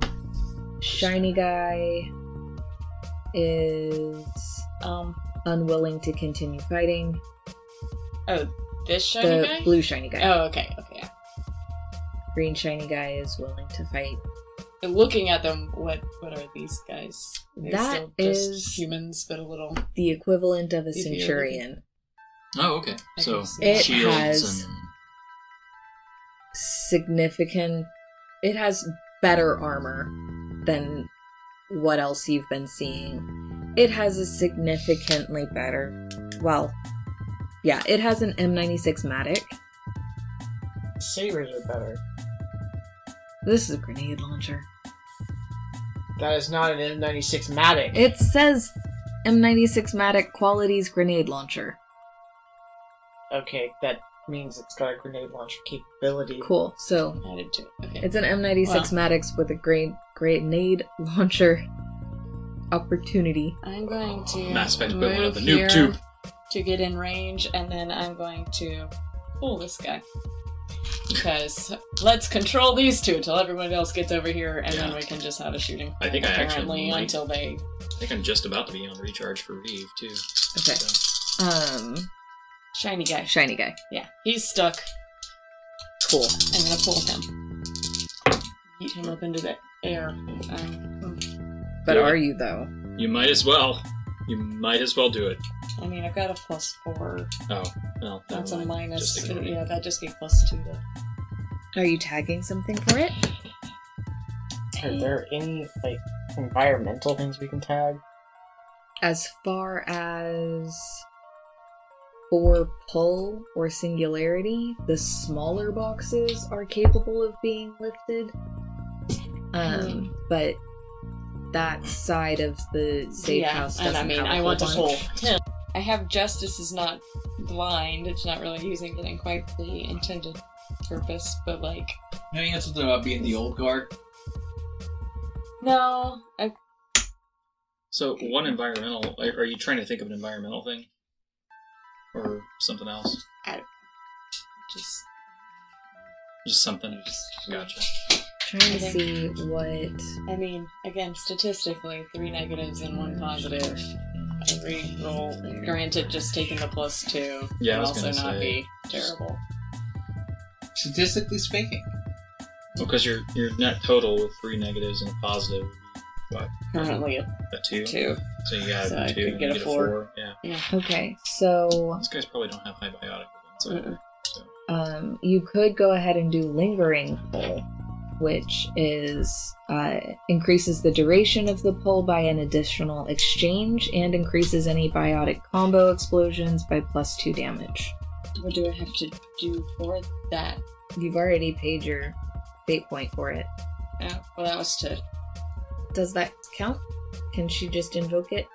shiny guy is
um
unwilling to continue fighting.
Oh, this shiny
the
guy?
blue shiny guy.
Oh, okay, okay. yeah.
Green shiny guy is willing to fight.
And Looking at them, what what are these guys? They're
That
still just
is-
humans, but a little.
The equivalent of a
If you're looking-
centurion.
Oh, okay. So
It
shields
has-
and
significant it has better armor than what else you've been seeing it has a significantly better well yeah it has an m96 matic
Sabers are better.
this is a grenade launcher
That is not an M96 Matic.
it says m96 matic qualities grenade launcher
Okay, that means it's got a grenade launcher capability.
cool so
Added to it. Okay.
it's an m96 Madix with a great grenade launcher opportunity
I'm going to
Mass Effect equivalent
move
of the nuke
here
tube.
to get in range, and then I'm going to pull this guy because let's control these two until everyone else gets over here, and then
Yeah.
we can just have a shooting.
I think I actually
apparently
might-
until they
I think I'm just about to be on recharge for Reeve too.
okay um
shiny guy.
shiny guy
Yeah, he's stuck.
cool
I'm gonna pull him, beat him up into the air. Um,
but
Do
are
it.
you though
You might as well. You might as well do it.
I mean, I've got a plus four.
Oh, well, never
That's a
mind.
minus.
Just ignore me.
Yeah, that'd just be plus two. Though.
Are you tagging something for it?
Are there any like environmental things we can tag?
As far as for pull or singularity, the smaller boxes are capable of being lifted.
Hmm.
Um, but that side of the safe
yeah,
house doesn't
and I mean,
have a
I
whole
want to
bunch.
pull him. I have justice is not blind. It's not really using it in quite the intended purpose, but like
Maybe that's something about being the old guard.
No, I,
So one environmental. Are are you trying to think of an environmental thing, or something else?
just
Just something. Gotcha.
Trying to see what.
I mean, again, statistically, three negatives and one positive. Every roll, granted, just taking the plus two
Yeah, I
would
was
also
gonna
not
say,
be terrible.
Statistically speaking.
Well, because your your net total with three negatives and a positive would be what?
Currently
a,
a
two.
two.
So you got
So
a
I
two.
could
and
get
you
a four.
Yeah.
Okay, so
These guys probably don't have high biotic. So.
Mm-mm. um, you could go ahead and do lingering pull, which is uh, increases the duration of the pull by an additional exchange and increases any biotic combo explosions by plus two damage.
What do I have to do for that?
You've already paid your fate point for it.
Yeah, Oh, well, that was to.
Does that count? Can she just invoke it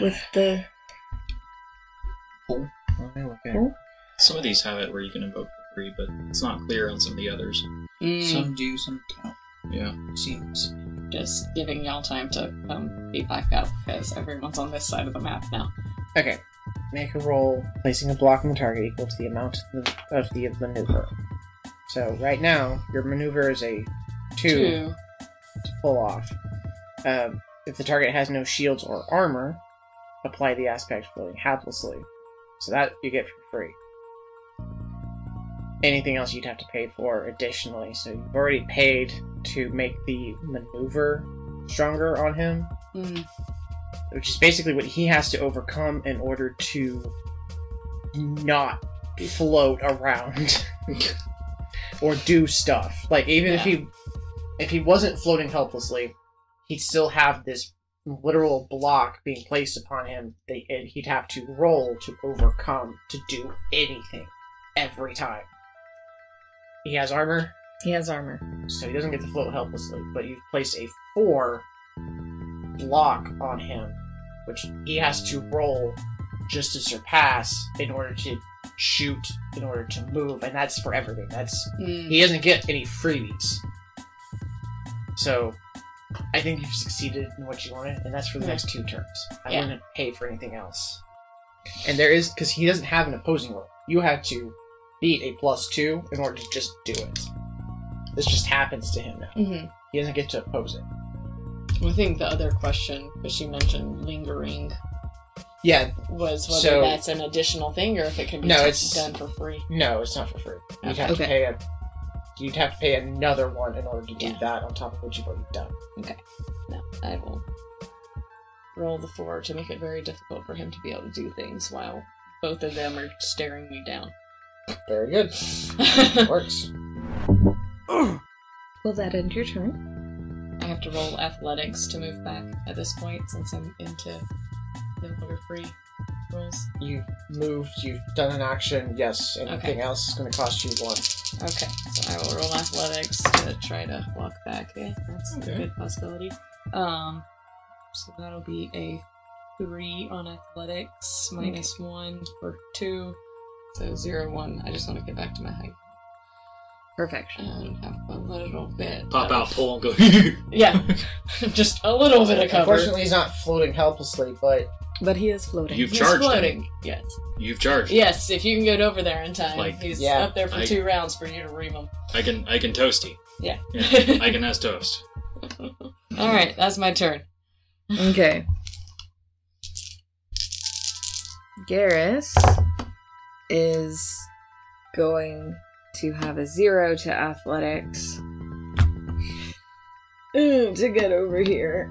with the? Cool.
Some of these have it where you can invoke for free, but it's not clear on some of the others.
Hmm.
Some do, some don't.
Yeah.
Seems.
Just giving y'all time to come be back up because everyone's on this side of the map now.
Okay. Make a roll, placing a block on the target equal to the amount of the, of the maneuver. So right now, your maneuver is a two,
Two.
to pull off. Um, if the target has no shields or armor, apply the aspect floating haplessly. So that you get for free. Anything else you'd have to pay for additionally. So you've already paid to make the maneuver stronger on him which is basically what he has to overcome in order to not float around <laughs> or do stuff. Like even if
Yeah.
he if he wasn't floating helplessly, he'd still have this literal block being placed upon him that and he'd have to roll to overcome to do anything every time. He has armor,
He has armor.
so he doesn't get to float helplessly, but you've placed a four block on him, which he has to roll just to surpass in order to shoot, in order to move, and that's for everything. That's
Mm.
he doesn't get any freebies. So I think you've succeeded in what you wanted, and that's for the
Yeah.
next two turns. I
Yeah.
wouldn't pay for anything else. And there is because he doesn't have an opposing roll. You have to beat a plus two in order to just do it. This just happens to him now.
Mhm.
He doesn't get to oppose it.
I think the other question, because she mentioned lingering,
Yeah.
was whether
So-
that's an additional thing or if it can be
No,
t-
it's-
done for free.
No, it's not for free. You'd have to
Oh, Okay.
pay a. You'd have to pay another one in order to do that on top of what you've already done.
Okay. No, I will roll the four to make it very difficult for him to be able to do things while both of them are staring me down. <laughs>
Very good. Works.
Will that end your turn?
I have to roll athletics to move back at this point since I'm into no longer free rolls.
You've moved. You've done an action. Yes. Anything
Okay.
else is going to cost you one.
Okay, so I will roll athletics to try to walk back. Yeah, that's
Okay.
a good possibility. Um, so that'll be a three on athletics, minus one for two, so zero one. I just want to get back to my height
Perfection.
and have a little bit.
Pop
of-
out, pull, and go. <laughs>
Yeah, <laughs> just a little bit of cover.
Unfortunately, he's not floating helplessly, but
But he is floating.
You've
He's
charged him.
floating. Yes.
You've charged.
Yes, if you can get over there in time,
Like,
he's
Yeah.
up there for
I-
two rounds for you to ream him.
I can. I can toasty.
Yeah. <laughs>
Yeah, I can has <laughs> toast.
All right, that's my turn.
Okay. Garrus is going to have a zero to athletics Ooh, to get over here.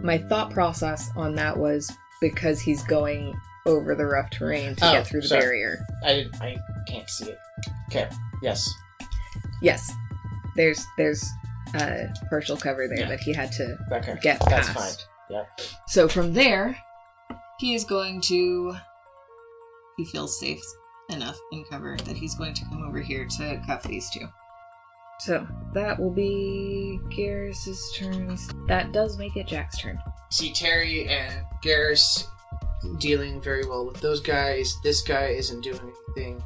My thought process on that was because he's going over the rough terrain to
Oh,
get through the
sorry.
barrier.
I did, I can't see it. Okay. Yes.
Yes, there's there's uh, partial cover there that he had to
Okay.
get
That's
past.
fine. Yeah.
So from there, he is going to.
He feels safe enough in cover that he's going to come over here to cuff these two.
So that will be Garrus's turn. That does make it Jack's turn.
See Terry and
Garrus dealing very well with those guys. This guy isn't doing anything.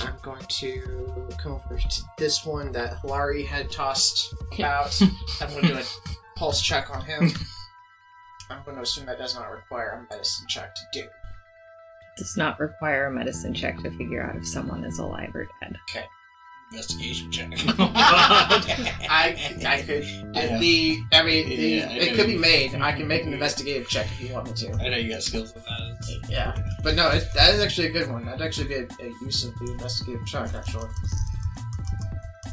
I'm
going to come over to this one that Hilari had <laughs> tossed out. I'm going to do a pulse check on <laughs> him. I'm going to assume that does not require a medicine check to do.
Does not require a medicine check to figure out if someone is alive or dead.
Okay.
Investigation <laughs> check.
I, I
<laughs>
could.
I know.
It'd be, I mean, the,
Yeah, I
it
know
could be
you-
made. I can make an investigative check if you want me to.
I know you got skills with that.
Yeah, but no, it, that is actually a good one. That'd actually be a, a use of the investigative check, actually.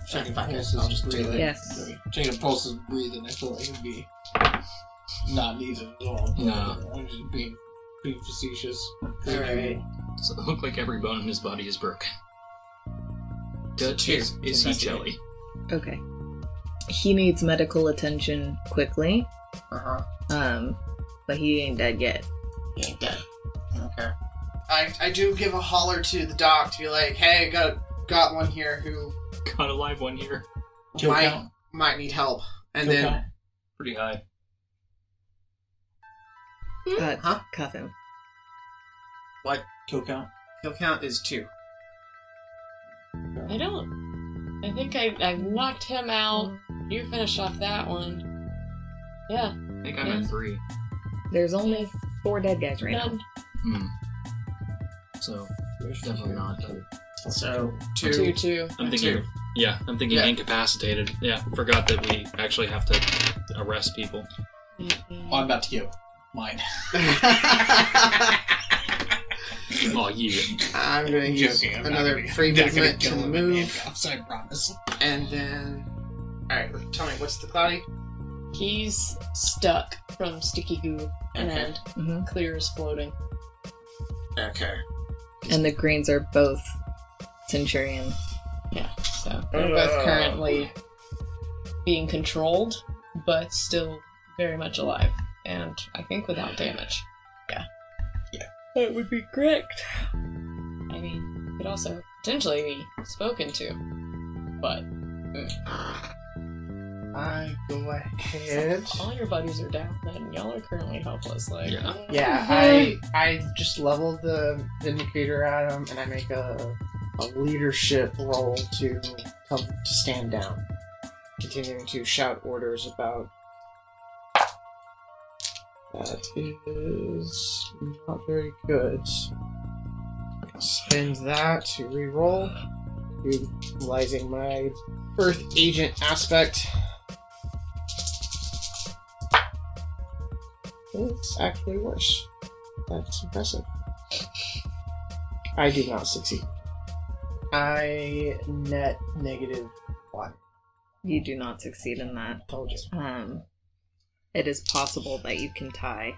Check if I can.
Pulses
I'll just do
breathing.
it.
Yes.
Checking pulses breathing, I feel like it'd be not needed at all. but
No.
I'm just being, being facetious.
Alright.
Does it look like every bone in his body is broken? Dutch is, is he jelly?
Okay. He needs medical attention quickly.
Uh huh.
Um, but he ain't dead yet.
He ain't dead. Okay. I, I do give a holler to the doc to be like, hey, got got one here who
Got a live one here.
Kill
might
count.
might need help, and
Kill
then
count. Pretty high.
Uh,
Huh?
Cuff him.
what
Kill count.
kill count is two.
I don't. I think I, I've knocked him out. You finished off that one. Yeah.
I think I'm at three.
There's only four dead guys right now.
None.
Hmm. So definitely not. done.
So two. <laughs>
Two, two.
I'm thinking. Yeah, I'm thinking incapacitated. Yeah, forgot that we actually have to arrest people.
Oh, I'm about to get
<laughs>
mine.
oh, you.
I'm gonna
I'm
use
joking, I'm not
another
gonna-
free
<laughs> I'm not gonna
movement to
kill him with
move,
handcuffs, I promise.
and then. All right, tell me what's the cloudy?
He's stuck from sticky goo and
Mhm.
clear is floating.
Okay.
And the greens are both centurion.
Yeah, so they're both currently being controlled, but still very much alive, and I think without damage. Yeah.
Yeah.
That would be correct. I mean, could also potentially be spoken to, but
I go ahead.
all your buddies are down, and y'all are currently helpless. Like,
Yeah.
<laughs>
Yeah, I I just level the indicator at him, and I make a, a leadership roll to tell him to stand down, continuing to shout orders about. That is not very good. Spend that to reroll, utilizing my Earth Agent aspect. It's actually worse. That's impressive. I did not succeed. I net negative one.
You do not succeed in that.
Told you.
Um, it is possible that you can tie.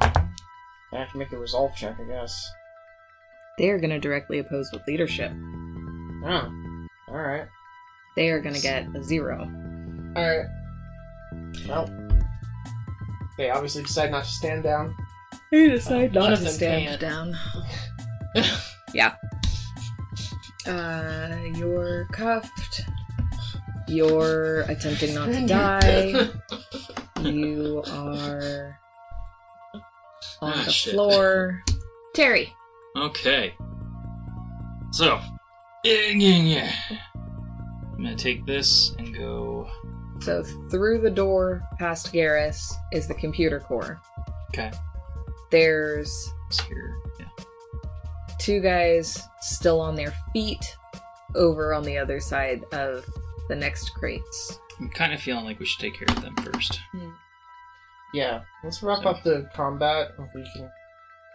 I have to make a resolve check, I guess.
They are going to directly oppose with leadership.
Oh. Alright.
They are going to get a zero.
Alright. Well. They obviously decide not to stand down.
They decide
None
not
of
to
them
stand
can't.
down. <laughs> yeah. Uh, you're cuffed. You're attempting not to <laughs> die. You are on
Ah,
the
shit.
floor. Terry.
Okay. So, yeah, yeah, yeah. I'm gonna take this and go.
So through the door past Garrus is the computer core.
Okay.
There's
It's here. Yeah.
two guys still on their feet over on the other side of the next crates.
I'm kind of feeling like we should take care of them first.
Yeah. Let's wrap up the combat if we can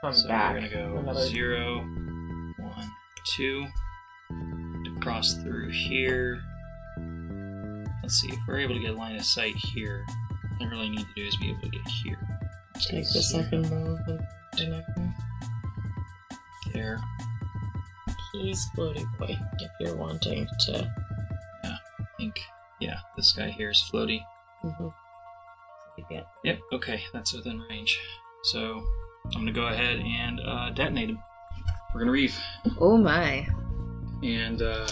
come
so
back.
we're gonna go
Another-
zero, one, two. Cross through here. Let's see if we're able to get a line of sight here. All I really need to do is be able to get here.
Take the second move and do nothing.
There.
He's floaty boy. If you're wanting to,
Yeah. I think. Yeah. This guy here is floaty.
<laughs> yeah.
Yep. Okay, that's within range. So I'm gonna go ahead and uh, detonate him. We're gonna reef,
Oh my.
and uh,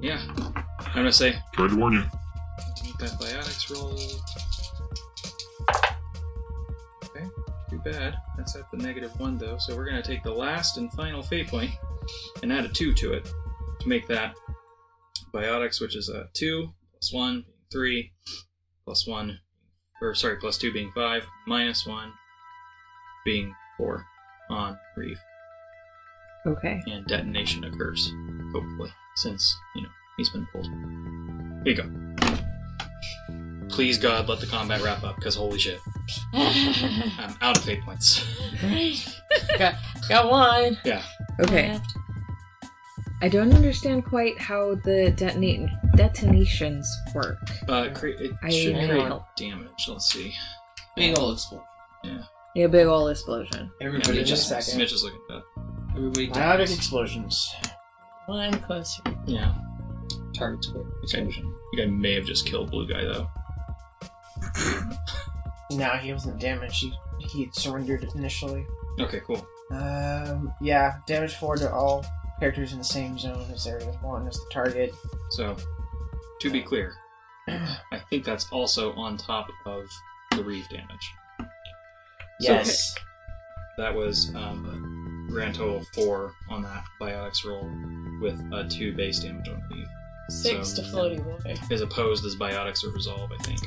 yeah, I'm gonna say
Tried to warn you.
make that biotics roll. Okay, too bad. That's at the negative one though. So we're gonna take the last and final fate point and add a two to it to make that biotics, which is a two plus one being three plus one, or sorry, plus two being five minus one being four on Reeve.
Okay.
And detonation occurs, hopefully, since you know he's been pulled. Here you go. Please God, let the combat wrap up, because holy shit, I'm out of fate points. <laughs>
got, got one.
Yeah.
Okay. I don't understand quite how the detonate detonations work.
Uh, cre- it
I
should
need
create
help.
damage. Let's see.
Big ol' explosion.
Yeah.
Yeah, big ol' explosion.
Everybody
Yeah,
just
give me a second.
Mitch is looking at that.
Everybody
Biotic
dies.
explosions.
One closer.
Yeah. Target square explosion. I think I may have just killed blue guy though.
No, he wasn't damaged. He, he had surrendered initially.
Okay, cool.
Um, yeah, damage four to all characters in the same zone as area one as the target.
So, to be clear, <clears throat> I think that's also on top of the reeve damage. So,
Yes.
that was um, a grand total of four on that biotics roll with a two base damage on reeve.
Six
So,
to floaty boy.
Is opposed as biotics or resolve, I think.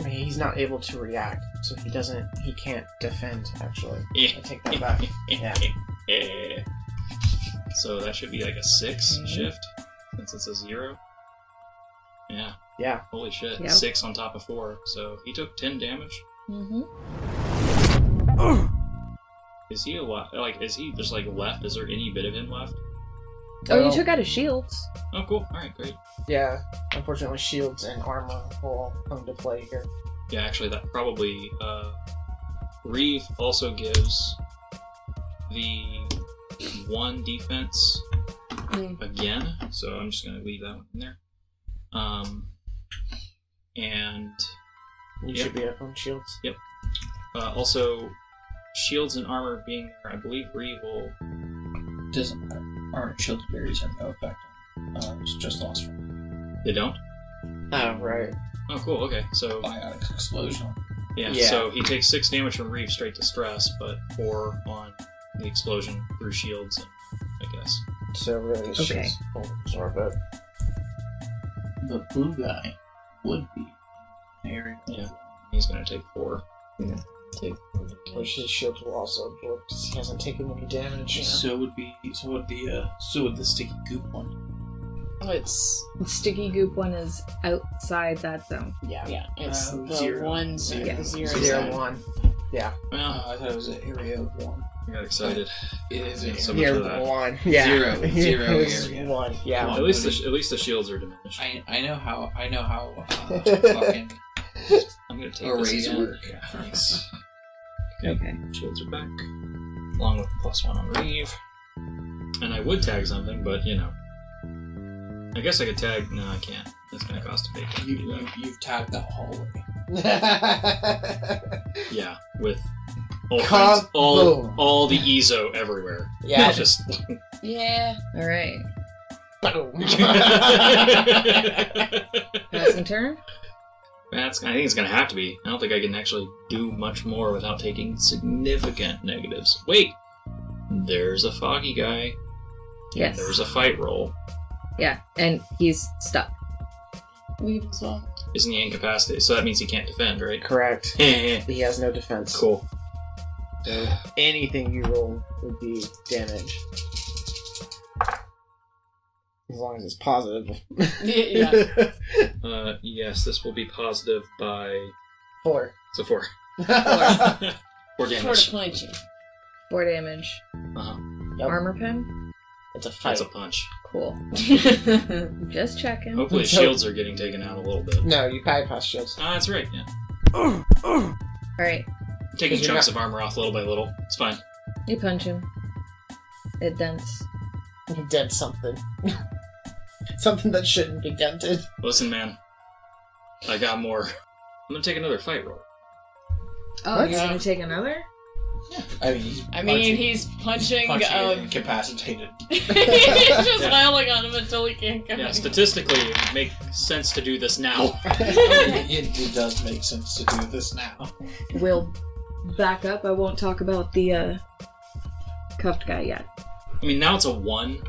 I mean, he's not able to react, so he doesn't. He can't defend. Actually,
Yeah.
I take that back. Yeah.
Yeah. <laughs> So that should be like a 6
Mm-hmm.
Mhm.
shift since it's a zero. Yeah.
Yeah.
Holy shit.
Yeah.
Six on top of four. So he took ten damage.
Mm-hmm.
Is he alive? Like, is he just like left? Is there any bit of him left?
Oh, you
Well-
took out his shields.
Oh, cool. All right, great.
Yeah. Unfortunately, shields and armor will all come into play here.
Yeah, actually, that probably. Uh, Reeve also gives the one defense
Mm.
again, so I'm just gonna leave that one in there. Um, and
You
Yep.
should be up on shields.
Yep. Uh, also, shields and armor being there, I believe Reeve will.
Doesn't aren't shield barriers have no effect on. Uh, it's just lost from
They don't.
Oh right.
Oh, cool. Okay, so
biotic explosion.
Yeah,
Yeah.
so he takes six damage from Reeve straight to stress, but four on the explosion through shields, I guess.
So really, it's
Okay.
shields will absorb it.
The blue guy would be
Aaron. Yeah, he's gonna take four.
Yeah.
Take
Which his shields will also absorb because he hasn't taken any damage.
So would be so would the uh, so would the sticky goop one.
Oh, it's
Sticky goop one is outside that zone.
Yeah.
yeah. It's
Uh,
the
zero.
one zero
Yeah.
the zero
Zero
zone.
one. Yeah.
Well,
I thought it was an area of one.
I got excited.
It is an
So much
area
for
of
that.
one. Yeah. <laughs>
Zero. Zero
It was
area.
one. Yeah.
At least the sh- at least the shields are diminished.
I, I know how I know <laughs> how uh, fucking
I'm gonna take this
arrays
again.
work. <laughs>
Yeah, thanks. okay. Shields are back, along with the plus one on Reeve. And I would tag something, but you know, I guess I could tag. No, I can't. That's gonna cost a bacon.
You, you you've tagged that hallway.
<laughs>
Yeah, with all
Kaboom.
kinds, all all the Ezo everywhere.
Yeah.
just <laughs>
Yeah.
All right.
that's.
Passing turn.
I think it's gonna have to be. I don't think I can actually do much more without taking significant negatives. Wait, there's a foggy guy. And
Yes.
There's a fight roll.
Yeah, and he's stuck.
Leave as well.
Isn't he incapacitated? So that means he can't defend, right?
Correct.
<laughs> cool.
He has no defense. So anything you roll would be damage. As long as it's <laughs> positive.
yeah.
Uh, yes, this will be positive by
Four.
so four. Four
Four
damage.
to punch you.
Four damage.
Uh-huh.
Yep.
Armor pin.
It's a fight.
That's a punch.
Cool. Just checking.
Hopefully, his
So-
shields are getting taken out a little
<laughs>
bit.
no, you bypass shields.
Ah, that's right. Yeah,
All right.
taking
Did you
chunks
not-
of armor off little by little. It's fine.
You punch him. It dents.
You dent something. something that shouldn't be dented.
Listen, man, I got more. I'm gonna take another fight roll.
Oh,
What?
you're gonna take another?
I mean, he's
I mean,
punching-
he's punching.
punching
um,
and incapacitated.
<laughs>
<laughs>
he's just
Yeah.
howling on him until he can't come.
Yeah, statistically, it would make sense to do this now.
it, it does make sense to do this now.
We'll back up. I won't talk about the uh, cuffed guy yet.
I mean, now it's a one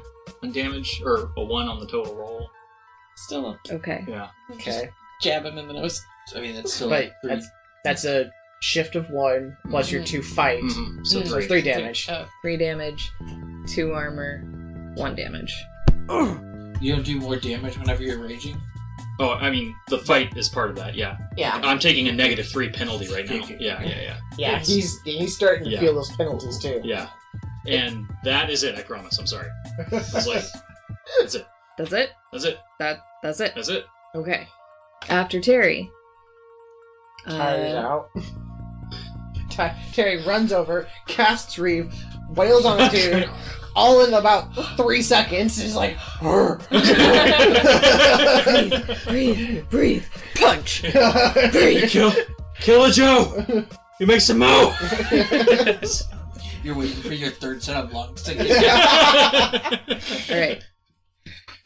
on damage, or a one on the total roll.
Still a
Okay.
Yeah.
Okay.
jab him in the nose.
I mean, that's still
But
like three.
that's, that's a shift of one plus your two fight.
Mm-hmm.
So
Mm.
three, three damage.
Oh.
Three damage, two armor, one damage.
You don't do more damage whenever you're raging.
Oh, I mean, the fight is part of that. Yeah.
Yeah.
I'm taking a negative three penalty right now. Yeah, yeah, yeah.
Yeah,
Yes.
he's he's starting to
Yeah.
feel those penalties too.
Yeah. And that is it. I promise. I'm sorry. It's like that's it.
That's it.
That's it.
That that's it.
That's it.
Okay. After Terry.
Tired
Uh,
out. Ty- Terry runs over, casts Reeve, wails on a dude, all in about three seconds. Is like,
breathe, breathe, punch,
breathe.
Kill, kill a Joe. You make some mo. You're waiting for your third set of lungs <laughs> to get.
All
<laughs>
right.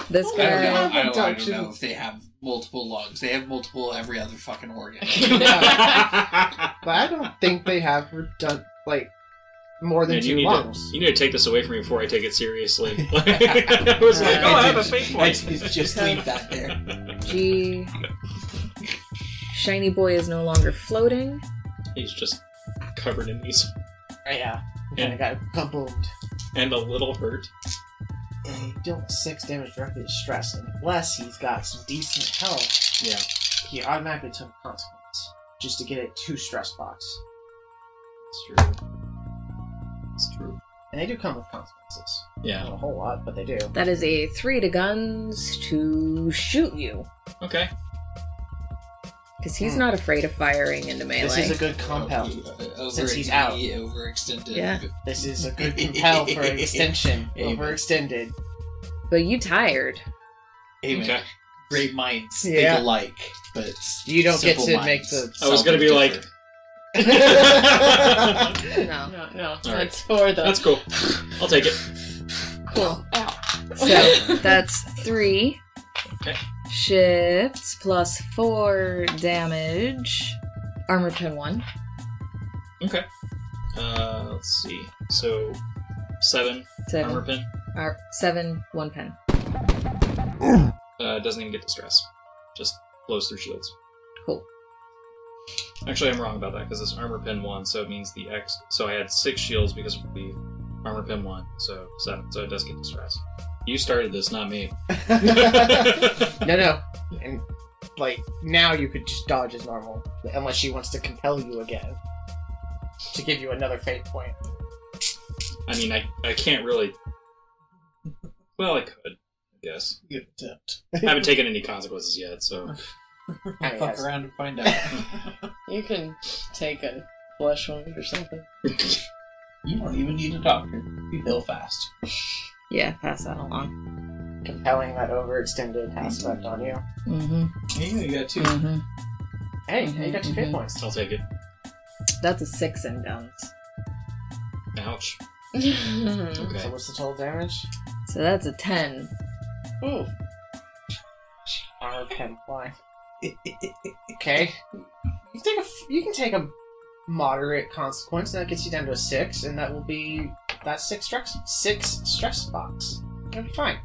This guy.
I don't know. I don't, I don't know if they have multiple lungs. They have multiple every other
<laughs>
fucking organ.
<laughs> but I don't think they have redund- like more than
Man, you
two
need
lungs.
to you need to take this away from me before I take it <laughs> seriously. I was like, oh, I have a fate
I
point. <laughs>
just just leave
<laughs>
that there.
G. Shiny boy is no longer floating.
He's just covered in these
Yeah,
and,
I got kaboom.
and a little hurt.
And he dealt six damage directly to stress, and unless he's got some decent health,
Yeah.
he automatically took a consequence just to get it two stress box.
It's true. It's true.
And they do come with consequences.
Yeah.
Not a whole lot, but they do.
That is a three to guns to shoot you. <laughs>
Okay.
Because he's not afraid of firing into melee.
This is a good
Oh,
compel since he's out.
uh, He overextended.
Yeah.
This is a good compel for an extension.
Amen.
Overextended.
But you tired.
Amen.
Okay.
Great minds
Yeah.
think alike, but
You don't get
simple
to
minds
make the-
I was gonna be
seldom
<laughs>
like,
differ.
No.
No, no.
All right.
That's for the.
that's cool. I'll take it.
Cool. So that's three
Okay.
shifts plus four damage. Armor 10 1.
Okay. Uh, let's see. So seven,
Seven.
armor pin.
Ar- 7 1 pen.
Uh, doesn't even get distress. Just blows through shields.
Cool.
Actually, I'm wrong about that because it's armor pin one, so it means the X. So I had six shields because of the armor pin one, so seven. So it does get distress. You started this,
<laughs>
not me. <laughs>
No, no. And like now, you could just dodge as normal, unless she wants to compel you again to give you another fate point.
I mean, I, I can't really. Well, I could, I
<laughs>
guess.
You attempt.
I haven't taken any consequences yet, so.
I mean,
Fuck
that's-
around and find out.
You can take a flesh wound or something.
you don't even need a doctor. You heal fast.
Yeah, pass that along.
compelling that overextended aspect on you.
Mm-hmm.
Hey, you got 2
Hey, you got two fate points.
I'll take it.
That's a 6 in guns.
Ouch.
<laughs>
So
Okay.
what's the total damage?
So that's a 10.
Ooh.
Armor pen fly. okay. You take a, f- you can take a moderate consequence, and that gets you down to a six, and that will be that six stress six stress box. That'll be fine.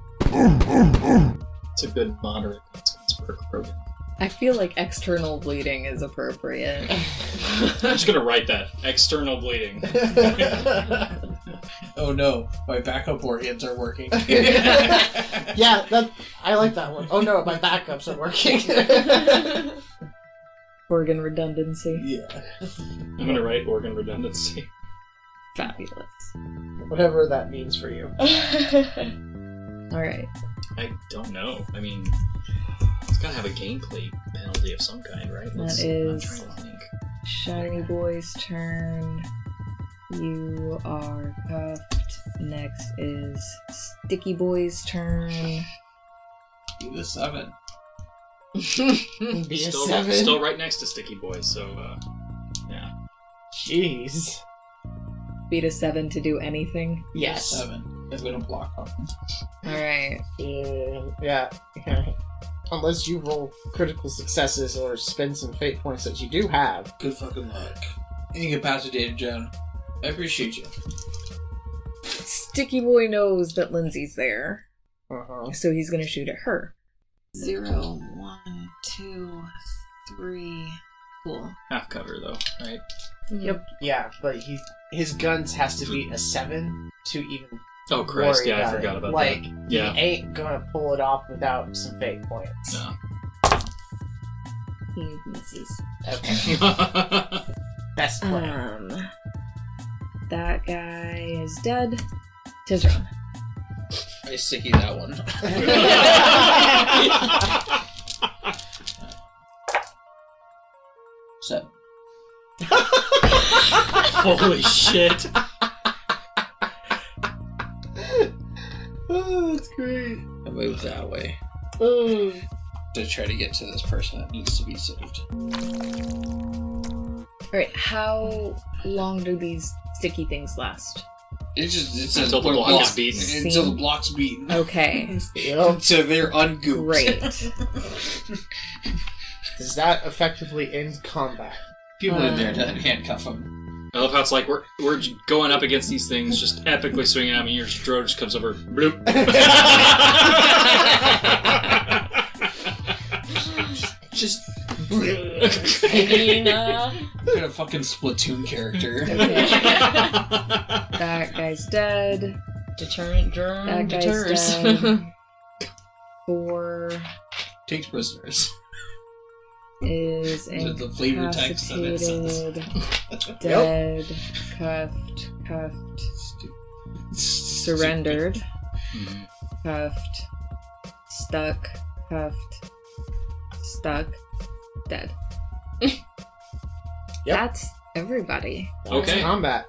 It's a good moderate consequence for a program.
I feel like external bleeding
<laughs>
is appropriate.
I'm just gonna write that. External bleeding.
Oh no, my backup organs are
<laughs>
working.
Yeah, that I like that one. Oh no, my backups are working.
<laughs>
Organ redundancy.
yeah.
I'm gonna write organ redundancy.
Fabulous.
Whatever that means for you.
All right.
I don't know. I mean, it's gotta have a gameplay penalty of some kind, right? Let's- I'm
is-
trying to think.
Shiny boy's turn. You are cuffed. Next is Sticky boy's turn.
Do
<laughs>
the seven.
Be a
Still,
seven.
still right next to Sticky Boy, so uh, yeah.
Jeez.
Beat a seven to do anything.
Yes.
Seven. If we don't block them.
All right.
Yeah. yeah. alright. Unless you roll critical successes or spend some fate points that you do have.
Good fucking luck. You can pass the data, John. I appreciate you.
Sticky Boy knows that Lindsay's there,
uh-huh.
so he's going to shoot at her.
Zero, one, two, three. Cool.
Half cover though, right?
Yep.
Yeah, but he his guns has to be a seven to even.
Oh, Christ,
worry
yeah, I
about
forgot
it.
about
like,
that.
he
Yeah.
ain't gonna pull it off without some fake points.
No.
He misses.
<laughs>
Okay. Best plan.
Um, that guy is dead. Tizra.
I sticky that one.
<laughs>
so,
<laughs> Holy shit.
Oh, that's great.
I move that way
Oh.
to try to get to this person that needs to be saved.
All right, how long do these sticky things last?
It just it says
Until the
we're
block is
blocked.
beaten.
Until the block's beaten.
<laughs> Okay.
<laughs> so they're ungooped.
Oh. Great.
Does that effectively end combat?
<laughs> People in
Uh.
there to handcuff them.
I love how it's like we're we're j- going up against these things, just epically swinging at them, and your dro just comes over. Bloop.
Just. <laughs>
Nina.
They're a fucking Splatoon character.
<laughs> That guy's dead.
Deterrent drone
That guy's
deters.
dead.
<laughs>
Four
Takes prisoners.
is
The- the flavor text of it says.
incapacitated, dead,
<laughs> Yep.
cuffed, cuffed, surrendered, cuffed, stuck, cuffed, stuck, dead. That's everybody.
It's combat.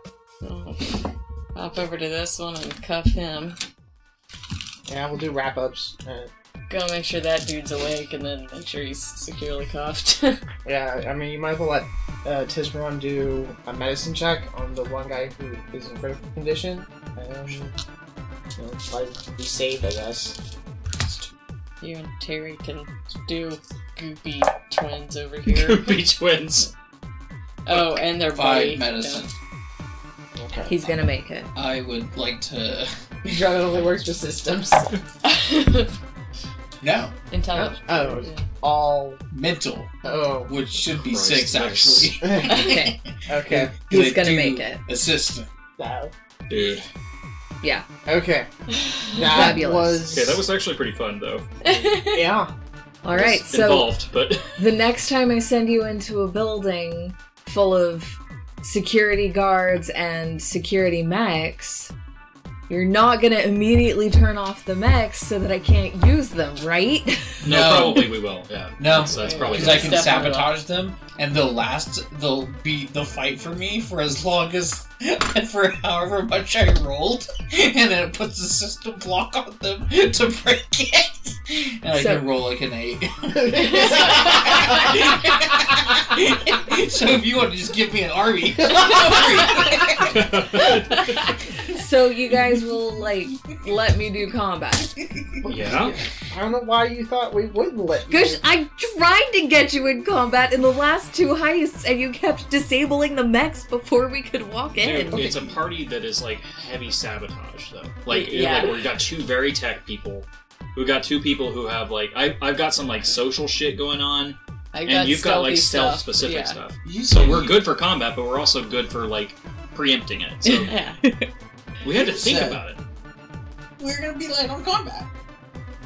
Hop over to this one and cuff him.
Yeah, we'll do wrap ups. Uh,
Go make sure that dude's awake and then make sure he's securely cuffed. <laughs>
yeah, I mean, you might as well let uh, Tisperon do a medicine check on the one guy who is in critical condition. Um, you know, try to be saved, I guess.
you and Terry can do goopy twins over here. <laughs> goopy
twins.
Oh, and their buddy.
Five medicine.
Okay.
He's gonna make it.
I would like to.
Drug only works with
<laughs>
systems.
No.
Intelligence.
Oh, it's all
Mental.
Oh.
Which should be
Christ,
six,
there's-
actually.
Okay.
<laughs>
Okay.
He's gonna make it.
Assistant.
Wow.
Dude.
Yeah.
<laughs>
Okay. That
Fabulous.
was.
Okay, that was actually pretty fun though.
<laughs> Yeah.
All right,
Just
so
involved, but <laughs>
the next time I send you into a building full of security guards and security mechs, you're not gonna immediately turn off the mechs so that I can't use them, right? <laughs>
no,
No.
probably we will. Yeah.
No,
that's, that's probably <laughs>
because I can
good.
sabotage them, and they'll last. They'll be they'll fight for me for as long as <laughs> for however much I rolled, <laughs> and then it puts a system block on them to break it. And I
So-
can roll like an eight. <laughs> so if you want to just give me an army, <laughs>
so you guys will like let me do combat.
Yeah.
I don't know why you thought we would let you.
Gosh, I tried to get you in combat in the last two heists and you kept disabling the mechs before we could walk in.
Dude, it's a party that is like heavy sabotage though. Like,
Yeah.
like we've got two very tech people. We've got two people who have like I, I've got some like social shit going on,
<laughs> I got
and you've got like
stealthy
stealth
stuff,
specific
yeah.
stuff.
You
So
said
we're
you-
good for combat, but we're also good for like preempting it. So
<laughs> yeah.
we had to think
So-
about it.
we're gonna be light on combat,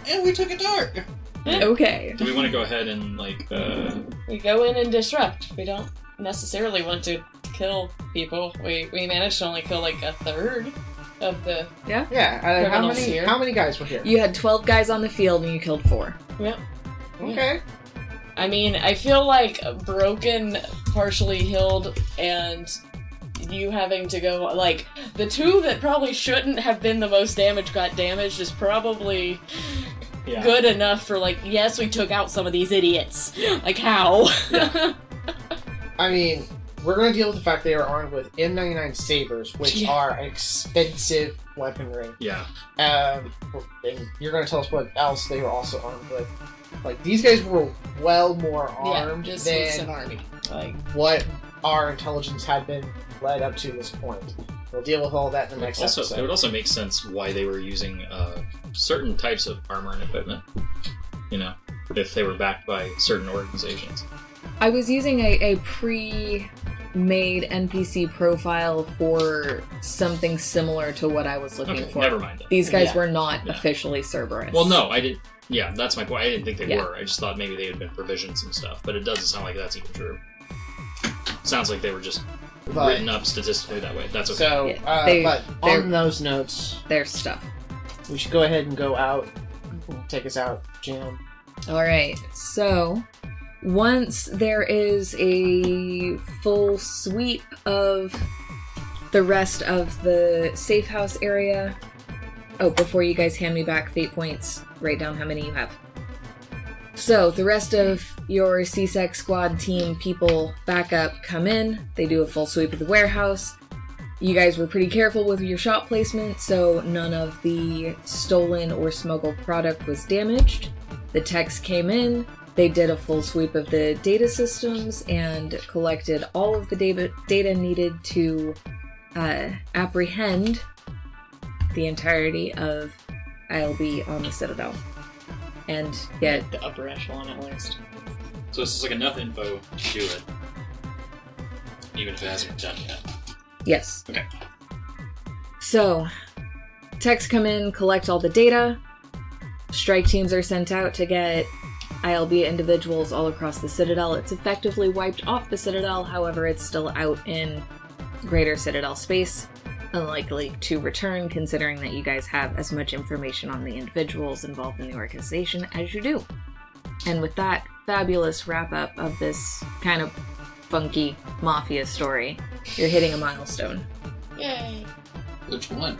and we took a dart.
Okay.
Do we want to go ahead and like uh,
We go in and disrupt. We don't necessarily want to kill people. We we managed to only kill like a third of the
Yeah?
Yeah. Uh, how
Criminals
many?
here.
How many guys were here?
You had 12 guys on the field and you killed four.
Yep.
Okay.
I mean, I feel like broken, partially healed, and you having to go like the two that probably shouldn't have been the most damage got damaged is probably
yeah.
good enough for like yes we took out some of these idiots like how <laughs>
I mean, we're gonna deal with the fact they are armed with M99 sabers, which
Yeah.
are expensive weaponry.
Yeah.
Um, and you're gonna tell us what else they were also armed with. Like these guys were well more armed
just
uh,
it's an
than
army like
what our intelligence had been led up to this point. We'll deal with all that in the next
also,
episode.
It would also make sense why they were using uh, certain types of armor and equipment. You know, if they were backed by certain organizations.
I was using a, a pre made NPC profile for something similar to what I was looking
Okay,
for.
never mind then.
These guys
Yeah.
were not
Yeah.
officially Cerberus.
Well, no, I didn't. Yeah, that's my point. I didn't think they
Yeah.
were. I just thought maybe they had been provisioned some stuff, but it doesn't sound like that's even true. Sounds like they were just
But-
written up statistically that way. That's okay.
So, uh, but on those notes,
their stuff.
We should go ahead and go out. Take us out, Jim.
All right. So, once there is a full sweep of the rest of the safe house area. Oh, before you guys hand me back fate points, write down how many you have. So, the rest of your CSEC squad team people back up come in. They do a full sweep of the warehouse. You guys were pretty careful with your shop placement, so none of the stolen or smuggled product was damaged. The techs came in, they did a full sweep of the data systems and collected all of the data, data needed to uh, apprehend the entirety of ILB on the Citadel and get
the upper echelon at least.
So this is like enough info to do it, even if it hasn't been done yet.
Yes.
Okay.
So, techs come in, collect all the data. Strike teams are sent out to get ILB individuals all across the Citadel. It's effectively wiped off the Citadel, however, it's still out in greater Citadel space. Unlikely to return, considering that you guys have as much information on the individuals involved in the organization as you do. And with that fabulous wrap up of this kind of funky mafia story, you're hitting a milestone.
<laughs> Yay!
Which one?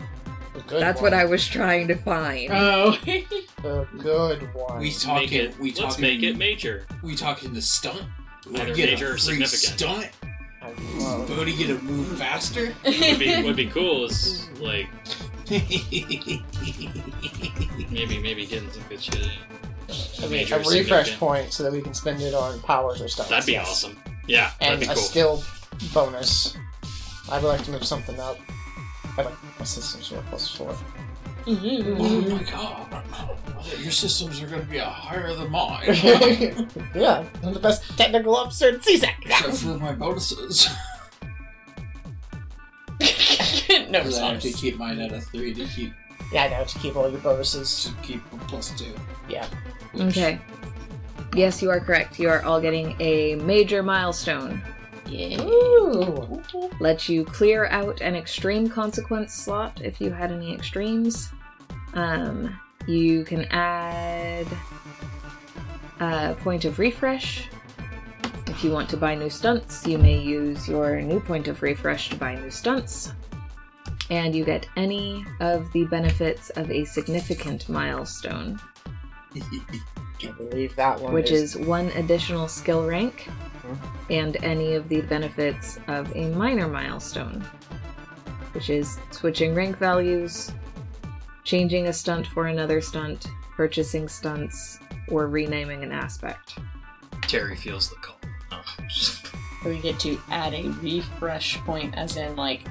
That's what I was trying to find.
a good one.
We
Let's
talking.
make it-
we talking.
let's make it
major. We talking the stunt. We
Either
get a
major or
free
significant.
Stunt. Bodhi get to move faster. <laughs>
would be would be cool is like maybe maybe getting some good shit.
I mean,
In. Major
a
or
refresh
significant.
point so that we can spend it on powers or stuff.
That'd be awesome. Yeah, that'd
And
be
a
cool.
skill bonus. I would like to move something up. I like my system score plus four. <laughs>
Oh my god! Your systems are going to be a higher than mine. <laughs>
yeah, I'm the best technical officer in E CSAC.
Except for my bonuses.
no,
'Cause I have to
bonus.
keep mine at a three to keep
Yeah, I know to keep all your bonuses.
To keep a plus two.
Yeah.
Okay. Yes, you are correct. You are all getting a major milestone. Yay. Let you clear out an extreme consequence slot if you had any extremes. Um, you can add a point of refresh. If you want to buy new stunts, you may use your new point of refresh to buy new stunts. And you get any of the benefits of a significant milestone
I believe that one.
which is one additional skill rank and any of the benefits of a minor milestone, which is switching rank values, changing a stunt for another stunt, purchasing stunts, or renaming an aspect.
Terry feels the call. Oh.
Or we get to add a refresh point, as in like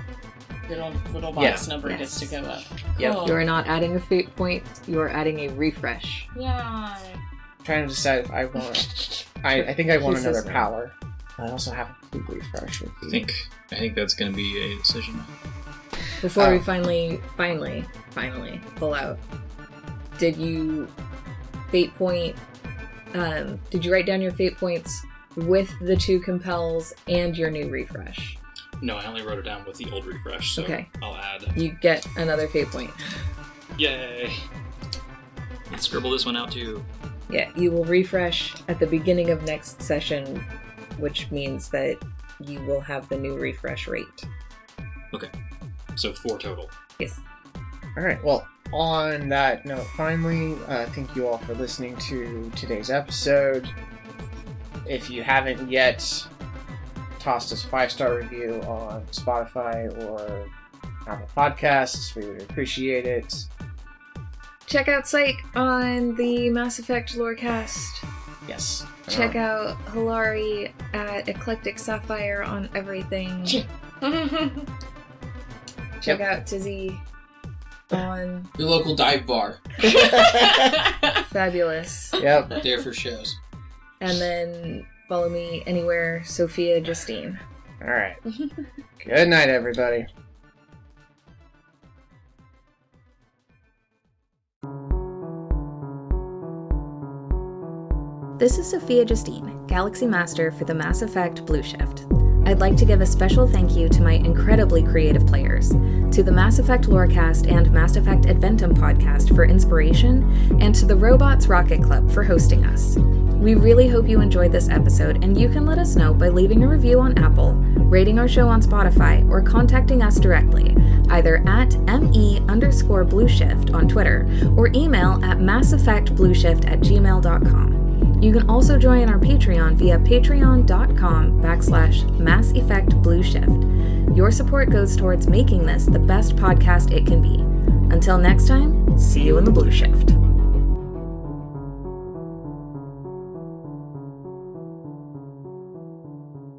little little box
Yeah.
number
Yes.
gets to go up.
You are not adding a fate point, you are adding a refresh.
Yeah.
trying to decide if I <laughs> want. I, I think I want
He says
another
no.
power. I also have a complete refresh. With
I think I think that's gonna be a decision.
Before we
Oh.
finally, finally, finally pull out, did you fate point? Um, did you write down your fate points with the two compels and your new refresh?
No, I only wrote it down with the old refresh, so
Okay.
I'll add.
You get another fate point.
Yay! Let's scribble this one out too.
Yeah, you will refresh at the beginning of next session, which means that you will have the new refresh rate.
Okay. So four total.
Yes.
All right. Well, on that note, finally, uh, thank you all for listening to today's episode. If you haven't yet tossed us a five star review on Spotify or Apple Podcasts, we would appreciate it.
Check out Psych on the Mass Effect Lorecast.
Yes. Uh-huh.
Check
Oh.
out Hilari <laughs> at Eclectic Sapphire on everything.
check out Tizzy on
Your local dive bar.
Fabulous.
Yep.
There for shows.
And then follow me anywhere, Sophia Justine.
All right. Good night, everybody.
This is Sophia Justine, Galaxy Master for the Mass Effect Blue Shift. I'd like to give a special thank you to my incredibly creative players, to the Mass Effect Lorecast and Mass Effect Adventum podcast for inspiration, and to the Robots Rocket Club for hosting us. We really hope you enjoyed this episode, and you can let us know by leaving a review on Apple, rating our show on Spotify, or contacting us directly, either at me underscore blue shift on Twitter or email at masseffectblueshift at gmail.com. You can also join our Patreon via patreon.com backslash Mass Effect Blue Shift. Your support goes towards making this the best podcast it can be. Until next time, see you in the Blue Shift.